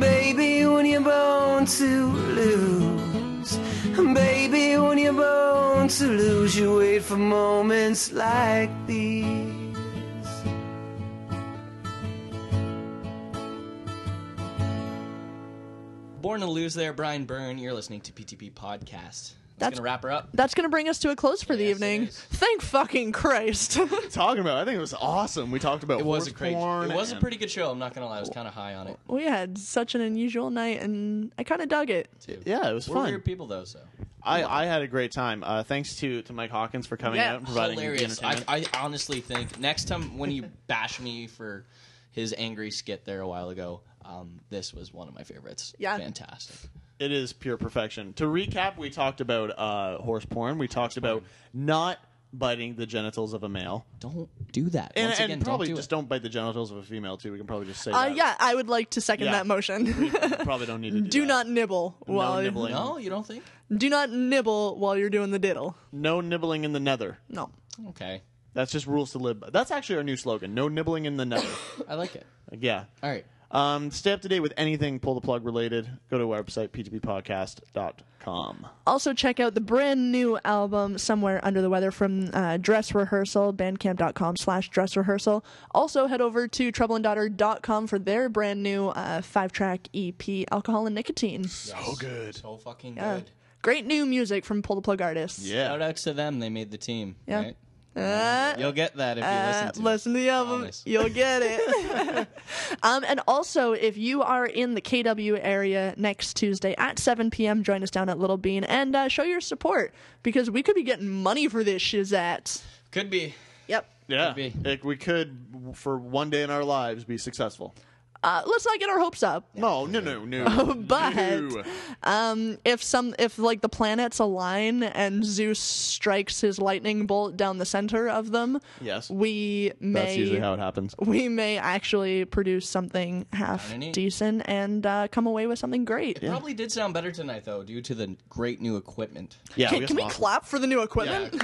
[SPEAKER 18] baby, when you're born to lose, baby, when you're born to lose, you wait for moments like these.
[SPEAKER 2] Born to Lose there, Brian Byrne. You're listening to PTP Podcast. That's, going
[SPEAKER 3] That's-
[SPEAKER 2] to wrap her up.
[SPEAKER 3] That's going to bring us to a close for the evening. Thank fucking Christ.
[SPEAKER 4] talking about. I think it was awesome. We talked about
[SPEAKER 2] It was
[SPEAKER 4] horse
[SPEAKER 2] a great
[SPEAKER 4] porn
[SPEAKER 2] It was a
[SPEAKER 4] and-
[SPEAKER 2] pretty good show. I'm not going to lie. I was kind of high on it.
[SPEAKER 3] we had such an unusual night, and I kind of dug it.
[SPEAKER 4] Yeah, it was
[SPEAKER 2] We're
[SPEAKER 4] fun.
[SPEAKER 2] weird people, though, so.
[SPEAKER 4] I, I had a great time. Uh, thanks to, to Mike Hawkins for coming out and providing the
[SPEAKER 2] hilarious. I,
[SPEAKER 4] entertainment.
[SPEAKER 2] I honestly think next time when you bash me for his angry skit there a while ago, um, this was one of my favorites.
[SPEAKER 3] Yeah.
[SPEAKER 2] fantastic.
[SPEAKER 4] It is pure perfection. To recap, we talked about uh, horse porn. We talked about not biting the genitals of a male.
[SPEAKER 2] Don't do that.
[SPEAKER 4] And,
[SPEAKER 2] Once
[SPEAKER 4] and
[SPEAKER 2] again, don't
[SPEAKER 4] probably
[SPEAKER 2] do
[SPEAKER 4] just don't bite the genitals of a female too. We can probably just say
[SPEAKER 3] Uh,
[SPEAKER 4] that.
[SPEAKER 3] yeah, I would like to second
[SPEAKER 4] Yeah.
[SPEAKER 3] that motion.
[SPEAKER 4] Probably don't need to do,
[SPEAKER 3] do
[SPEAKER 4] that.
[SPEAKER 3] not nibble while
[SPEAKER 4] nibbling. No,
[SPEAKER 2] you don't think?
[SPEAKER 3] Do not nibble while you're doing the diddle.
[SPEAKER 4] No nibbling in the nether.
[SPEAKER 3] No.
[SPEAKER 2] Okay.
[SPEAKER 4] That's just rules to live by. That's actually our new slogan. No nibbling in the nether.
[SPEAKER 2] I like it.
[SPEAKER 4] yeah.
[SPEAKER 2] All right.
[SPEAKER 4] Um, stay up to date with anything pull the plug related. Go to our website, ptppodcast.com.
[SPEAKER 3] Also, check out the brand new album "Somewhere Under the Weather" from uh, Dress Rehearsal, Bandcamp.com/slash Dress Rehearsal. Also, head over to TroubleandDaughter.com for their brand new uh, five-track EP, "Alcohol and Nicotine."
[SPEAKER 2] So good. So fucking
[SPEAKER 3] Yeah.
[SPEAKER 2] good.
[SPEAKER 3] Great new music from Pull the Plug artists.
[SPEAKER 2] Shout outs to them. They made the team.
[SPEAKER 3] Yeah.
[SPEAKER 2] Right?
[SPEAKER 3] Uh,
[SPEAKER 2] You'll get that if you
[SPEAKER 3] uh,
[SPEAKER 2] listen to
[SPEAKER 3] the album.
[SPEAKER 2] Promise.
[SPEAKER 3] You'll get it. um, and also, if you are in the KW area next Tuesday at 7 p.m., join us down at Little Bean and uh, show your support because we could be getting money for this shizat.
[SPEAKER 2] Could be.
[SPEAKER 3] Yep.
[SPEAKER 4] Yeah. Like, we could, w- for one day in our lives, be successful.
[SPEAKER 3] Uh, let's not get our hopes up.
[SPEAKER 4] No, no, no, no.
[SPEAKER 3] But-
[SPEAKER 4] No.
[SPEAKER 3] Um, if some, if like the planets align and Zeus strikes his lightning bolt down the center of them,
[SPEAKER 4] Yes.
[SPEAKER 3] we may.
[SPEAKER 4] That's usually how it happens.
[SPEAKER 3] we may actually produce something half
[SPEAKER 2] Kinda neat.
[SPEAKER 3] decent and uh, come away with something great.
[SPEAKER 2] It probably did sound better tonight, though, due to the great new equipment.
[SPEAKER 4] Yeah,
[SPEAKER 3] Can, can we clap for the new equipment?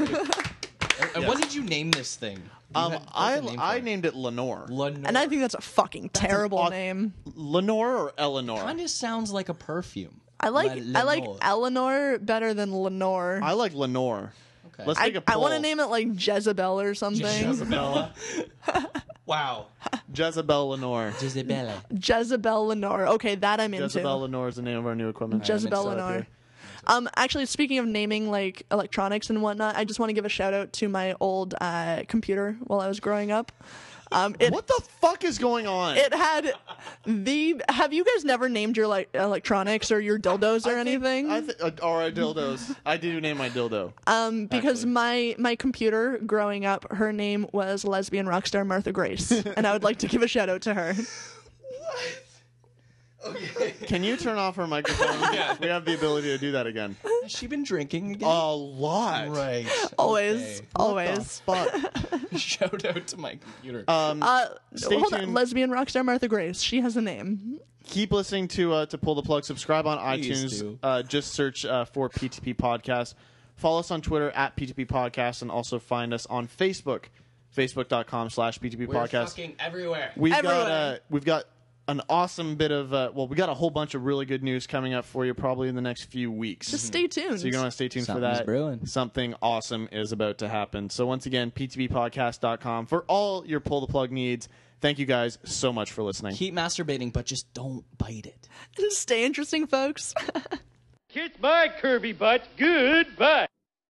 [SPEAKER 2] And What did you name this thing?
[SPEAKER 4] Um, I I named it Lenore.
[SPEAKER 2] Lenore.
[SPEAKER 3] And I think that's a fucking terrible name.
[SPEAKER 4] Lenore or Eleanor?
[SPEAKER 2] Kind of sounds like a perfume.
[SPEAKER 3] I like
[SPEAKER 4] Le-
[SPEAKER 3] I like
[SPEAKER 4] Lenore.
[SPEAKER 3] Eleanor better than Lenore.
[SPEAKER 4] I like Lenore. Okay. Let's take a
[SPEAKER 3] I, I
[SPEAKER 4] poll.
[SPEAKER 3] want to name it like Jezebel or something.
[SPEAKER 4] Jezebella.
[SPEAKER 2] wow.
[SPEAKER 4] Jezebel Lenore.
[SPEAKER 2] Jezebella.
[SPEAKER 3] Jezebel Lenore. Okay, that I'm into.
[SPEAKER 4] Jezebel Lenore is the name of our new equipment.
[SPEAKER 3] Jezebel Lenore. Um, actually, speaking of naming like electronics and whatnot, I just want to give a shout out to my old uh, computer while I was growing up. Um, it, what
[SPEAKER 4] the fuck is going on?
[SPEAKER 3] It had the. Have you guys never named your like electronics or your dildos or anything?
[SPEAKER 4] I th- uh, or our dildos. I do name my dildo.
[SPEAKER 3] um, because my my computer growing up, her name was lesbian rock star Martha Grace, and I would like to give a shout out to her.
[SPEAKER 4] Can you turn off her microphone? yeah. We have the ability to do that again.
[SPEAKER 2] Has she been drinking again?
[SPEAKER 4] A lot.
[SPEAKER 2] Right.
[SPEAKER 3] Always, always.
[SPEAKER 2] Shout out to my computer.
[SPEAKER 3] uh,
[SPEAKER 4] Um, stay
[SPEAKER 3] hold on,
[SPEAKER 4] tuned.
[SPEAKER 3] lesbian rock star Martha Grace. She has a name.
[SPEAKER 4] Keep listening to uh, to pull the plug. Subscribe on
[SPEAKER 2] Please
[SPEAKER 4] iTunes.
[SPEAKER 2] do.
[SPEAKER 4] Uh, just search uh, for PTP Podcast. Follow us on Twitter at PTP Podcast, and also find us on Facebook, facebook.com slash PTP
[SPEAKER 2] We're
[SPEAKER 4] Podcast.
[SPEAKER 2] fucking everywhere.
[SPEAKER 4] We've got uh, we've got an awesome bit of uh, well, we got a whole bunch of really good news coming up for you probably in the next few weeks.
[SPEAKER 3] Just stay tuned.
[SPEAKER 4] So you're gonna want to stay tuned
[SPEAKER 2] Something's
[SPEAKER 4] for that. Something awesome is about to happen. So once again, ptbpodcast.com for all your pull the plug needs. Thank you guys so much for listening.
[SPEAKER 2] Keep masturbating, but just don't bite it.
[SPEAKER 3] Stay interesting, folks.
[SPEAKER 19] Kiss my curvy butt. Goodbye.